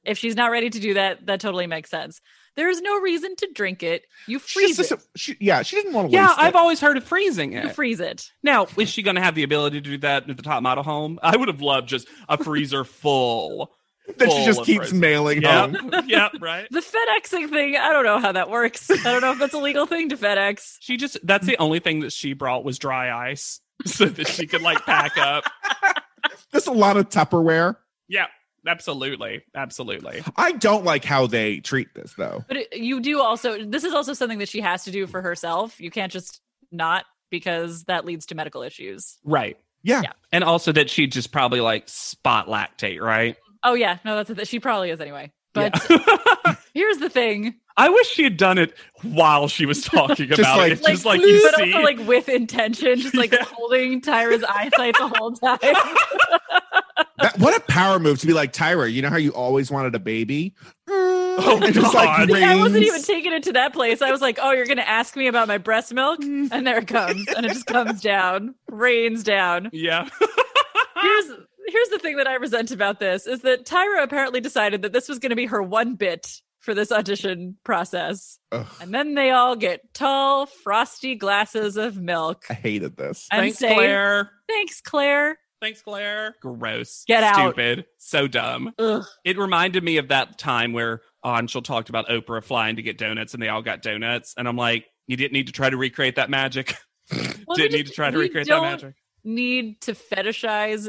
[SPEAKER 2] if she's not ready to do that, that totally makes sense. There is no reason to drink it. You
[SPEAKER 3] She
[SPEAKER 2] freeze
[SPEAKER 3] just
[SPEAKER 2] it.
[SPEAKER 3] doesn't- she- yeah, she didn't want to.
[SPEAKER 5] Yeah,
[SPEAKER 3] waste
[SPEAKER 5] I've
[SPEAKER 3] it.
[SPEAKER 5] always heard of freezing
[SPEAKER 2] You
[SPEAKER 5] it.
[SPEAKER 2] freeze it.
[SPEAKER 5] Now, is she going to have the ability to do that at the top model home? I would have loved just a freezer full.
[SPEAKER 3] that she
[SPEAKER 5] full
[SPEAKER 3] just
[SPEAKER 5] of
[SPEAKER 3] keeps
[SPEAKER 5] frozen.
[SPEAKER 3] mailing
[SPEAKER 5] *laughs* Yep.
[SPEAKER 3] home.
[SPEAKER 5] yep. Right.
[SPEAKER 2] The FedExing thing, I don't know how that works. I don't know if that's a legal thing to FedEx.
[SPEAKER 5] She just, that's the only thing that she brought was dry ice *laughs* so that she could like pack up.
[SPEAKER 3] There's a lot of Tupperware.
[SPEAKER 5] Yeah. Absolutely. Absolutely.
[SPEAKER 3] I don't like how they treat this though.
[SPEAKER 2] But it, you do also, this is also something that she has to do for herself. You can't just not because that leads to medical issues.
[SPEAKER 5] Right.
[SPEAKER 3] Yeah.
[SPEAKER 2] Yeah.
[SPEAKER 5] And also that she just probably like spot lactate, right?
[SPEAKER 2] Oh, yeah. No, that's a th- she probably is anyway. But
[SPEAKER 5] Yeah. *laughs*
[SPEAKER 2] *laughs* here's the thing
[SPEAKER 5] I wish she had done it while she was
[SPEAKER 3] *laughs*
[SPEAKER 5] talking
[SPEAKER 3] Just
[SPEAKER 5] about
[SPEAKER 3] like-
[SPEAKER 5] it. It's just like
[SPEAKER 2] but
[SPEAKER 5] you
[SPEAKER 2] also,
[SPEAKER 5] see.
[SPEAKER 2] like with intention, just like
[SPEAKER 5] Yeah.
[SPEAKER 2] holding Tyra's eyesight the whole time. *laughs*
[SPEAKER 3] That- what a power move to be like Tyra. You know how you always wanted a baby. Mm,
[SPEAKER 5] Oh,
[SPEAKER 3] And
[SPEAKER 5] God.
[SPEAKER 2] See, I wasn't
[SPEAKER 3] rings.
[SPEAKER 2] even taking it to that place. I was like, "Oh, you're gonna ask me about my breast milk,"
[SPEAKER 5] Mm.
[SPEAKER 2] and there it comes, and it just comes down, rains down.
[SPEAKER 5] yeah.
[SPEAKER 2] Here's here's the thing that I resent about this is that Tyra apparently decided that this was gonna be her one bit for this audition process,
[SPEAKER 3] Ugh,
[SPEAKER 2] and then they all get tall, frosty glasses of milk.
[SPEAKER 3] I hated this.
[SPEAKER 2] and
[SPEAKER 5] Thanks,
[SPEAKER 2] say,
[SPEAKER 5] Claire.
[SPEAKER 2] Thanks, Claire.
[SPEAKER 5] Thanks, Claire. Gross.
[SPEAKER 2] Get out.
[SPEAKER 5] Stupid. So dumb.
[SPEAKER 2] Ugh.
[SPEAKER 5] It reminded me of that time where Anshul talked about Oprah flying to get donuts and they all got donuts. And I'm like, you didn't need to try to recreate that magic.
[SPEAKER 2] Well, we
[SPEAKER 5] didn't need
[SPEAKER 2] just-
[SPEAKER 5] to try to
[SPEAKER 2] we
[SPEAKER 5] recreate that
[SPEAKER 2] don't
[SPEAKER 5] magic.
[SPEAKER 2] Need to fetishize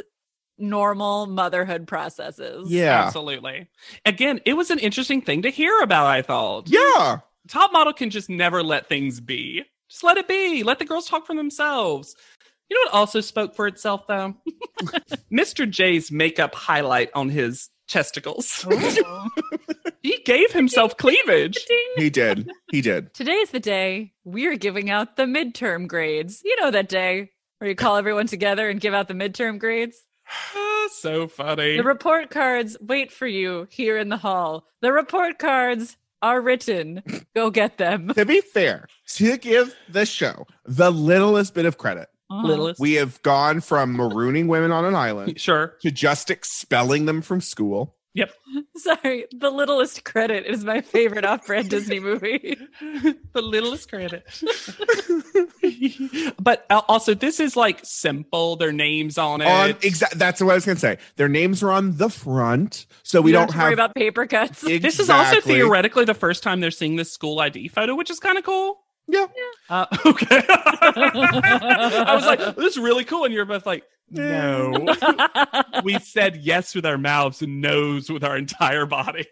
[SPEAKER 2] normal motherhood processes. *laughs*
[SPEAKER 3] Yeah.
[SPEAKER 5] Absolutely. Again, it was an interesting thing to hear about, I thought.
[SPEAKER 3] Yeah.
[SPEAKER 5] Top model can just never let things be. Just let it be. Let the girls talk for themselves. You know what also spoke for itself though? *laughs* Mr. J's makeup highlight on his testicles.
[SPEAKER 2] Ooh.
[SPEAKER 5] *laughs* he gave himself
[SPEAKER 3] *laughs*
[SPEAKER 5] cleavage.
[SPEAKER 3] He did. He did.
[SPEAKER 2] Today is the day we're giving out the midterm grades. You know that day where you call everyone together and give out the midterm grades?
[SPEAKER 5] Ah, so funny.
[SPEAKER 2] The report cards wait for you here in the hall. The report cards are written. Go get
[SPEAKER 5] *laughs*
[SPEAKER 2] them.
[SPEAKER 3] To be fair, to give the show the littlest bit of credit,
[SPEAKER 5] Littlest.
[SPEAKER 3] we have gone from marooning women on an island
[SPEAKER 5] sure.
[SPEAKER 2] *laughs*
[SPEAKER 3] to just expelling them from school.
[SPEAKER 2] *laughs* Sorry, the littlest credit is my favorite off-brand Disney movie.
[SPEAKER 5] the littlest credit. *laughs* but al- also, this is like simple. Their names on it.
[SPEAKER 3] On exact, that's what I was gonna say. Their names are on the front, *laughs* so we
[SPEAKER 2] You
[SPEAKER 3] don't,
[SPEAKER 2] to
[SPEAKER 3] have.
[SPEAKER 2] worry about paper cuts.
[SPEAKER 5] This is also
[SPEAKER 3] Exactly.
[SPEAKER 5] theoretically the first time they're seeing this school ID photo, which is kind of cool.
[SPEAKER 3] Yeah.
[SPEAKER 5] Uh, *laughs* okay. I was like, this is really cool. And you're both like,
[SPEAKER 3] *laughs*
[SPEAKER 5] no. we said yes with our mouths and no's with our
[SPEAKER 3] *laughs*
[SPEAKER 5] entire body.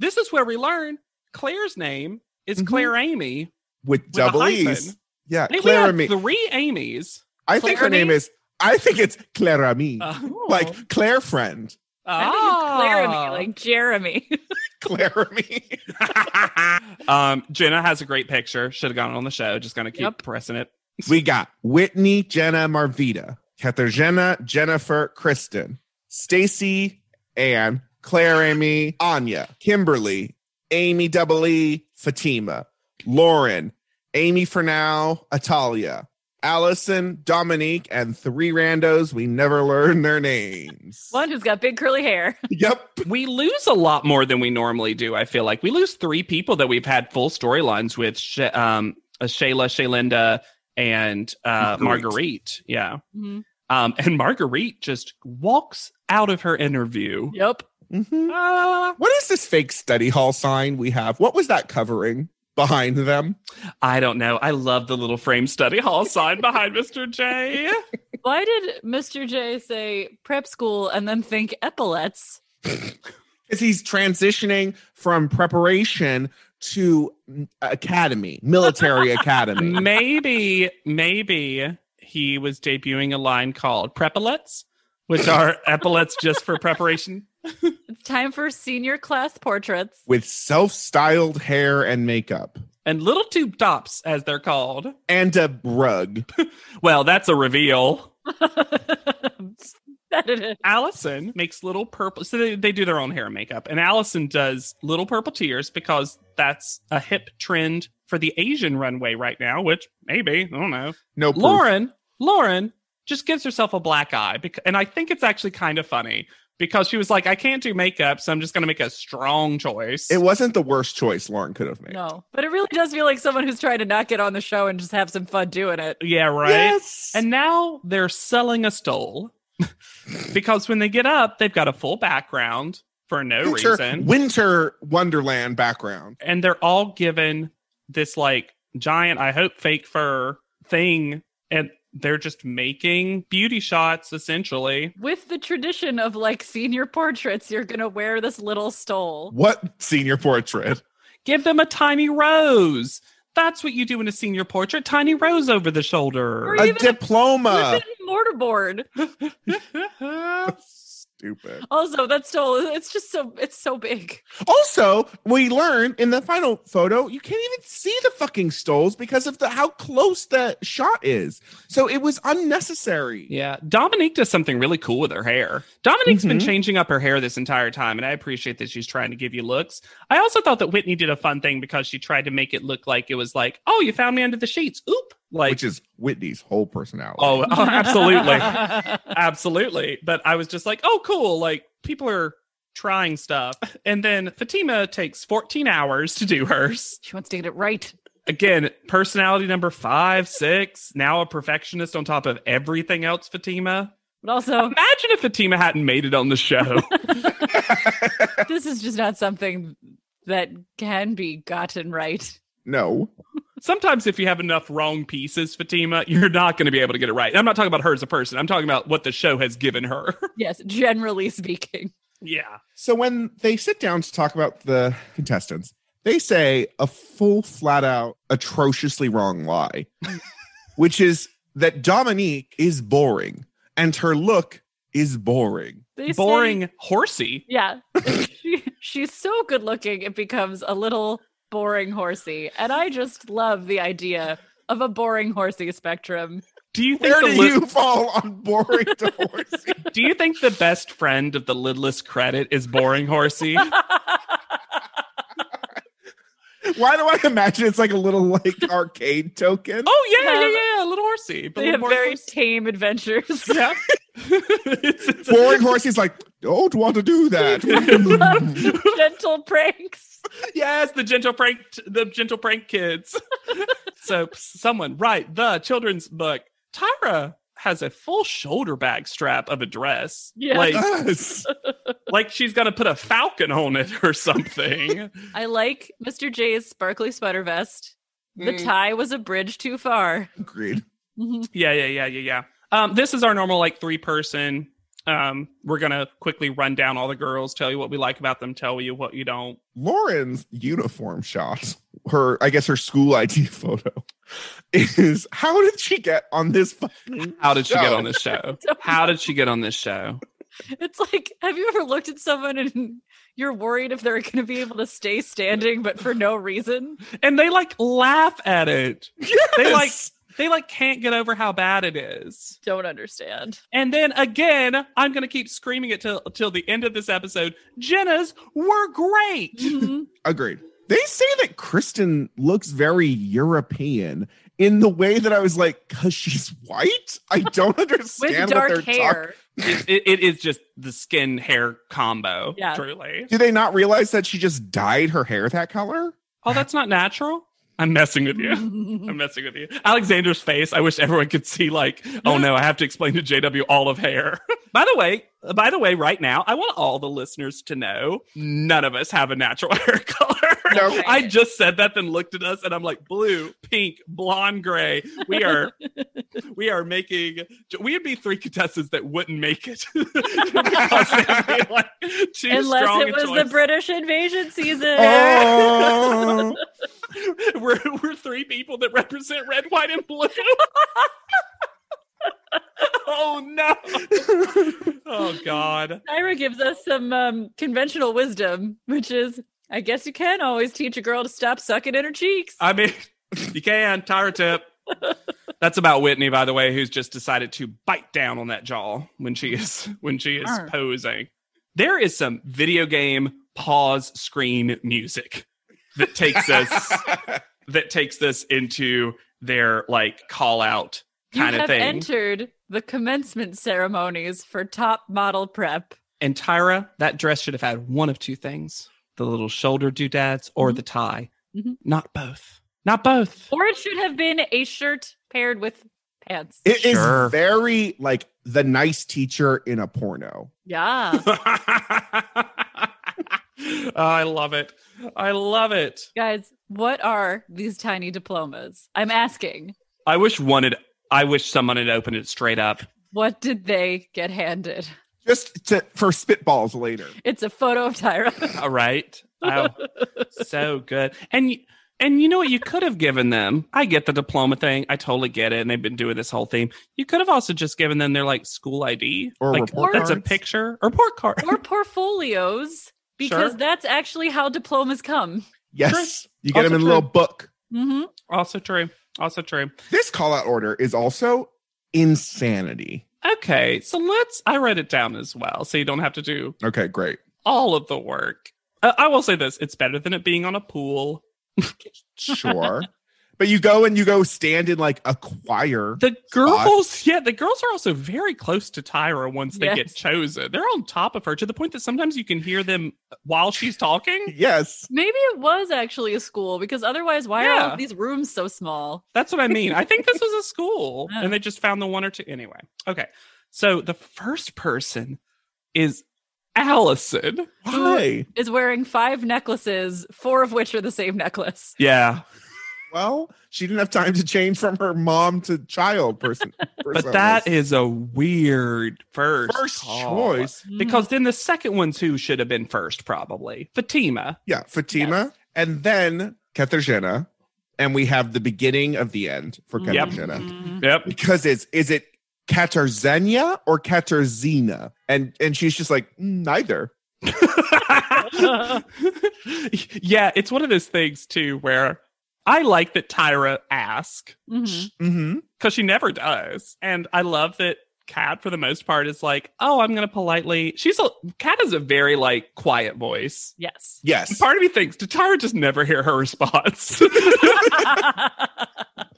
[SPEAKER 5] this is where we learn Claire's name is
[SPEAKER 3] Mhm.
[SPEAKER 5] Claire Amy.
[SPEAKER 3] with
[SPEAKER 5] With a
[SPEAKER 3] double
[SPEAKER 5] hyphen.
[SPEAKER 3] E's. Yeah,
[SPEAKER 5] I think we have
[SPEAKER 3] Claramy.
[SPEAKER 5] three Amy's.
[SPEAKER 3] I think her
[SPEAKER 2] Claramy?
[SPEAKER 3] name is. I think it's Claramy,
[SPEAKER 5] Uh,
[SPEAKER 2] *laughs*
[SPEAKER 3] like Claire friend,
[SPEAKER 2] I
[SPEAKER 5] ah.
[SPEAKER 2] think it's Jeremy, *laughs* like Jeremy.
[SPEAKER 5] *laughs*
[SPEAKER 3] Claramy.
[SPEAKER 5] um, Jenna has a great picture. Should have gone on the show. Just gonna keep
[SPEAKER 2] Yep.
[SPEAKER 5] pressing it.
[SPEAKER 3] we got Whitney, Jenna, Marvita, Katarzyna, Jennifer, Kristen, Stacy, Anne, Claire, Amy, Anya, Kimberly, Amy, double E, Fatima, Lauren, Amy for now, Atalia, Allison, Dominique, and three randos. We never learn their names.
[SPEAKER 2] One who's got big curly hair.
[SPEAKER 3] Yep.
[SPEAKER 5] We lose a lot more than we normally do. I feel like we lose three people that we've had full storylines with. Sh- um, uh, Shayla, Shaylinda, and uh, Marguerite.
[SPEAKER 3] Marguerite.
[SPEAKER 5] Yeah.
[SPEAKER 2] Mhm.
[SPEAKER 5] Um, and Marguerite just walks out of her interview.
[SPEAKER 2] Yep.
[SPEAKER 3] Mhm.
[SPEAKER 5] Ah,
[SPEAKER 3] What is this fake study hall sign we have? What was that covering behind them?
[SPEAKER 5] I don't know. I love the little frame study hall sign behind Mr. J.
[SPEAKER 2] Why did Mr. J say prep school and then think epaulets?
[SPEAKER 3] Because he's transitioning from preparation to mm, academy, military
[SPEAKER 5] *laughs*
[SPEAKER 3] academy.
[SPEAKER 5] maybe, maybe he was debuting a line called prepolets, which are epaulets just for preparation.
[SPEAKER 2] It's time for senior class portraits. *laughs*
[SPEAKER 3] With self styled hair and makeup
[SPEAKER 5] And little tube tops, as they're called.
[SPEAKER 3] and a rug.
[SPEAKER 5] Well, that's a reveal.
[SPEAKER 2] That it is.
[SPEAKER 5] Allison makes little purple. So they, they do their own hair and makeup. And Allison does little purple tears because that's a hip trend for the Asian runway right now, which maybe, I don't know.
[SPEAKER 3] No proof.
[SPEAKER 5] Lauren, Lauren just gives herself a black eye, bec- and I think it's actually kind of funny because she was like, "I can't do makeup, so I'm just going to make a strong choice."
[SPEAKER 3] It wasn't the worst choice Lauren could have made.
[SPEAKER 2] No, but it really does feel like someone who's trying to not get on the show and just have some fun doing it.
[SPEAKER 5] yeah, right.
[SPEAKER 3] Yes.
[SPEAKER 5] And now they're selling a stole *laughs* because when they get up, they've got a full background for no
[SPEAKER 3] winter,
[SPEAKER 5] reason,
[SPEAKER 3] winter Wonderland background.
[SPEAKER 5] and they're all given this like giant, I hope, fake fur thing, and they're just making beauty shots essentially.
[SPEAKER 2] With the tradition of like senior portraits, you're gonna wear this little stole.
[SPEAKER 3] What senior portrait?
[SPEAKER 5] Give them a tiny rose. That's what you do in a senior portrait. Tiny rose over
[SPEAKER 3] *laughs*
[SPEAKER 5] the shoulder.
[SPEAKER 2] Or
[SPEAKER 3] a
[SPEAKER 2] even-
[SPEAKER 3] diploma.
[SPEAKER 2] Flippin' mortarboard.
[SPEAKER 3] Stupid.
[SPEAKER 2] Also, that stole it's just so it's so big.
[SPEAKER 3] Also, we learn in the final photo, you can't even see the fucking stoles because of the how close the shot is. So it was unnecessary.
[SPEAKER 5] yeah. Dominique does something really cool with her hair. Dominique's been
[SPEAKER 3] Mhm.
[SPEAKER 5] changing up her hair this entire time, and I appreciate that she's trying to give you looks. I also thought that Whitney did a fun thing because she tried to make it look like it was like, oh, you found me under the sheets. Oop. Like,
[SPEAKER 3] which is Whitney's whole personality.
[SPEAKER 5] oh,
[SPEAKER 3] *laughs*
[SPEAKER 5] oh, absolutely. absolutely. But I was just like, oh, cool. Like people are trying stuff. And then Fatima takes 14 hours to do hers.
[SPEAKER 2] *laughs* she wants to get it right.
[SPEAKER 5] Again, personality number five, six, now a perfectionist on top of everything else, Fatima.
[SPEAKER 2] But
[SPEAKER 5] *laughs*
[SPEAKER 3] *laughs*
[SPEAKER 2] also,
[SPEAKER 5] Imagine if Fatima hadn't made it on the show.
[SPEAKER 2] this is just not something that can be gotten right.
[SPEAKER 3] No.
[SPEAKER 5] Sometimes, if you have enough wrong pieces, Fatima, you're not going to be able to get it right. I'm not talking about her as a person. I'm talking about what the show has given her.
[SPEAKER 2] Yes, generally speaking.
[SPEAKER 5] yeah.
[SPEAKER 3] So when they sit down to talk about the contestants, they say a full, flat out, atrociously wrong
[SPEAKER 5] *laughs*
[SPEAKER 3] lie, which is that Dominique is boring and her look is boring.
[SPEAKER 2] They say-
[SPEAKER 5] Boring horsey.
[SPEAKER 2] yeah. *laughs* she, she's so good looking, it becomes a little boring horsey. And I just love the idea of a boring horsey spectrum.
[SPEAKER 5] Do you think
[SPEAKER 3] Where
[SPEAKER 5] the
[SPEAKER 3] do
[SPEAKER 5] li-
[SPEAKER 3] you fall on
[SPEAKER 5] *laughs*
[SPEAKER 3] boring to horsey?
[SPEAKER 5] do you think the best friend of the lidless credit is boring horsey?
[SPEAKER 3] Why do I imagine it's like a little
[SPEAKER 5] *laughs*
[SPEAKER 3] like arcade token?
[SPEAKER 5] oh yeah,
[SPEAKER 2] Have-
[SPEAKER 5] yeah, yeah, yeah, a little horsey. but a
[SPEAKER 2] They
[SPEAKER 5] little
[SPEAKER 2] have
[SPEAKER 5] boring
[SPEAKER 2] very
[SPEAKER 5] horsey.
[SPEAKER 2] tame adventures.
[SPEAKER 5] *laughs*
[SPEAKER 2] *laughs*
[SPEAKER 5] yeah. It's- it's a- *laughs*
[SPEAKER 3] Boring horsey's like, don't want to do that.
[SPEAKER 2] Gentle pranks.
[SPEAKER 5] yes, the gentle prank, the gentle prank kids. *laughs* so someone write the children's book. Tyra has a full shoulder bag strap of a dress.
[SPEAKER 2] Yes.
[SPEAKER 5] Like
[SPEAKER 3] yes.
[SPEAKER 5] like she's gonna put a falcon on it or something.
[SPEAKER 2] I like Mr. J's sparkly sweater vest. The
[SPEAKER 5] Mm.
[SPEAKER 2] tie was a bridge too far. *laughs*
[SPEAKER 3] Agreed.
[SPEAKER 5] yeah, yeah, yeah, yeah, yeah. Um, this is our normal like three person. Um, we're gonna quickly run down all the girls, tell you what we like about them, tell you what you don't.
[SPEAKER 3] Lauren's uniform shot, her I guess her school *laughs* ID photo is how did she get on this *laughs* fucking
[SPEAKER 5] How did she get
[SPEAKER 3] show?
[SPEAKER 5] on this show?
[SPEAKER 2] Don't-
[SPEAKER 5] How did she get on this show?
[SPEAKER 2] It's like, have you ever looked at someone and *laughs* you're worried if they're going to be able to stay standing, but for no reason?
[SPEAKER 5] *laughs* And they like laugh at it. They like
[SPEAKER 3] Yes.
[SPEAKER 5] they like can't get over how bad it is.
[SPEAKER 2] Don't understand.
[SPEAKER 5] And then again, I'm gonna keep screaming it till till the end of this episode. Jenna's were great.
[SPEAKER 2] *laughs* Mhm.
[SPEAKER 3] agreed. They say that Kristen looks very European in the way that I was like, cause she's white? I
[SPEAKER 5] *laughs*
[SPEAKER 3] don't
[SPEAKER 2] With
[SPEAKER 3] understand what they're
[SPEAKER 2] dark
[SPEAKER 3] talking.
[SPEAKER 2] hair.
[SPEAKER 5] it, *laughs* it- it is just the skin hair combo.
[SPEAKER 2] Yeah.
[SPEAKER 5] Truly.
[SPEAKER 3] Do they not realize that she just dyed her hair that color?
[SPEAKER 5] Oh, that's not natural. I'm messing
[SPEAKER 2] *laughs*
[SPEAKER 5] with you. I'm messing with you. Alexander's face. I wish everyone could see. Like, oh no, I have to explain to JW all of hair. *laughs* by the way, by the way, right now, I want all the listeners to know none of us have a natural *laughs* hair color.
[SPEAKER 3] No.
[SPEAKER 5] I just said that, then looked at us, and I'm like, blue, pink, blonde, gray. We
[SPEAKER 2] *laughs*
[SPEAKER 5] are, we are making. We'd be three contestants that wouldn't make it *laughs* Because they'd be, like, too
[SPEAKER 2] Unless
[SPEAKER 5] strong
[SPEAKER 2] it
[SPEAKER 5] a
[SPEAKER 2] was the
[SPEAKER 5] choice.
[SPEAKER 2] British invasion season.
[SPEAKER 5] *laughs*
[SPEAKER 3] Oh,
[SPEAKER 5] we're, we're three people that represent red, white, and blue. *laughs* oh no! Oh god!
[SPEAKER 2] Tyra gives us some um, conventional wisdom, which is I guess you can always teach a girl to stop sucking in her cheeks.
[SPEAKER 5] I mean, you can tire tip. That's about Whitney, by the way, who's just decided to bite down on that jaw when she is when she is
[SPEAKER 2] Arr.
[SPEAKER 5] posing. There is some video game pause screen music that takes
[SPEAKER 3] *laughs*
[SPEAKER 5] us that takes this into their like call out
[SPEAKER 2] you
[SPEAKER 5] kind of
[SPEAKER 2] have
[SPEAKER 5] thing.
[SPEAKER 2] entered the commencement ceremonies for top model prep.
[SPEAKER 5] And Tyra, that dress should have had one of two things the little shoulder doodads or the tie.
[SPEAKER 2] Mhm.
[SPEAKER 5] Not both.
[SPEAKER 2] *laughs*
[SPEAKER 5] Not both.
[SPEAKER 2] Or it should have been a shirt paired with pants.
[SPEAKER 3] It is
[SPEAKER 5] Sure.
[SPEAKER 3] very like the nice teacher in a porno.
[SPEAKER 2] yeah.
[SPEAKER 5] Oh, I love it. I love it.
[SPEAKER 2] Guys, what are these tiny diplomas? I'm asking,
[SPEAKER 5] I wish one had, I wish someone had opened it straight up.
[SPEAKER 2] what did they get handed?
[SPEAKER 3] Just to for spitballs later.
[SPEAKER 2] It's a photo of
[SPEAKER 5] *laughs*
[SPEAKER 2] Tyra.
[SPEAKER 5] All right. Oh, so good. And y- and you know what you could have given them? I get the diploma thing. I totally get it. And they've been doing this whole theme. You could have also just given them their like school ID
[SPEAKER 3] Or
[SPEAKER 5] like,
[SPEAKER 3] report
[SPEAKER 5] that's a
[SPEAKER 3] cards.
[SPEAKER 5] picture or report card.
[SPEAKER 2] or portfolios, because
[SPEAKER 5] Sure.
[SPEAKER 2] that's actually how diplomas come.
[SPEAKER 3] Yes. You get
[SPEAKER 5] Also
[SPEAKER 3] them in a
[SPEAKER 5] true.
[SPEAKER 3] little book.
[SPEAKER 2] hmm
[SPEAKER 5] Also true. Also true.
[SPEAKER 3] This call out order is also insanity.
[SPEAKER 5] Okay, so let's. I wrote it down as well, so you don't have to do
[SPEAKER 3] Okay, great.
[SPEAKER 5] all of the work. Uh, I will say this: it's better than it being on a pool. *laughs*
[SPEAKER 3] Sure. but you go and you go stand in like a choir.
[SPEAKER 5] The girls, yeah, the girls are also very close to Tyra once they
[SPEAKER 2] Yes.
[SPEAKER 5] get chosen. They're on top of her to the point that sometimes you can hear them while she's talking.
[SPEAKER 3] Yes.
[SPEAKER 2] Maybe it was actually a school, because otherwise, why are all
[SPEAKER 5] Yeah.
[SPEAKER 2] of these rooms so small?
[SPEAKER 5] That's what I mean. I think this was a school,
[SPEAKER 2] Oh.
[SPEAKER 5] and they just found the one or two anyway. Okay, so the first person is Allison.
[SPEAKER 3] Why?
[SPEAKER 2] is wearing five necklaces, four of which are the same necklace.
[SPEAKER 5] Yeah.
[SPEAKER 3] Well, she didn't have time to change from her mom to child person.
[SPEAKER 5] *laughs* But that is a weird first
[SPEAKER 3] first
[SPEAKER 5] call.
[SPEAKER 3] choice.
[SPEAKER 5] Because then the second one too should have been first, probably. Fatima.
[SPEAKER 3] Yeah, Fatima and then Katarzyna. And we have the beginning of the end for
[SPEAKER 5] Mm-hmm. Mm.
[SPEAKER 2] Yep.
[SPEAKER 3] Katarzyna.
[SPEAKER 2] Mhm.
[SPEAKER 5] Yep.
[SPEAKER 3] Because it's is it Katarzenia or Katarzina? And and she's just like, "Mm, neither.
[SPEAKER 5] *laughs*
[SPEAKER 2] Mm-hmm.
[SPEAKER 5] *laughs* yeah, it's one of those things too where I like that Tyra asks
[SPEAKER 2] Mhm.
[SPEAKER 3] Mm-hmm.
[SPEAKER 5] because she never does. And I love that Kat, for the most part, is like, oh, I'm going to politely. She's a. Kat has a very like quiet voice. *laughs*
[SPEAKER 2] Yes.
[SPEAKER 3] Yes.
[SPEAKER 5] Part of me thinks, did Tyra just never hear her *laughs* response?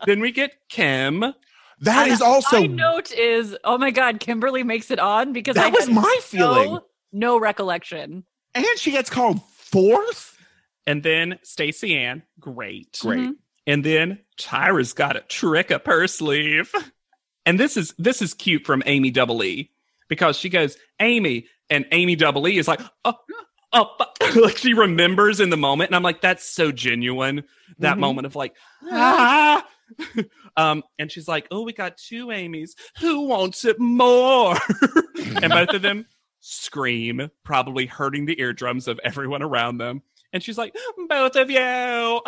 [SPEAKER 5] then we get Kim.
[SPEAKER 3] that
[SPEAKER 2] And
[SPEAKER 3] is also
[SPEAKER 2] my note is oh my god, Kimberly makes it on because
[SPEAKER 3] That
[SPEAKER 2] I
[SPEAKER 3] was
[SPEAKER 2] had
[SPEAKER 3] my feeling.
[SPEAKER 2] No, no recollection.
[SPEAKER 3] and she gets called fourth.
[SPEAKER 5] And then Stacey Ann. Great.
[SPEAKER 3] Great.
[SPEAKER 2] Mhm.
[SPEAKER 5] And then Tyra's got a trick up her sleeve. And this is this is cute from Amy Double E because she goes, Amy, and Amy Double E is like, oh, oh fuck." *laughs* like she remembers in the moment. And I'm like, that's so genuine. That
[SPEAKER 3] Mhm.
[SPEAKER 5] moment of like, ah. *laughs* um, and she's like, Oh, we got two Amy's. Who wants it more? *laughs* and both of them scream, probably hurting the eardrums of everyone around them. And she's like, both of you. Oh,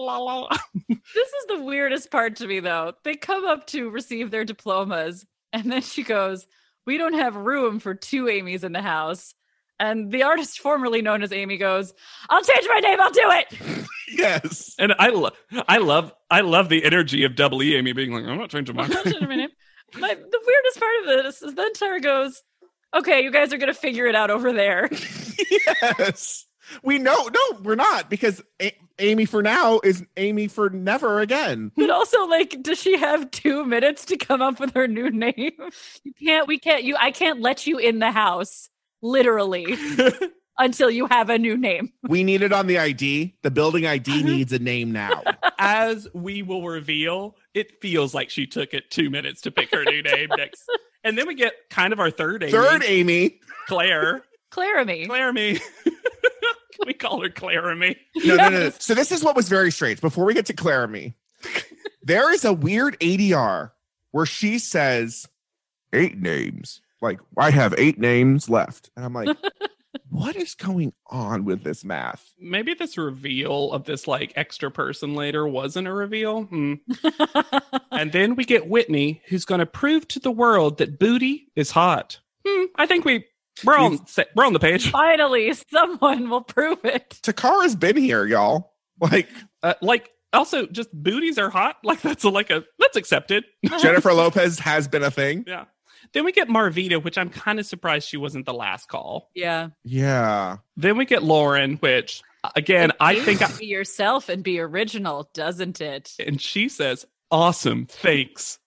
[SPEAKER 5] la, la, la."
[SPEAKER 2] *laughs* This is the weirdest part to me, though. They come up to receive their diplomas, and then she goes, We don't have room for two Amy's in the house. And the artist formerly known as Amy goes, I'll change my name, I'll do it.
[SPEAKER 3] Yes. *laughs*
[SPEAKER 5] And I, lo- I love, I love the energy of Double E Amy being like, I'm not changing
[SPEAKER 2] *laughs*
[SPEAKER 5] my mind.
[SPEAKER 2] Change my name. My, the weirdest part of this is then Tara goes, Okay, you guys are going to figure it out over there.
[SPEAKER 3] yes. We know. No, we're not because A- Amy for now is Amy for never again.
[SPEAKER 2] But also, like, does she have two minutes to come up with her new name? You can't, we can't, you, I can't let you in the house,
[SPEAKER 5] *laughs*
[SPEAKER 2] literally, until you have a new name.
[SPEAKER 3] We need it on the ID. The building
[SPEAKER 5] Uh-huh.
[SPEAKER 3] ID needs a name now.
[SPEAKER 5] As we will reveal, it feels like she took it two minutes to pick her new name next. And then we get kind of our third Amy,
[SPEAKER 3] Third Amy.
[SPEAKER 5] Claire.
[SPEAKER 2] Claramy.
[SPEAKER 5] Claremy. *laughs* Can we call her Claremy?
[SPEAKER 3] No, no, no, no. So this is what was very strange. Before we get to Claramy, there is a weird ADR where she says eight names. Like I have eight names left, and I'm like, what is going on with this math?
[SPEAKER 5] maybe this reveal of this like extra person later wasn't a reveal. Hmm. and then we get Whitney, who's going to prove to the world that booty is hot. Hmm, I think we we're on se- we're on the page.
[SPEAKER 2] Finally, someone will prove it.
[SPEAKER 3] Takara's been here, y'all. Like
[SPEAKER 5] Uh, like also, just booties are hot. Like that's a, like a that's accepted.
[SPEAKER 3] Jennifer Lopez has been a thing.
[SPEAKER 5] yeah. Then we get Marvita, which I'm kind of surprised she wasn't the last call.
[SPEAKER 2] Yeah.
[SPEAKER 3] Yeah.
[SPEAKER 5] Then we get Lauren, which again I think, I,
[SPEAKER 2] be yourself and be original, doesn't it?
[SPEAKER 5] and she says, "Awesome, thanks."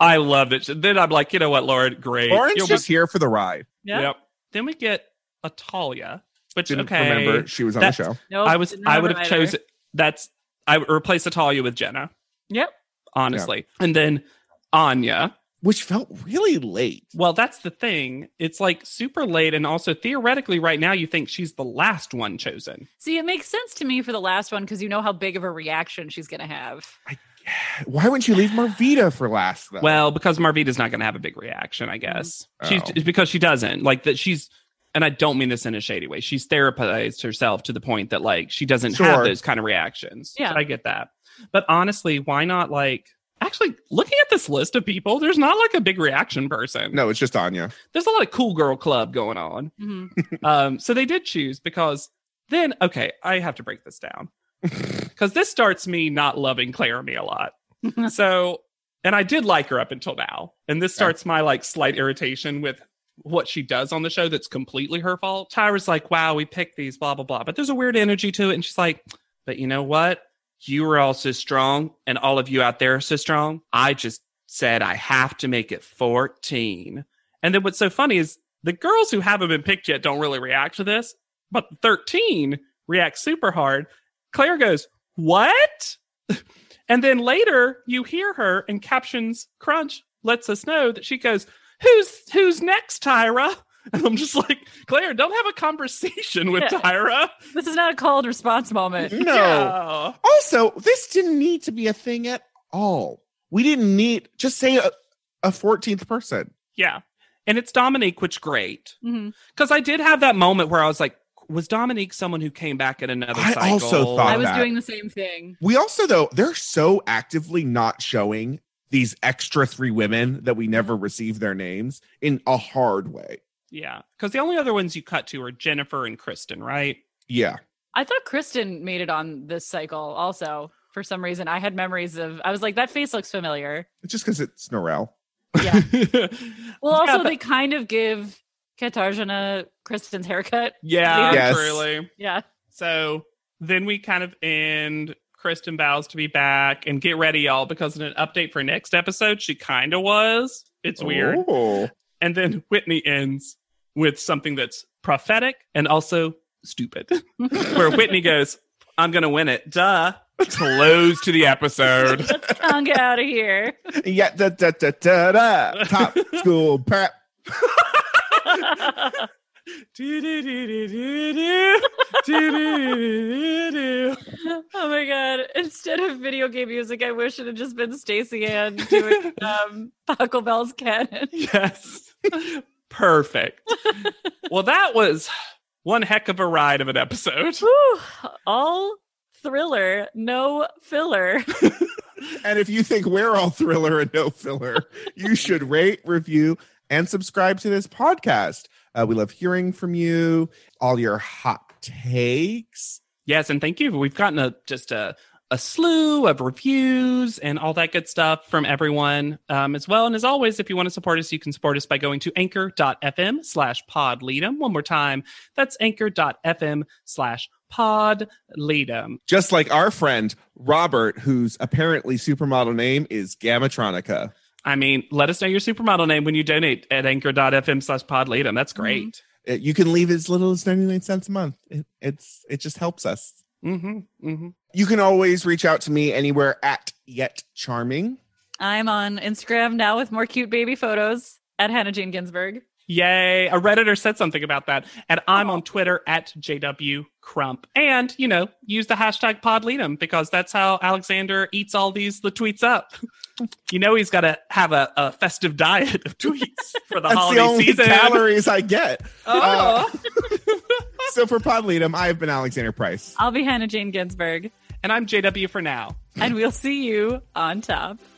[SPEAKER 5] I loved it. Then I'm like, you know what, Lauren, great.
[SPEAKER 3] Lauren's
[SPEAKER 5] You'll be
[SPEAKER 3] just here for the ride.
[SPEAKER 2] Yeah.
[SPEAKER 5] Yep. Then we get Atalia, which
[SPEAKER 3] Didn't
[SPEAKER 5] okay,
[SPEAKER 3] remember she was on
[SPEAKER 5] That's-
[SPEAKER 3] the show.
[SPEAKER 2] No,
[SPEAKER 5] I was I would have chosen that's I would replace Atalia with Jenna.
[SPEAKER 2] Yep.
[SPEAKER 5] Honestly, and then Anya.
[SPEAKER 3] Which felt really late.
[SPEAKER 5] Well, that's the thing. It's like super late, and also theoretically, right now you think she's the last one chosen.
[SPEAKER 2] See, it makes sense to me for the last one because you know how big of a reaction she's going to have.
[SPEAKER 3] Why wouldn't you leave Marvita for last though?
[SPEAKER 5] Well, because Marvita's not going to have a big reaction, I guess. She's
[SPEAKER 3] Oh.
[SPEAKER 5] it's because she doesn't like that. She's and I don't mean this in a shady way. She's therapized herself to the point that like she doesn't have
[SPEAKER 3] Sure.
[SPEAKER 5] those kind of reactions.
[SPEAKER 2] Yeah.
[SPEAKER 5] I get that. But honestly, why not like actually looking at this list of people? There's not like a big reaction person.
[SPEAKER 3] no, it's just Anya.
[SPEAKER 5] There's a lot of cool girl club going on.
[SPEAKER 2] Mhm.
[SPEAKER 5] *laughs* um, so they did choose because then okay, I have to break this down because this starts me not loving Claremy a lot so and i did like her up until now and this
[SPEAKER 3] Okay.
[SPEAKER 5] starts my like slight irritation with what she does on the show that's completely her fault tyra's like wow we picked these blah blah blah but there's a weird energy to it and she's like but you know what you were all so strong and all of you out there are so strong i just said i have to make it 14 and then what's so funny is the girls who haven't been picked yet don't really react to this but 13 reacts super hard claire goes what *laughs* and then later you hear her and captions crunch lets us know that she goes, Who's who's next, Tyra? *laughs* And I'm just like, Claire, don't have a conversation with
[SPEAKER 2] Yeah.
[SPEAKER 5] Tyra.
[SPEAKER 2] This is not a called response moment.
[SPEAKER 3] No.
[SPEAKER 5] *laughs* Yeah.
[SPEAKER 3] Also, this didn't need to be a thing at all. We didn't need just say a, a 14th person.
[SPEAKER 5] Yeah. And it's Dominique, which great.
[SPEAKER 2] Mhm.
[SPEAKER 5] Because I did have that moment where I was like, was Dominique someone who came back in another
[SPEAKER 3] I
[SPEAKER 5] cycle?
[SPEAKER 3] also thought-
[SPEAKER 2] I was
[SPEAKER 3] that.
[SPEAKER 2] doing the same thing.
[SPEAKER 3] We also though, they're so actively not showing these extra three women that we never receive their names in a hard way.
[SPEAKER 5] Yeah. Because the only other ones you cut to are Jennifer and Kristen, right?
[SPEAKER 3] Yeah.
[SPEAKER 2] I thought Kristen made it on this cycle also. For some reason, I had memories of. I was like, that face looks familiar.
[SPEAKER 3] Just because it's Norel.
[SPEAKER 2] Yeah. *laughs* Well,
[SPEAKER 5] Yeah,
[SPEAKER 2] also
[SPEAKER 5] but-
[SPEAKER 2] they kind of give Katarzyna Kristen's haircut.
[SPEAKER 5] yeah,
[SPEAKER 3] Yes.
[SPEAKER 5] truly.
[SPEAKER 2] Yeah.
[SPEAKER 5] So then we kind of end. Kristen vows to be back and get ready, y'all, because in an update for next episode, she kind of was. It's weird.
[SPEAKER 3] Oh.
[SPEAKER 5] And then Whitney ends with something that's prophetic and also stupid, *laughs* where Whitney goes, I'm going to win it. Duh. Close to the episode. *laughs*
[SPEAKER 2] Tongue out of *laughs* here.
[SPEAKER 3] Yeah, da, da, da, da, da.
[SPEAKER 5] *laughs*
[SPEAKER 3] top school prep.
[SPEAKER 5] Do-do-do-do-do-do. Do-do-do-do-do.
[SPEAKER 2] oh my god! Instead of video game music, I wish it had just been Stacey Ann *laughs* doing um, Buckle Bell's Cannon.
[SPEAKER 5] Yes. Perfect. Well, that was one heck of a ride of an episode.
[SPEAKER 2] Whew. All thriller, no *laughs* filler.
[SPEAKER 3] And if you think we're all thriller and no filler, you should rate, review, and subscribe to this podcast. Uh, we love hearing from you, all your hot takes.
[SPEAKER 5] Yes, and thank you. We've gotten a just a a slew of reviews and all that good stuff from everyone um, as well. And as always, if you want to support us, you can support us by going to anchor.fm slash podleadem. One more time, that's anchor.fm slash podleadem.
[SPEAKER 3] Just like our friend Robert, whose apparently supermodel name is Gamatronica.
[SPEAKER 5] I mean, let us know your supermodel name when you donate at anchor.fm slash podleadem. That's great.
[SPEAKER 3] Uh, You can leave as little as 99 cents a month. It, it's it just helps us.
[SPEAKER 5] hmm hmm
[SPEAKER 3] You can always reach out to me anywhere at Yet Charming.
[SPEAKER 2] I'm on Instagram now with more cute baby photos at Hannah Jane Ginsburg.
[SPEAKER 5] Yay. A Redditor said something about that. And I'm
[SPEAKER 3] Oh.
[SPEAKER 5] on Twitter at JW Crump. And, you know, use the hashtag podleadem because that's how Alexander eats all these the
[SPEAKER 3] *laughs*
[SPEAKER 5] tweets up. You know he's gotta have a, a festive diet of
[SPEAKER 3] *laughs*
[SPEAKER 5] tweets for the
[SPEAKER 3] That's
[SPEAKER 5] holiday
[SPEAKER 3] the only
[SPEAKER 5] season.
[SPEAKER 3] calories I get.
[SPEAKER 5] *laughs*
[SPEAKER 3] Uh,
[SPEAKER 5] Oh.
[SPEAKER 3] So for Podleadum, I have been Alexander Price.
[SPEAKER 2] I'll be Hannah Jane Ginsburg,
[SPEAKER 5] and I'm JW for now.
[SPEAKER 2] and we'll see you on top.